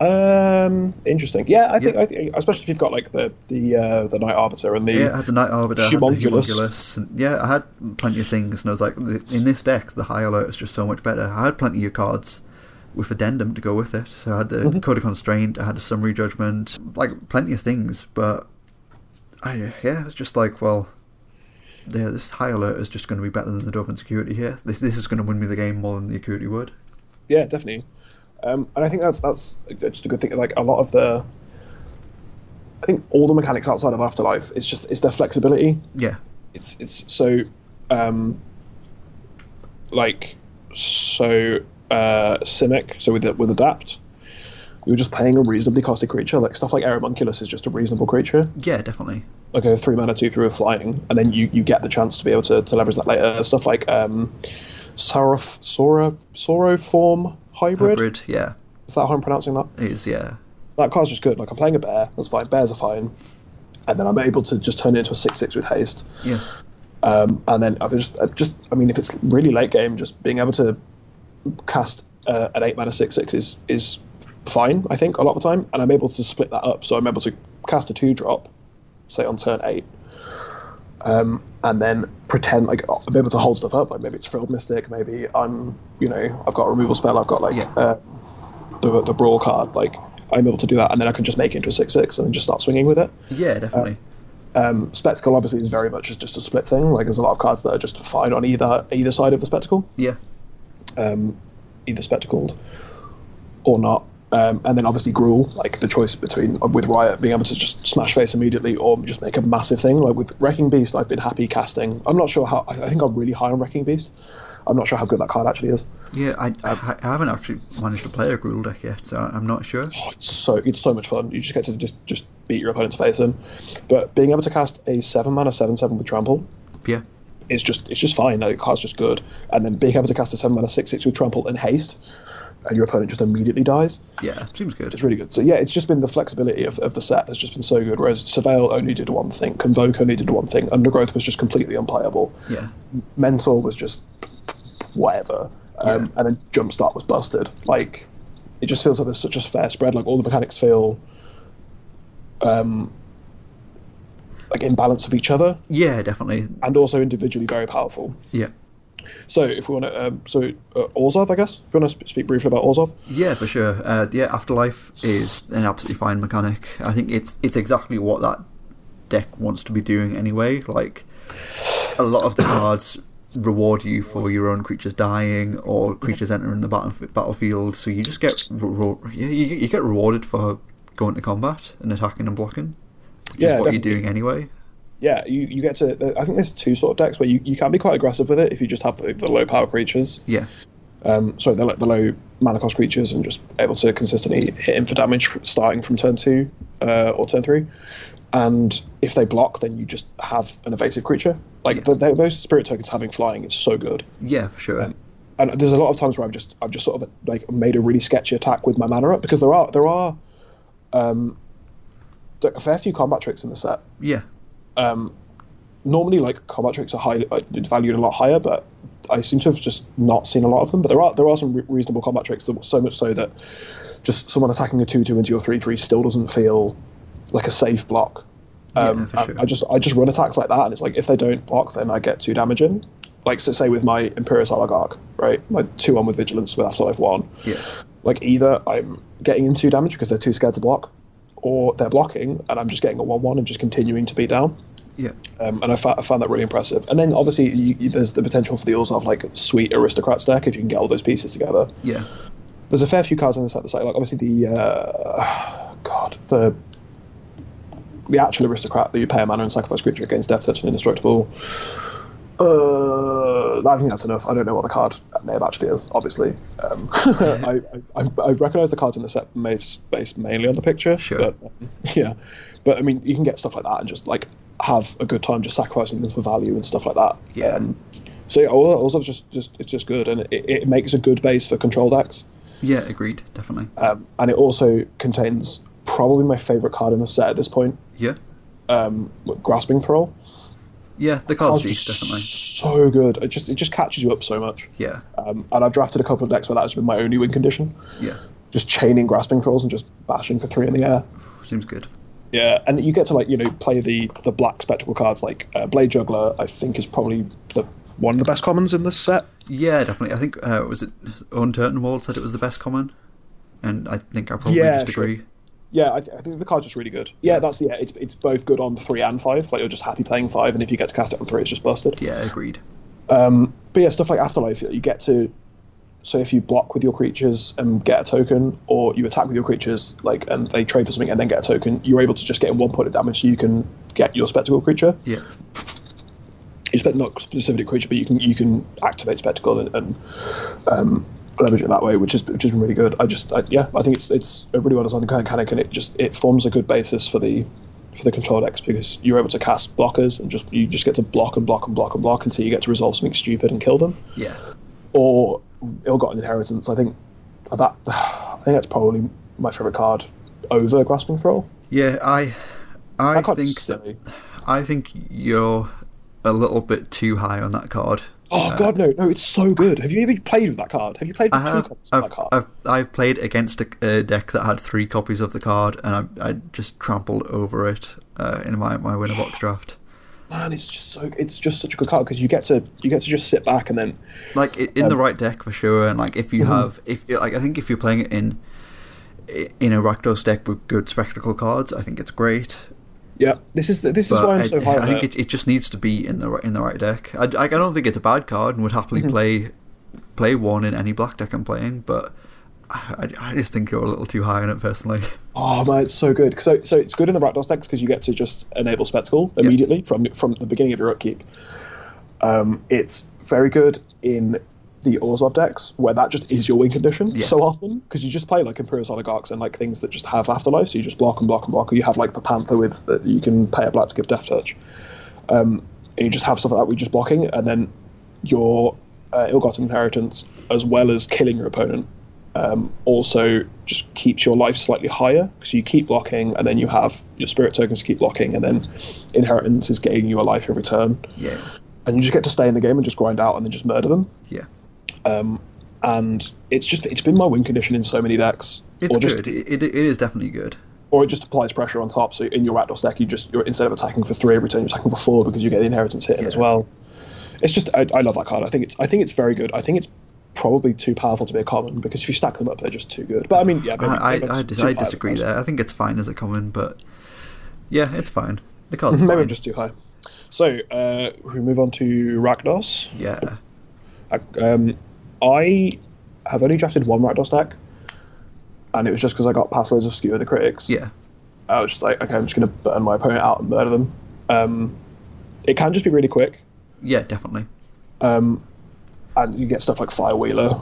[SPEAKER 2] Um, interesting. Yeah, I think,
[SPEAKER 1] Yeah.
[SPEAKER 2] I think especially if you've got like the the uh, the night arbiter and the
[SPEAKER 1] Yeah, I had the Night Arbiter, I had the
[SPEAKER 2] Humongulus.
[SPEAKER 1] Humongulous, and yeah, I had plenty of things, and I was like, "The- in this deck, the High Alert is just so much better. I had plenty of cards with addendum to go with it. So I had the Code of Constraint, I had a Summary Judgment, like plenty of things, but I, yeah, it was just like, well, yeah, this High Alert is just going to be better than the Dolphin Security here. This, this is going to win me the game more than the Security would.
[SPEAKER 2] Yeah, definitely. Um, and I think that's that's just a good thing. Like a lot of the, I think all the mechanics outside of Afterlife, it's just it's their flexibility.
[SPEAKER 1] Yeah,
[SPEAKER 2] It's it's so, um, like so uh, Simic. So with with adapt, you're just playing a reasonably costly creature. Like stuff like Aeromunculus is just a reasonable creature,
[SPEAKER 1] yeah, definitely.
[SPEAKER 2] like a three mana two through a flying, and then you, you get the chance to be able to, to leverage that later. Stuff like um, Sorrow Sorrow Sorrow Form Hybrid.
[SPEAKER 1] Hybrid, yeah,
[SPEAKER 2] Is that how I'm pronouncing that?
[SPEAKER 1] it is, yeah.
[SPEAKER 2] That card's just good. Like I'm playing a bear, that's fine. Bears are fine, and then I'm able to just turn it into a six-six with haste.
[SPEAKER 1] Yeah,
[SPEAKER 2] Um, and then I've just, I've just, I mean, if it's really late game, just being able to cast uh, an eight mana six-six is is fine. I think a lot of the time, and I'm able to split that up. So I'm able to cast a two-drop, say on turn eight. Um, and then pretend like I'm able to hold stuff up. Like maybe it's Frilled Mystic, maybe I'm, you know, I've got a removal spell, I've got like
[SPEAKER 1] Yeah.
[SPEAKER 2] uh, the, the brawl card. Like I'm able to do that, and then I can just make it into a six six and then just start swinging with it.
[SPEAKER 1] yeah, definitely.
[SPEAKER 2] Um, spectacle obviously is very much just a split thing. Like there's a lot of cards that are just fine on either either side of the spectacle,
[SPEAKER 1] yeah,
[SPEAKER 2] um, either spectacled or not. Um, and then obviously gruel, like the choice between uh, with riot being able to just smash face immediately or just make a massive thing. Like with wrecking beast, I've been happy casting. I'm not sure how. I I think I'm really high on wrecking beast. I'm not sure how good that card actually is.
[SPEAKER 1] yeah. I, I, I haven't actually managed to play a Gruul deck yet, so I'm not sure.
[SPEAKER 2] Oh, it's so it's so much fun. You just get to just just beat your opponent's face in. But being able to cast a seven mana seven seven with trample
[SPEAKER 1] Yeah,
[SPEAKER 2] it's just it's just fine. Like, the card's just good, and then being able to cast a seven mana six six with trample and haste, and your opponent just immediately dies.
[SPEAKER 1] yeah, seems good.
[SPEAKER 2] It's really good. So yeah, it's just been the flexibility of, of the set has just been so good. Whereas Surveil only did one thing, Convoke only did one thing, Undergrowth was just completely unplayable,
[SPEAKER 1] Yeah,
[SPEAKER 2] Mentor was just whatever, um,
[SPEAKER 1] Yeah.
[SPEAKER 2] and then Jumpstart was busted. Like it just feels like there's such a fair spread. Like all the mechanics feel. Um, like in balance of each other,
[SPEAKER 1] yeah, definitely.
[SPEAKER 2] and also individually very powerful.
[SPEAKER 1] Yeah,
[SPEAKER 2] So, if we want to, um, so uh, Orzov, I guess. If you want to sp- speak briefly about Orzov,
[SPEAKER 1] yeah, for sure. Uh, yeah, Afterlife is an absolutely fine mechanic. I think it's it's exactly what that deck wants to be doing anyway. Like a lot of the cards reward you for your own creatures dying or creatures entering the battlef- battlefield, so you just get re- re- yeah, you, you get rewarded for going to combat and attacking and blocking, which
[SPEAKER 2] Yeah,
[SPEAKER 1] is what
[SPEAKER 2] definitely.
[SPEAKER 1] you're doing anyway.
[SPEAKER 2] yeah, you, you get to. I think there's two sort of decks where you, you can be quite aggressive with it if you just have the, the low power creatures.
[SPEAKER 1] Yeah,
[SPEAKER 2] Um, sorry, the, lo- the low mana cost creatures and just able to consistently hit him for damage f- starting from turn two uh, or turn three. And if they block, then you just have an evasive creature. Like
[SPEAKER 1] Yeah.
[SPEAKER 2] th th- those spirit tokens having flying is so good.
[SPEAKER 1] yeah, for sure.
[SPEAKER 2] and there's a lot of times where I've just I've just sort of like made a really sketchy attack with my mana up because there are there are um, there are a fair few combat tricks in the set.
[SPEAKER 1] yeah,
[SPEAKER 2] Normally, like combat tricks are high uh, valued a lot higher, but I seem to have just not seen a lot of them. But there are there are some re- reasonable combat tricks that so much so that just someone attacking a two two into your three three still doesn't feel like a safe block. Um,
[SPEAKER 1] yeah, for
[SPEAKER 2] I-
[SPEAKER 1] sure.
[SPEAKER 2] I just I just run attacks like that, and it's like if they don't block, then I get two damage in. Like so, say with my Imperious Oligarch, right? My two one with Vigilance with Afterlife one.
[SPEAKER 1] yeah.
[SPEAKER 2] Like either I'm getting in two damage because they're too scared to block, or they're blocking and I'm just getting a one one and just continuing to beat down.
[SPEAKER 1] Yeah,
[SPEAKER 2] Um, and I, fa- I found that really impressive. And then obviously you, you- there's the potential for the also of like sweet aristocrats deck if you can get all those pieces together.
[SPEAKER 1] yeah,
[SPEAKER 2] There's a fair few cards in this set that's like, like obviously the uh, God the the actual aristocrat that you pay a mana and sacrifice creature against death touch and indestructible. Uh, I think that's enough. I don't know what the card name actually is. Obviously, um, I, I, I- I recognise the cards in the set based, based mainly on the picture.
[SPEAKER 1] Sure.
[SPEAKER 2] But, um, yeah, but I mean, you can get stuff like that and just like have a good time just sacrificing them for value and stuff like that.
[SPEAKER 1] Yeah.
[SPEAKER 2] so yeah, all, all stuff's just, just it's just good and it, it makes a good base for control decks.
[SPEAKER 1] yeah. Agreed, definitely.
[SPEAKER 2] Um, and it also contains probably my favourite card in the set at this point,
[SPEAKER 1] Yeah.
[SPEAKER 2] um, Grasping Thrall.
[SPEAKER 1] Yeah, the cards
[SPEAKER 2] Cards just
[SPEAKER 1] definitely.
[SPEAKER 2] so good. It just it just catches you up so much.
[SPEAKER 1] Yeah,
[SPEAKER 2] Um, and I've drafted a couple of decks where that's been my only win condition.
[SPEAKER 1] yeah,
[SPEAKER 2] Just chaining grasping trolls and just bashing for three in the air.
[SPEAKER 1] seems good.
[SPEAKER 2] Yeah, and you get to like you know play the the black spectacle cards like uh, Blade Juggler. I think is probably the one of the best commons in this set.
[SPEAKER 1] Yeah, definitely. I think uh, was it Owen Turtenwald said it was the best common, and I think I probably
[SPEAKER 2] Yeah,
[SPEAKER 1] just
[SPEAKER 2] sure.
[SPEAKER 1] agree.
[SPEAKER 2] Yeah, I, th- I think the card's just really good. Yeah,
[SPEAKER 1] Yeah.
[SPEAKER 2] that's yeah. It's it's both good on three and five. Like you're just happy playing five, and if you get to cast it on three, it's just busted.
[SPEAKER 1] Yeah, agreed.
[SPEAKER 2] Um, but yeah, stuff like Afterlife, you get to. So if you block with your creatures and get a token, or you attack with your creatures, like and they trade for something and then get a token, you're able to just get one point of damage, so you can get your spectacle creature.
[SPEAKER 1] Yeah,
[SPEAKER 2] you spec not specific creature, but you can you can activate spectacle and, and um, leverage it that way, which is which has been really good. I just I, yeah, I think it's it's a really well designed mechanic, and it just it forms a good basis for the for the control decks because you're able to cast blockers and just you just get to block and block and block and block until you get to resolve something stupid and kill them
[SPEAKER 1] yeah,
[SPEAKER 2] or ill-gotten inheritance. I think that I think that's probably my favorite card over grasping thrall.
[SPEAKER 1] yeah. I, I
[SPEAKER 2] That card's
[SPEAKER 1] think
[SPEAKER 2] silly.
[SPEAKER 1] I think you're a little bit too high on that card.
[SPEAKER 2] Oh god, no, no! It's so good. Have you even played with that card? Have you played with
[SPEAKER 1] Uh, I
[SPEAKER 2] two
[SPEAKER 1] have,
[SPEAKER 2] copies of that
[SPEAKER 1] I've,
[SPEAKER 2] card?
[SPEAKER 1] I've, I've played against a, a deck that had three copies of the card, and I, I just trampled over it uh, in my, my winner box draft.
[SPEAKER 2] man, it's just so it's just such a good card because you get to you get to just sit back and then
[SPEAKER 1] like i- in the
[SPEAKER 2] Um,
[SPEAKER 1] right deck for sure and like if you
[SPEAKER 2] mm-hmm.
[SPEAKER 1] have if like i think if you're playing it in i- in a rakdos deck with good spectacle cards i think it's great
[SPEAKER 2] yeah, this is the, this is
[SPEAKER 1] but
[SPEAKER 2] why I'm
[SPEAKER 1] I,
[SPEAKER 2] so high.
[SPEAKER 1] I
[SPEAKER 2] on
[SPEAKER 1] think
[SPEAKER 2] it.
[SPEAKER 1] it, it just needs to be in the ri- in the right deck i, I- I don't think it's a bad card and would happily
[SPEAKER 2] Mm-hmm.
[SPEAKER 1] play play one in any black deck i'm playing but I, I I just think you're a little too high on it personally
[SPEAKER 2] oh man, it's so good. So so it's good in the Rakdos decks because you get to just enable spectacle immediately from from the beginning of your upkeep. Um, it's very good in the Orzov decks where that just is your win condition
[SPEAKER 1] Yeah.
[SPEAKER 2] so often because you just play like Imperious Oligarchs and like things that just have afterlife. So you just block and block and block. Or you have like the Panther with that you can pay a black to give Death Touch. and you just have stuff like that where you're just blocking, and then your uh, ill-gotten inheritance, as well as killing your opponent, um, also just keeps your life slightly higher because you keep blocking, and then you have your spirit tokens keep blocking, and then inheritance is gaining you a life every turn,
[SPEAKER 1] yeah
[SPEAKER 2] and you just get to stay in the game and just grind out and then just murder them.
[SPEAKER 1] yeah
[SPEAKER 2] And it's just it's been my win condition in so many decks,
[SPEAKER 1] it's
[SPEAKER 2] or just
[SPEAKER 1] good it, it, it is definitely good
[SPEAKER 2] or it just applies pressure on top. So in your Rakdos deck, you just you're instead of attacking for three every turn, you're attacking for four because you get the inheritance hit in as
[SPEAKER 1] Yeah.
[SPEAKER 2] well. It's just I, I love that card. I think it's I think it's very good. I think it's probably too powerful to be a common because if you stack them up, they're just too good. But I mean, yeah, maybe,
[SPEAKER 1] i
[SPEAKER 2] maybe
[SPEAKER 1] i,
[SPEAKER 2] I'm
[SPEAKER 1] I,
[SPEAKER 2] just
[SPEAKER 1] dis-
[SPEAKER 2] too high
[SPEAKER 1] I
[SPEAKER 2] on the
[SPEAKER 1] disagree
[SPEAKER 2] cards.
[SPEAKER 1] there i think it's fine as a common but yeah it's fine the card's
[SPEAKER 2] Maybe I'm
[SPEAKER 1] fine.
[SPEAKER 2] just too high. So uh, we move on to Rakdos.
[SPEAKER 1] yeah
[SPEAKER 2] Um, I have only drafted one Rakdos deck, and it was just because I got past loads of skew of the critics.
[SPEAKER 1] yeah
[SPEAKER 2] I was just like, okay, I'm just going to burn my opponent out and murder them. Um, it can just be really quick, Um,
[SPEAKER 1] Yeah, definitely.
[SPEAKER 2] and you get stuff like Firewheeler,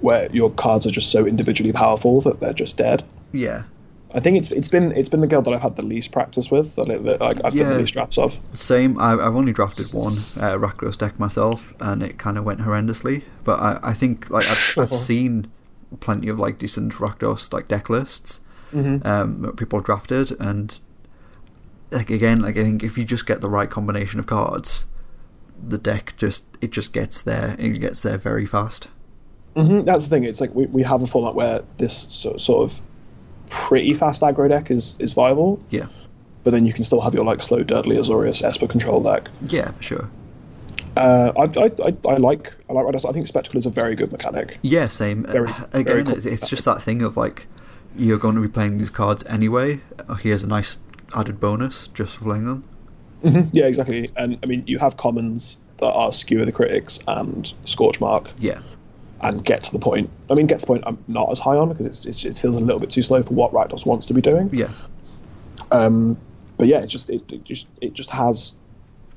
[SPEAKER 2] where your cards are just so individually powerful that they're just dead.
[SPEAKER 1] Yeah.
[SPEAKER 2] I think it's it's been it's been the guild that I've had the least practice with that, I, that like, I've
[SPEAKER 1] Yeah.
[SPEAKER 2] done the least drafts of.
[SPEAKER 1] Same. I, I've only drafted one uh, Rakdos deck myself, and it kind of went horrendously. But I, I think like I've, I've seen plenty of like decent Rakdos like deck lists um, that people drafted, and like again, like I think if you just get the right combination of cards, the deck just it just gets there. It gets there very fast.
[SPEAKER 2] hmm That's the thing. It's like we, we have a format where this so, sort of pretty fast aggro deck is, is viable,
[SPEAKER 1] Yeah.
[SPEAKER 2] but then you can still have your like slow, deadly Azorius Esper control deck.
[SPEAKER 1] Yeah, for sure.
[SPEAKER 2] Uh, I, I, I, I like I like Rakdos. I think Spectacle is a very good mechanic.
[SPEAKER 1] Yeah, same.
[SPEAKER 2] very-
[SPEAKER 1] Uh,
[SPEAKER 2] very
[SPEAKER 1] Again,
[SPEAKER 2] cool.
[SPEAKER 1] it's- it's just that thing of like, you're going to be playing these cards anyway. Uh, Here's a nice added bonus just for playing them.
[SPEAKER 2] Yeah, exactly. And I mean, you have commons that are Skewer the Critics and Scorchmark
[SPEAKER 1] Yeah,
[SPEAKER 2] and Get to the Point. I mean, Get to the Point I'm not as high on because it's, it's, it feels a little bit too slow for what Rakdos wants to be doing.
[SPEAKER 1] yeah,
[SPEAKER 2] Um, but yeah, it just it, it just it just has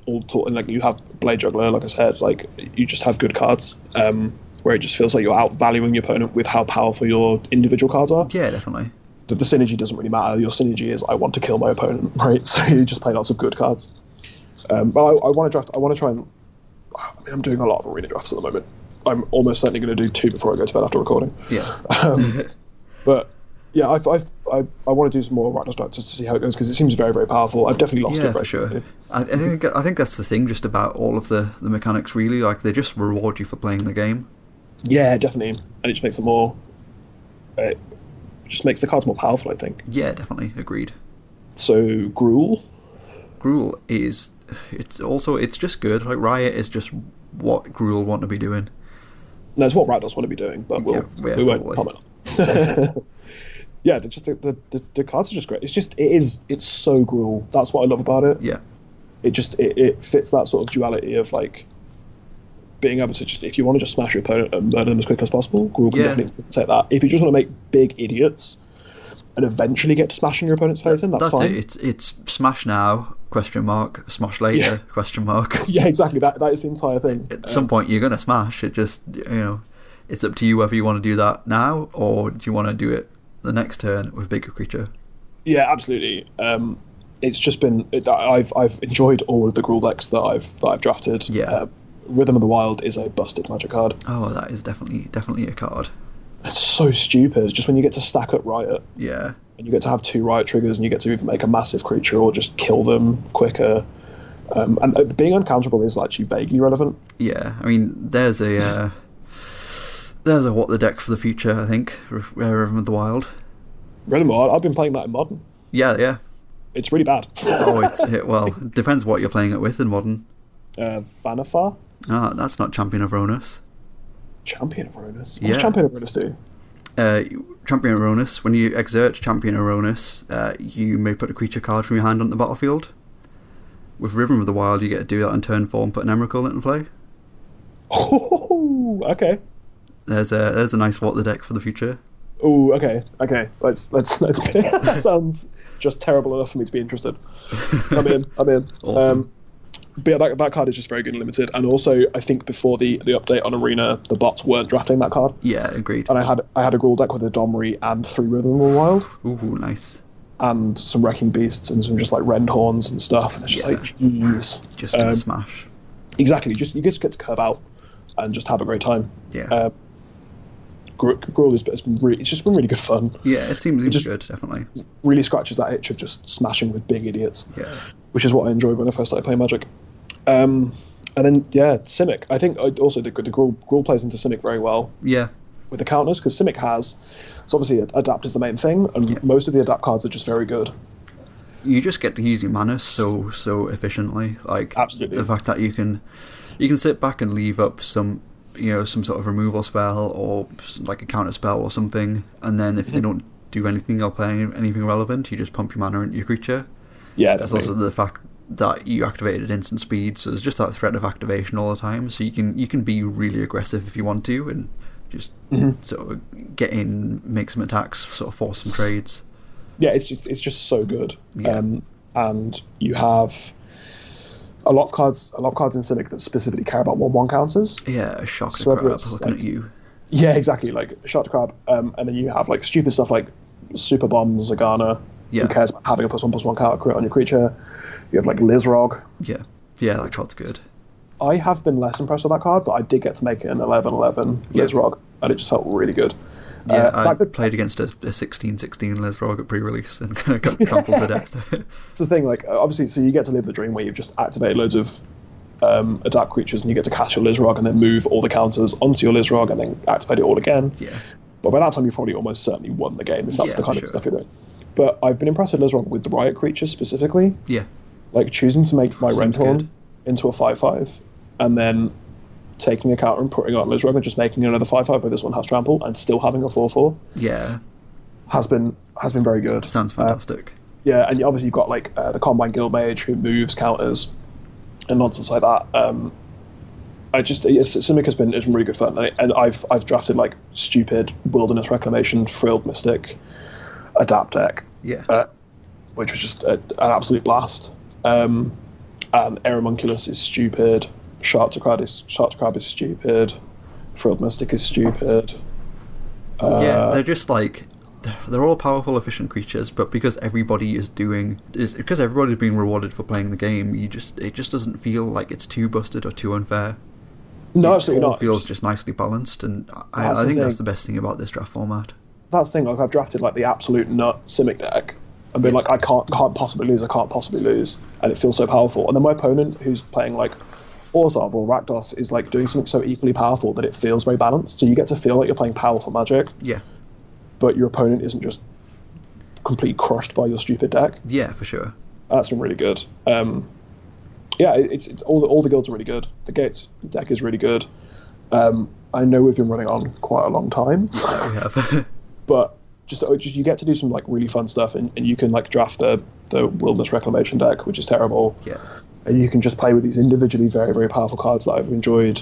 [SPEAKER 2] all to and like you have Blade Juggler, like I said, like you just have good cards. Um, where it just feels like you're outvaluing your opponent with how powerful your individual cards are.
[SPEAKER 1] yeah, definitely.
[SPEAKER 2] The, the synergy doesn't really matter. Your synergy is I want to kill my opponent, right? So you just play lots of good cards. Um, but I, I want to draft. I want to try and. I mean, I'm doing a lot of arena drafts at the moment. I'm almost certainly going to do two before I go to bed after recording.
[SPEAKER 1] Yeah,
[SPEAKER 2] But yeah, I've, I've I, I want to do some more Arachnostrap just to see how it goes because it seems very very powerful. I've definitely lost
[SPEAKER 1] yeah,
[SPEAKER 2] it.
[SPEAKER 1] for
[SPEAKER 2] very
[SPEAKER 1] sure.
[SPEAKER 2] quickly.
[SPEAKER 1] I, I think I think that's the thing just about all of the, the mechanics. Really, like they just reward you for playing the game.
[SPEAKER 2] Yeah, definitely, and it just makes it more. It just makes the cards more powerful. I think.
[SPEAKER 1] Yeah, definitely agreed.
[SPEAKER 2] So Gruul.
[SPEAKER 1] Gruul is it's also it's just good. Like Riot is just what Gruul want to be doing.
[SPEAKER 2] No, it's what Rados want to be doing, but we'll,
[SPEAKER 1] Yeah, yeah,
[SPEAKER 2] we won't
[SPEAKER 1] probably.
[SPEAKER 2] comment on. yeah, they're just the, the, the, the cards are just great. It's just it is it's so gruel. That's what I love about it.
[SPEAKER 1] Yeah,
[SPEAKER 2] It just it, it fits that sort of duality of like being able to just if you want to just smash your opponent and murder them as quick as possible, gruel can
[SPEAKER 1] Yeah.
[SPEAKER 2] definitely take that. If you just want to make big idiots and eventually get to smashing your opponent's face in, that's,
[SPEAKER 1] that's
[SPEAKER 2] fine.
[SPEAKER 1] it. It's it's smash now question mark smash later question mark.
[SPEAKER 2] Yeah, exactly. That that is the entire thing.
[SPEAKER 1] At some point you're gonna smash. It just you know it's up to you whether you want to do that now or do you want to do it the next turn with bigger creature.
[SPEAKER 2] Yeah, absolutely. Um, it's just been it, I- I've I've enjoyed all of the gruel decks that I've that I've drafted.
[SPEAKER 1] Yeah.
[SPEAKER 2] Uh, Rhythm of the Wild is a busted magic card.
[SPEAKER 1] Oh, that is definitely definitely a card.
[SPEAKER 2] It's so stupid. Just when you get to stack up riot
[SPEAKER 1] Yeah,
[SPEAKER 2] and you get to have two riot triggers and you get to either make a massive creature or just kill them quicker. Um, and uh, being uncounterable is actually vaguely relevant.
[SPEAKER 1] yeah. I mean, there's a uh, there's a what the deck for the future. I think Re- uh, Rhythm of the Wild.
[SPEAKER 2] Rhythm of the Wild, I've been playing that in modern.
[SPEAKER 1] Yeah, yeah.
[SPEAKER 2] It's really bad.
[SPEAKER 1] Oh, it's, it, well, depends what you're playing it with in modern.
[SPEAKER 2] uh, Vanifar,
[SPEAKER 1] Ah, that's not Champion of Ronus.
[SPEAKER 2] Champion of Ronus. What's
[SPEAKER 1] Yeah.
[SPEAKER 2] Champion of Ronus do?
[SPEAKER 1] Uh, Champion of Ronus. When you exert Champion of Ronus, uh, you may put a creature card from your hand on the battlefield. With Rhythm of the Wild, you get to do that on turn four and put an Emrakul into play.
[SPEAKER 2] Oh, okay.
[SPEAKER 1] There's a there's a nice what the deck for the future.
[SPEAKER 2] Oh, okay, okay. Let's let's let's. that sounds just terrible enough for me to be interested. I'm in. I'm in. Um,
[SPEAKER 1] Awesome.
[SPEAKER 2] but yeah, that, that card is just very good and limited. And also, I think before the, the update on Arena, the bots weren't drafting that card.
[SPEAKER 1] Yeah, agreed.
[SPEAKER 2] And I had I had a Gruul deck with a Domri and three Rhythm of the Wild
[SPEAKER 1] Ooh, nice.
[SPEAKER 2] and some Wrecking Beasts and some just like Rend Horns and stuff. And it's just
[SPEAKER 1] Yeah.
[SPEAKER 2] like, jeez.
[SPEAKER 1] Just gonna
[SPEAKER 2] Um,
[SPEAKER 1] smash.
[SPEAKER 2] Exactly. Just you just get to curve out and just have a great time.
[SPEAKER 1] Yeah,
[SPEAKER 2] Uh, Gru- Gruul is it's, been re- it's just been really good fun.
[SPEAKER 1] yeah. It seems, seems
[SPEAKER 2] just-
[SPEAKER 1] good, definitely.
[SPEAKER 2] really scratches that itch of just smashing with big idiots,
[SPEAKER 1] Yeah,
[SPEAKER 2] which is what I enjoyed when I first started playing Magic. Um, and then yeah, Simic. I think I also the, the Gruul, Gruul plays into Simic very well
[SPEAKER 1] yeah,
[SPEAKER 2] with the counters because Simic has. So obviously, adapt is the main thing, and
[SPEAKER 1] Yeah.
[SPEAKER 2] most of the adapt cards are just very good.
[SPEAKER 1] you just get to use your mana so so efficiently. Like
[SPEAKER 2] Absolutely.
[SPEAKER 1] the fact that you can you can sit back and leave up some you know some sort of removal spell or s- like a counter spell or something, and then
[SPEAKER 2] Mm-hmm.
[SPEAKER 1] if they don't do anything or play any- anything relevant, you just pump your mana into your creature.
[SPEAKER 2] Yeah,
[SPEAKER 1] There's
[SPEAKER 2] that's
[SPEAKER 1] also the fact that you activated instant speed, so there's just that threat of activation all the time. So you can you can be really aggressive if you want to, and just
[SPEAKER 2] Mm-hmm.
[SPEAKER 1] sort of get in, make some attacks, sort of force some trades.
[SPEAKER 2] yeah, it's just it's just so good.
[SPEAKER 1] Yeah.
[SPEAKER 2] Um, and you have a lot of cards, a lot of cards in Simic that specifically care about one one counters.
[SPEAKER 1] Yeah, a shock
[SPEAKER 2] So
[SPEAKER 1] to crap
[SPEAKER 2] it's
[SPEAKER 1] looking
[SPEAKER 2] like-
[SPEAKER 1] at you.
[SPEAKER 2] Yeah, exactly. Like shot crab, um, and then you have like stupid stuff like super bombs, Zagana.
[SPEAKER 1] Yeah.
[SPEAKER 2] Who cares about having a plus one plus one counter crit on your creature? You have like Lizrog.
[SPEAKER 1] Yeah, yeah, that card's good.
[SPEAKER 2] I have been less impressed with that card, but I did get to make it an 11-11
[SPEAKER 1] Yeah.
[SPEAKER 2] Lizrog, and it just felt really good.
[SPEAKER 1] Yeah,
[SPEAKER 2] uh,
[SPEAKER 1] I
[SPEAKER 2] that-
[SPEAKER 1] played against a, a 16-16 Lesrog at pre-release and got trampled to death.
[SPEAKER 2] It's the thing, like uh, obviously, so you get to live the dream where you've just activated loads of um, adapt creatures, and you get to cast your Lizrog, and then move all the counters onto your Lizrog, and then activate it all again.
[SPEAKER 1] yeah,
[SPEAKER 2] But by that time, you've probably almost certainly won the game if that's
[SPEAKER 1] Yeah,
[SPEAKER 2] the kind
[SPEAKER 1] sure.
[SPEAKER 2] of stuff you're doing. But I've been impressed with Lizrog with the riot creatures specifically.
[SPEAKER 1] yeah,
[SPEAKER 2] like choosing to make my
[SPEAKER 1] Seems good.
[SPEAKER 2] Renthorn into a five-five, and then taking a counter and putting it on Lizrog and just making another five-five, but this one has trample and still having a four-four
[SPEAKER 1] yeah.
[SPEAKER 2] has been has been very good.
[SPEAKER 1] Sounds
[SPEAKER 2] Uh,
[SPEAKER 1] fantastic.
[SPEAKER 2] yeah, and obviously you've got like uh, the Combine Guild Mage who moves counters and nonsense like that. Um, I just yes, Simic has been has been really good fun, and, I, and I've I've drafted like stupid Wilderness Reclamation, Frilled Mystic, Adapt deck,
[SPEAKER 1] yeah,
[SPEAKER 2] uh, which was just a, an absolute blast. Um, and Aeromunculus is stupid. Sharktocrab is Sharktocrab is stupid. Frilled Mystic is stupid.
[SPEAKER 1] yeah. They're just like they're- they're all powerful, efficient creatures, but because everybody is doing is because everybody's being rewarded for playing the game, you just it just doesn't feel like it's too busted or too unfair.
[SPEAKER 2] No,
[SPEAKER 1] it
[SPEAKER 2] absolutely
[SPEAKER 1] all
[SPEAKER 2] not.
[SPEAKER 1] feels just nicely balanced, and I,
[SPEAKER 2] That's
[SPEAKER 1] I
[SPEAKER 2] the
[SPEAKER 1] think that's the
[SPEAKER 2] thing.
[SPEAKER 1] best thing about this draft format.
[SPEAKER 2] that's the thing. Like I've drafted like the absolute nut Simic deck, and been like, I can't can't possibly lose. I can't possibly lose, and it feels so powerful. And then my opponent, who's playing like Orzhov or Rakdos, is like doing something so equally powerful that it feels very balanced. So you get to feel like you're playing powerful Magic,
[SPEAKER 1] Yeah.
[SPEAKER 2] but your opponent isn't just completely crushed by your stupid deck.
[SPEAKER 1] Yeah, for sure.
[SPEAKER 2] That's been really good. Um, yeah, it- it's, it's all the all the guilds are really good. The gates deck is really good. Um, I know we've been running on quite a long time,
[SPEAKER 1] We have.
[SPEAKER 2] but just, oh, just you get to do some like really fun stuff, and, and you can like draft the the wilderness reclamation deck, which is terrible,
[SPEAKER 1] yeah.
[SPEAKER 2] and you can just play with these individually very very powerful cards that I've enjoyed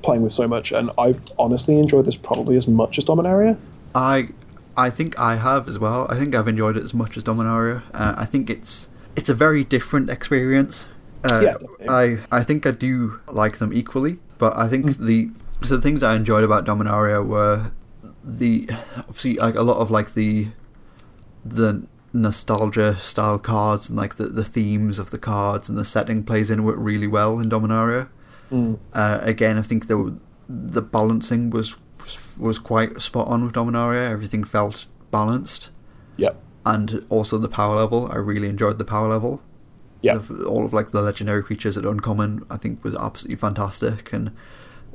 [SPEAKER 2] playing with so much, and I've honestly enjoyed this probably as much as Dominaria.
[SPEAKER 1] I I think I have as well. I think I've enjoyed it as much as Dominaria. Uh, I think it's it's a very different experience. Uh,
[SPEAKER 2] Yeah, definitely.
[SPEAKER 1] I I think I do like them equally, but I think
[SPEAKER 2] Mm.
[SPEAKER 1] the so the things I enjoyed about Dominaria were the obviously like a lot of like the the nostalgia style cards and like the, the themes of the cards and the setting plays in it really well in Dominaria. Uh, again, I think the the balancing was was quite spot on with Dominaria. Everything felt balanced,
[SPEAKER 2] Yep.
[SPEAKER 1] and also the power level. I really enjoyed the power level.
[SPEAKER 2] Yeah.
[SPEAKER 1] The- all of like the legendary creatures at uncommon, I think, was absolutely fantastic, and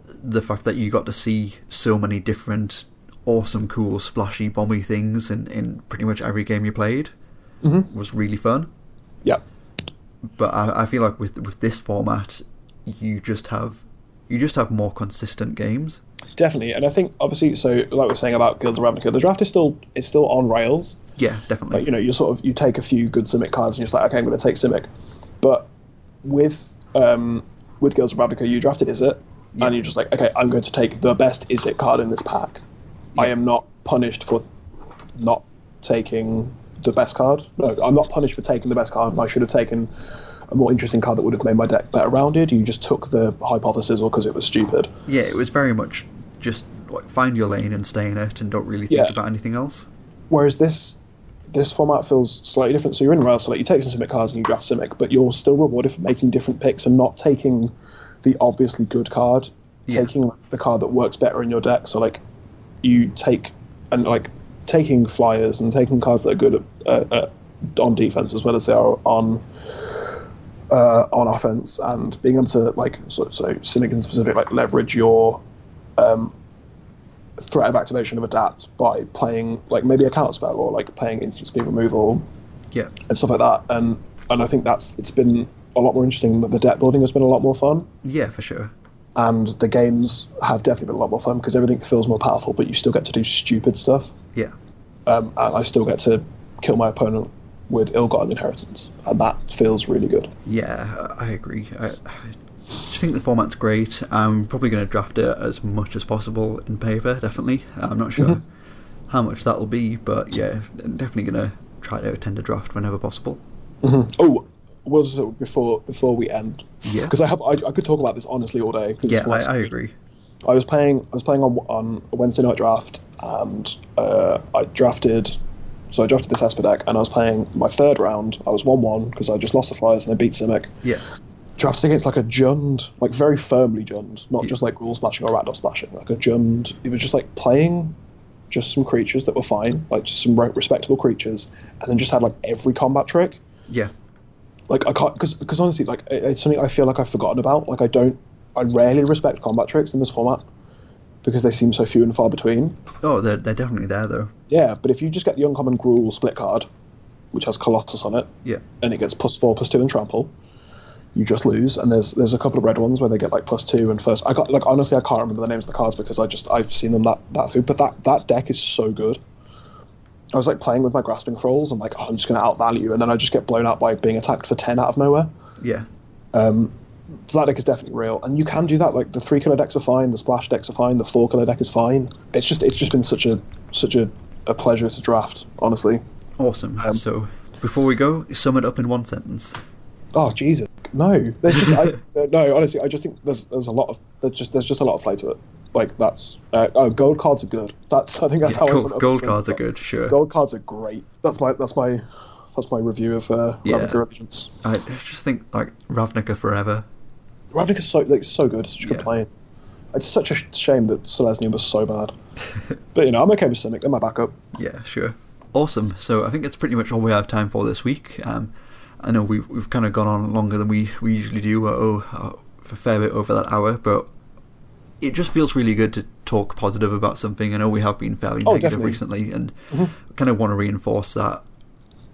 [SPEAKER 1] the fact that you got to see so many different awesome, cool, splashy, bomby things in in pretty much every game you played was really fun
[SPEAKER 2] Yep.
[SPEAKER 1] but I, I feel like with with this format, you just have you just have more consistent games.
[SPEAKER 2] Definitely, and I think obviously, so like we we're saying about Guilds of Ravnica, the draft is still is still on rails.
[SPEAKER 1] Yeah,
[SPEAKER 2] Like
[SPEAKER 1] definitely.
[SPEAKER 2] you know, you sort of you take a few good Simic cards and you're just like, okay, I'm going to take Simic, but with um, with Guilds of Ravnica, you drafted Izzet,
[SPEAKER 1] Yeah.
[SPEAKER 2] and you're just like, okay, I'm going to take the best Izzet card in this pack. I am not punished for not taking the best card. No, I'm not punished for taking the best card. and I should have taken a more interesting card that would have made my deck better rounded. You just took the hypothesis or because it was stupid.
[SPEAKER 1] yeah, it was very much just like find your lane and stay in it, and don't really think
[SPEAKER 2] Yeah.
[SPEAKER 1] about anything else.
[SPEAKER 2] Whereas this this format feels slightly different. So you're in Rails, so like you take some Simic cards and you draft Simic, but you're still rewarded for making different picks and not taking the obviously good card,
[SPEAKER 1] Yeah.
[SPEAKER 2] taking the card that works better in your deck. So like you take and like taking flyers and taking cards that are good at, uh, uh, on defense as well as they are on uh, on offense and being able to like so, so Simic in specific like leverage your threat of activation of adapt by playing like maybe a counter spell or like playing instant speed removal
[SPEAKER 1] Yeah,
[SPEAKER 2] and stuff like that. And and I think that's it's been a lot more interesting. The deck building has been a lot more fun,
[SPEAKER 1] yeah, for sure.
[SPEAKER 2] and the games have definitely been a lot more fun because everything feels more powerful, but you still get to do stupid stuff.
[SPEAKER 1] Yeah,
[SPEAKER 2] Um, and I still get to kill my opponent with ill-gotten inheritance, and that feels really good.
[SPEAKER 1] yeah, I I agree. I, I just think the format's great. I'm probably going to draft it as much as possible in paper. Definitely. I'm not sure
[SPEAKER 2] Mm-hmm.
[SPEAKER 1] how much that'll be, but yeah, I'm definitely going to try to attend a draft whenever possible.
[SPEAKER 2] Oh, was it before before we end?
[SPEAKER 1] Yeah.
[SPEAKER 2] Because I have I, I could talk about this honestly all day. 'cause
[SPEAKER 1] Yeah,
[SPEAKER 2] it's
[SPEAKER 1] I,
[SPEAKER 2] lots-
[SPEAKER 1] I agree.
[SPEAKER 2] I was playing. I was playing on on a Wednesday night draft, and uh, I drafted. So I drafted this Esper deck, and I was playing my third round. I was one-one because I just lost the Flyers and I beat Simic.
[SPEAKER 1] Yeah,
[SPEAKER 2] Drafted against like a Jund, like very firmly Jund, not just like rule splashing or Ratdos splashing, like a Jund. It was just like playing just some creatures that were fine, like just some re- respectable creatures, and then just had like every combat trick
[SPEAKER 1] yeah,
[SPEAKER 2] like I can't because because honestly, like it- it's something I feel like I've forgotten about. Like I don't, I rarely respect combat tricks in this format because they seem so few and far between.
[SPEAKER 1] Oh, they're, they're definitely there though.
[SPEAKER 2] Yeah, but if you just get the uncommon gruel split card, which has colossus on it,
[SPEAKER 1] Yeah,
[SPEAKER 2] and it gets plus four, plus two, and trample, you just lose. And there's there's a couple of red ones where they get like plus two and first. I got like honestly, I can't remember the names of the cards because I just I've seen them that that through. But that that deck is so good. I was like playing with my grasping thralls and like oh, I'm just going to outvalue, you, and then I just get blown out by being attacked for ten out of nowhere.
[SPEAKER 1] yeah,
[SPEAKER 2] So that deck is definitely real, and you can do that. Like the three color decks are fine, the splash decks are fine, the four color deck is fine. It's just it's just been such a such a, a pleasure to draft, honestly.
[SPEAKER 1] awesome.
[SPEAKER 2] Um,
[SPEAKER 1] so, before we go, sum it up in one sentence.
[SPEAKER 2] Oh Jesus, no! There's just I, uh, no. Honestly, I just think there's there's a lot of there's just there's just a lot of play to it. Like that's uh, oh gold cards are good. That's I think that's how I
[SPEAKER 1] Cool.
[SPEAKER 2] sort of-
[SPEAKER 1] Gold cards are good, sure.
[SPEAKER 2] Gold cards are great. That's my that's my that's my review of uh,
[SPEAKER 1] Yeah.
[SPEAKER 2] Ravnica Revengeance.
[SPEAKER 1] I I just think like Ravnica forever.
[SPEAKER 2] Ravnica's so like so good. It's such a
[SPEAKER 1] Yeah.
[SPEAKER 2] good play. It's such a sh- shame that Selesnya was so bad. but you know, I'm okay with Cynic. They're my backup.
[SPEAKER 1] Yeah, sure. Awesome. So I think that's pretty much all we have time for this week. Um, I know we've we've kind of gone on longer than we, we usually do. We're, oh, uh, for a fair bit over that hour, but it just feels really good to talk positive about something. I know we have been fairly
[SPEAKER 2] Oh,
[SPEAKER 1] negative
[SPEAKER 2] definitely. Mm-hmm.
[SPEAKER 1] recently, and kind of want to reinforce that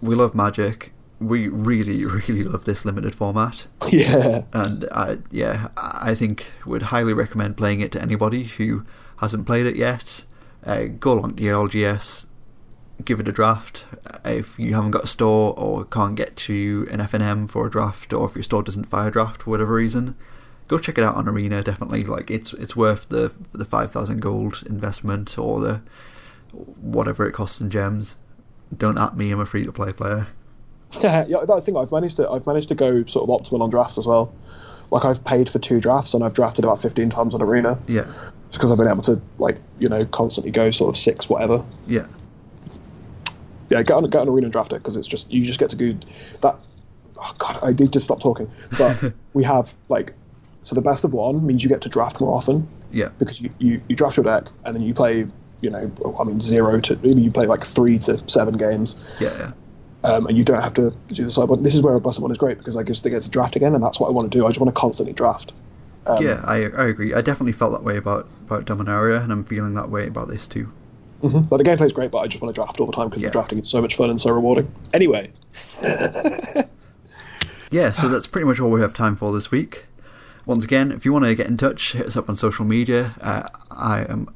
[SPEAKER 1] we love magic. We really, really love this limited format,
[SPEAKER 2] yeah.
[SPEAKER 1] and I, yeah, I I think would highly recommend playing it to anybody who hasn't played it yet. Uh, go along to your LGS, give it a draft. Uh, If you haven't got a store or can't get to an FNM for a draft, or if your store doesn't fire draft for whatever reason, go check it out on Arena. Definitely, like it's it's worth the the five thousand gold investment or the whatever it costs in gems. Don't at me. I'm a free to play player.
[SPEAKER 2] yeah, yeah, that thing I've managed to I've managed to go sort of optimal on drafts as well. Like I've paid for two drafts and I've drafted about 15 times on Arena
[SPEAKER 1] Yeah,
[SPEAKER 2] because I've been able to like you know constantly go sort of six whatever.
[SPEAKER 1] yeah,
[SPEAKER 2] Yeah, get on get on Arena and draft it because it's just you just get to go that. Oh god, I need to stop talking. But we have like so the best of one means you get to draft more often
[SPEAKER 1] yeah,
[SPEAKER 2] because you, you, you draft your deck and then you play you know I mean zero to maybe you play like three to seven games
[SPEAKER 1] yeah, yeah.
[SPEAKER 2] um, and you don't have to do the sideboard. This is where a bus one is great because I just get to draft again, and that's what I want to do. I just want to constantly draft.
[SPEAKER 1] yeah, I I agree. I definitely felt that way about about Dominaria, and I'm feeling that way about this too.
[SPEAKER 2] But the gameplay is great, but I just want to draft all the time because
[SPEAKER 1] Yeah.
[SPEAKER 2] drafting is so much fun and so rewarding. Anyway,
[SPEAKER 1] Yeah, so that's pretty much all we have time for this week. Once again, if you want to get in touch, hit us up on social media. Uh, I am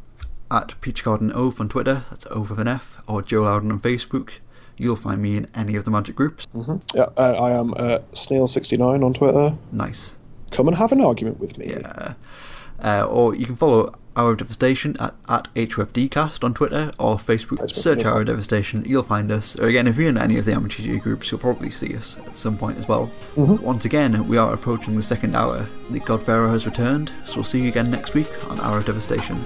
[SPEAKER 1] at Peach Garden Oaf on Twitter, that's Oaf with an F, or Joe Loudon on Facebook. You'll find me in any of the magic groups.
[SPEAKER 2] yeah, uh, I am uh, Snail69 on Twitter.
[SPEAKER 1] Nice.
[SPEAKER 2] Come and have an argument with me.
[SPEAKER 1] Yeah. Uh, or you can follow Hour of Devastation at, at HFDcast on Twitter or Facebook.
[SPEAKER 2] Facebook,
[SPEAKER 1] Search
[SPEAKER 2] yeah.
[SPEAKER 1] Hour of Devastation, you'll find us. Or again, if you're in any of the Amateur GA groups, you'll probably see us at some point as well. Once again, we are approaching the second hour. The God Pharaoh has returned, so we'll see you again next week on Hour of Devastation.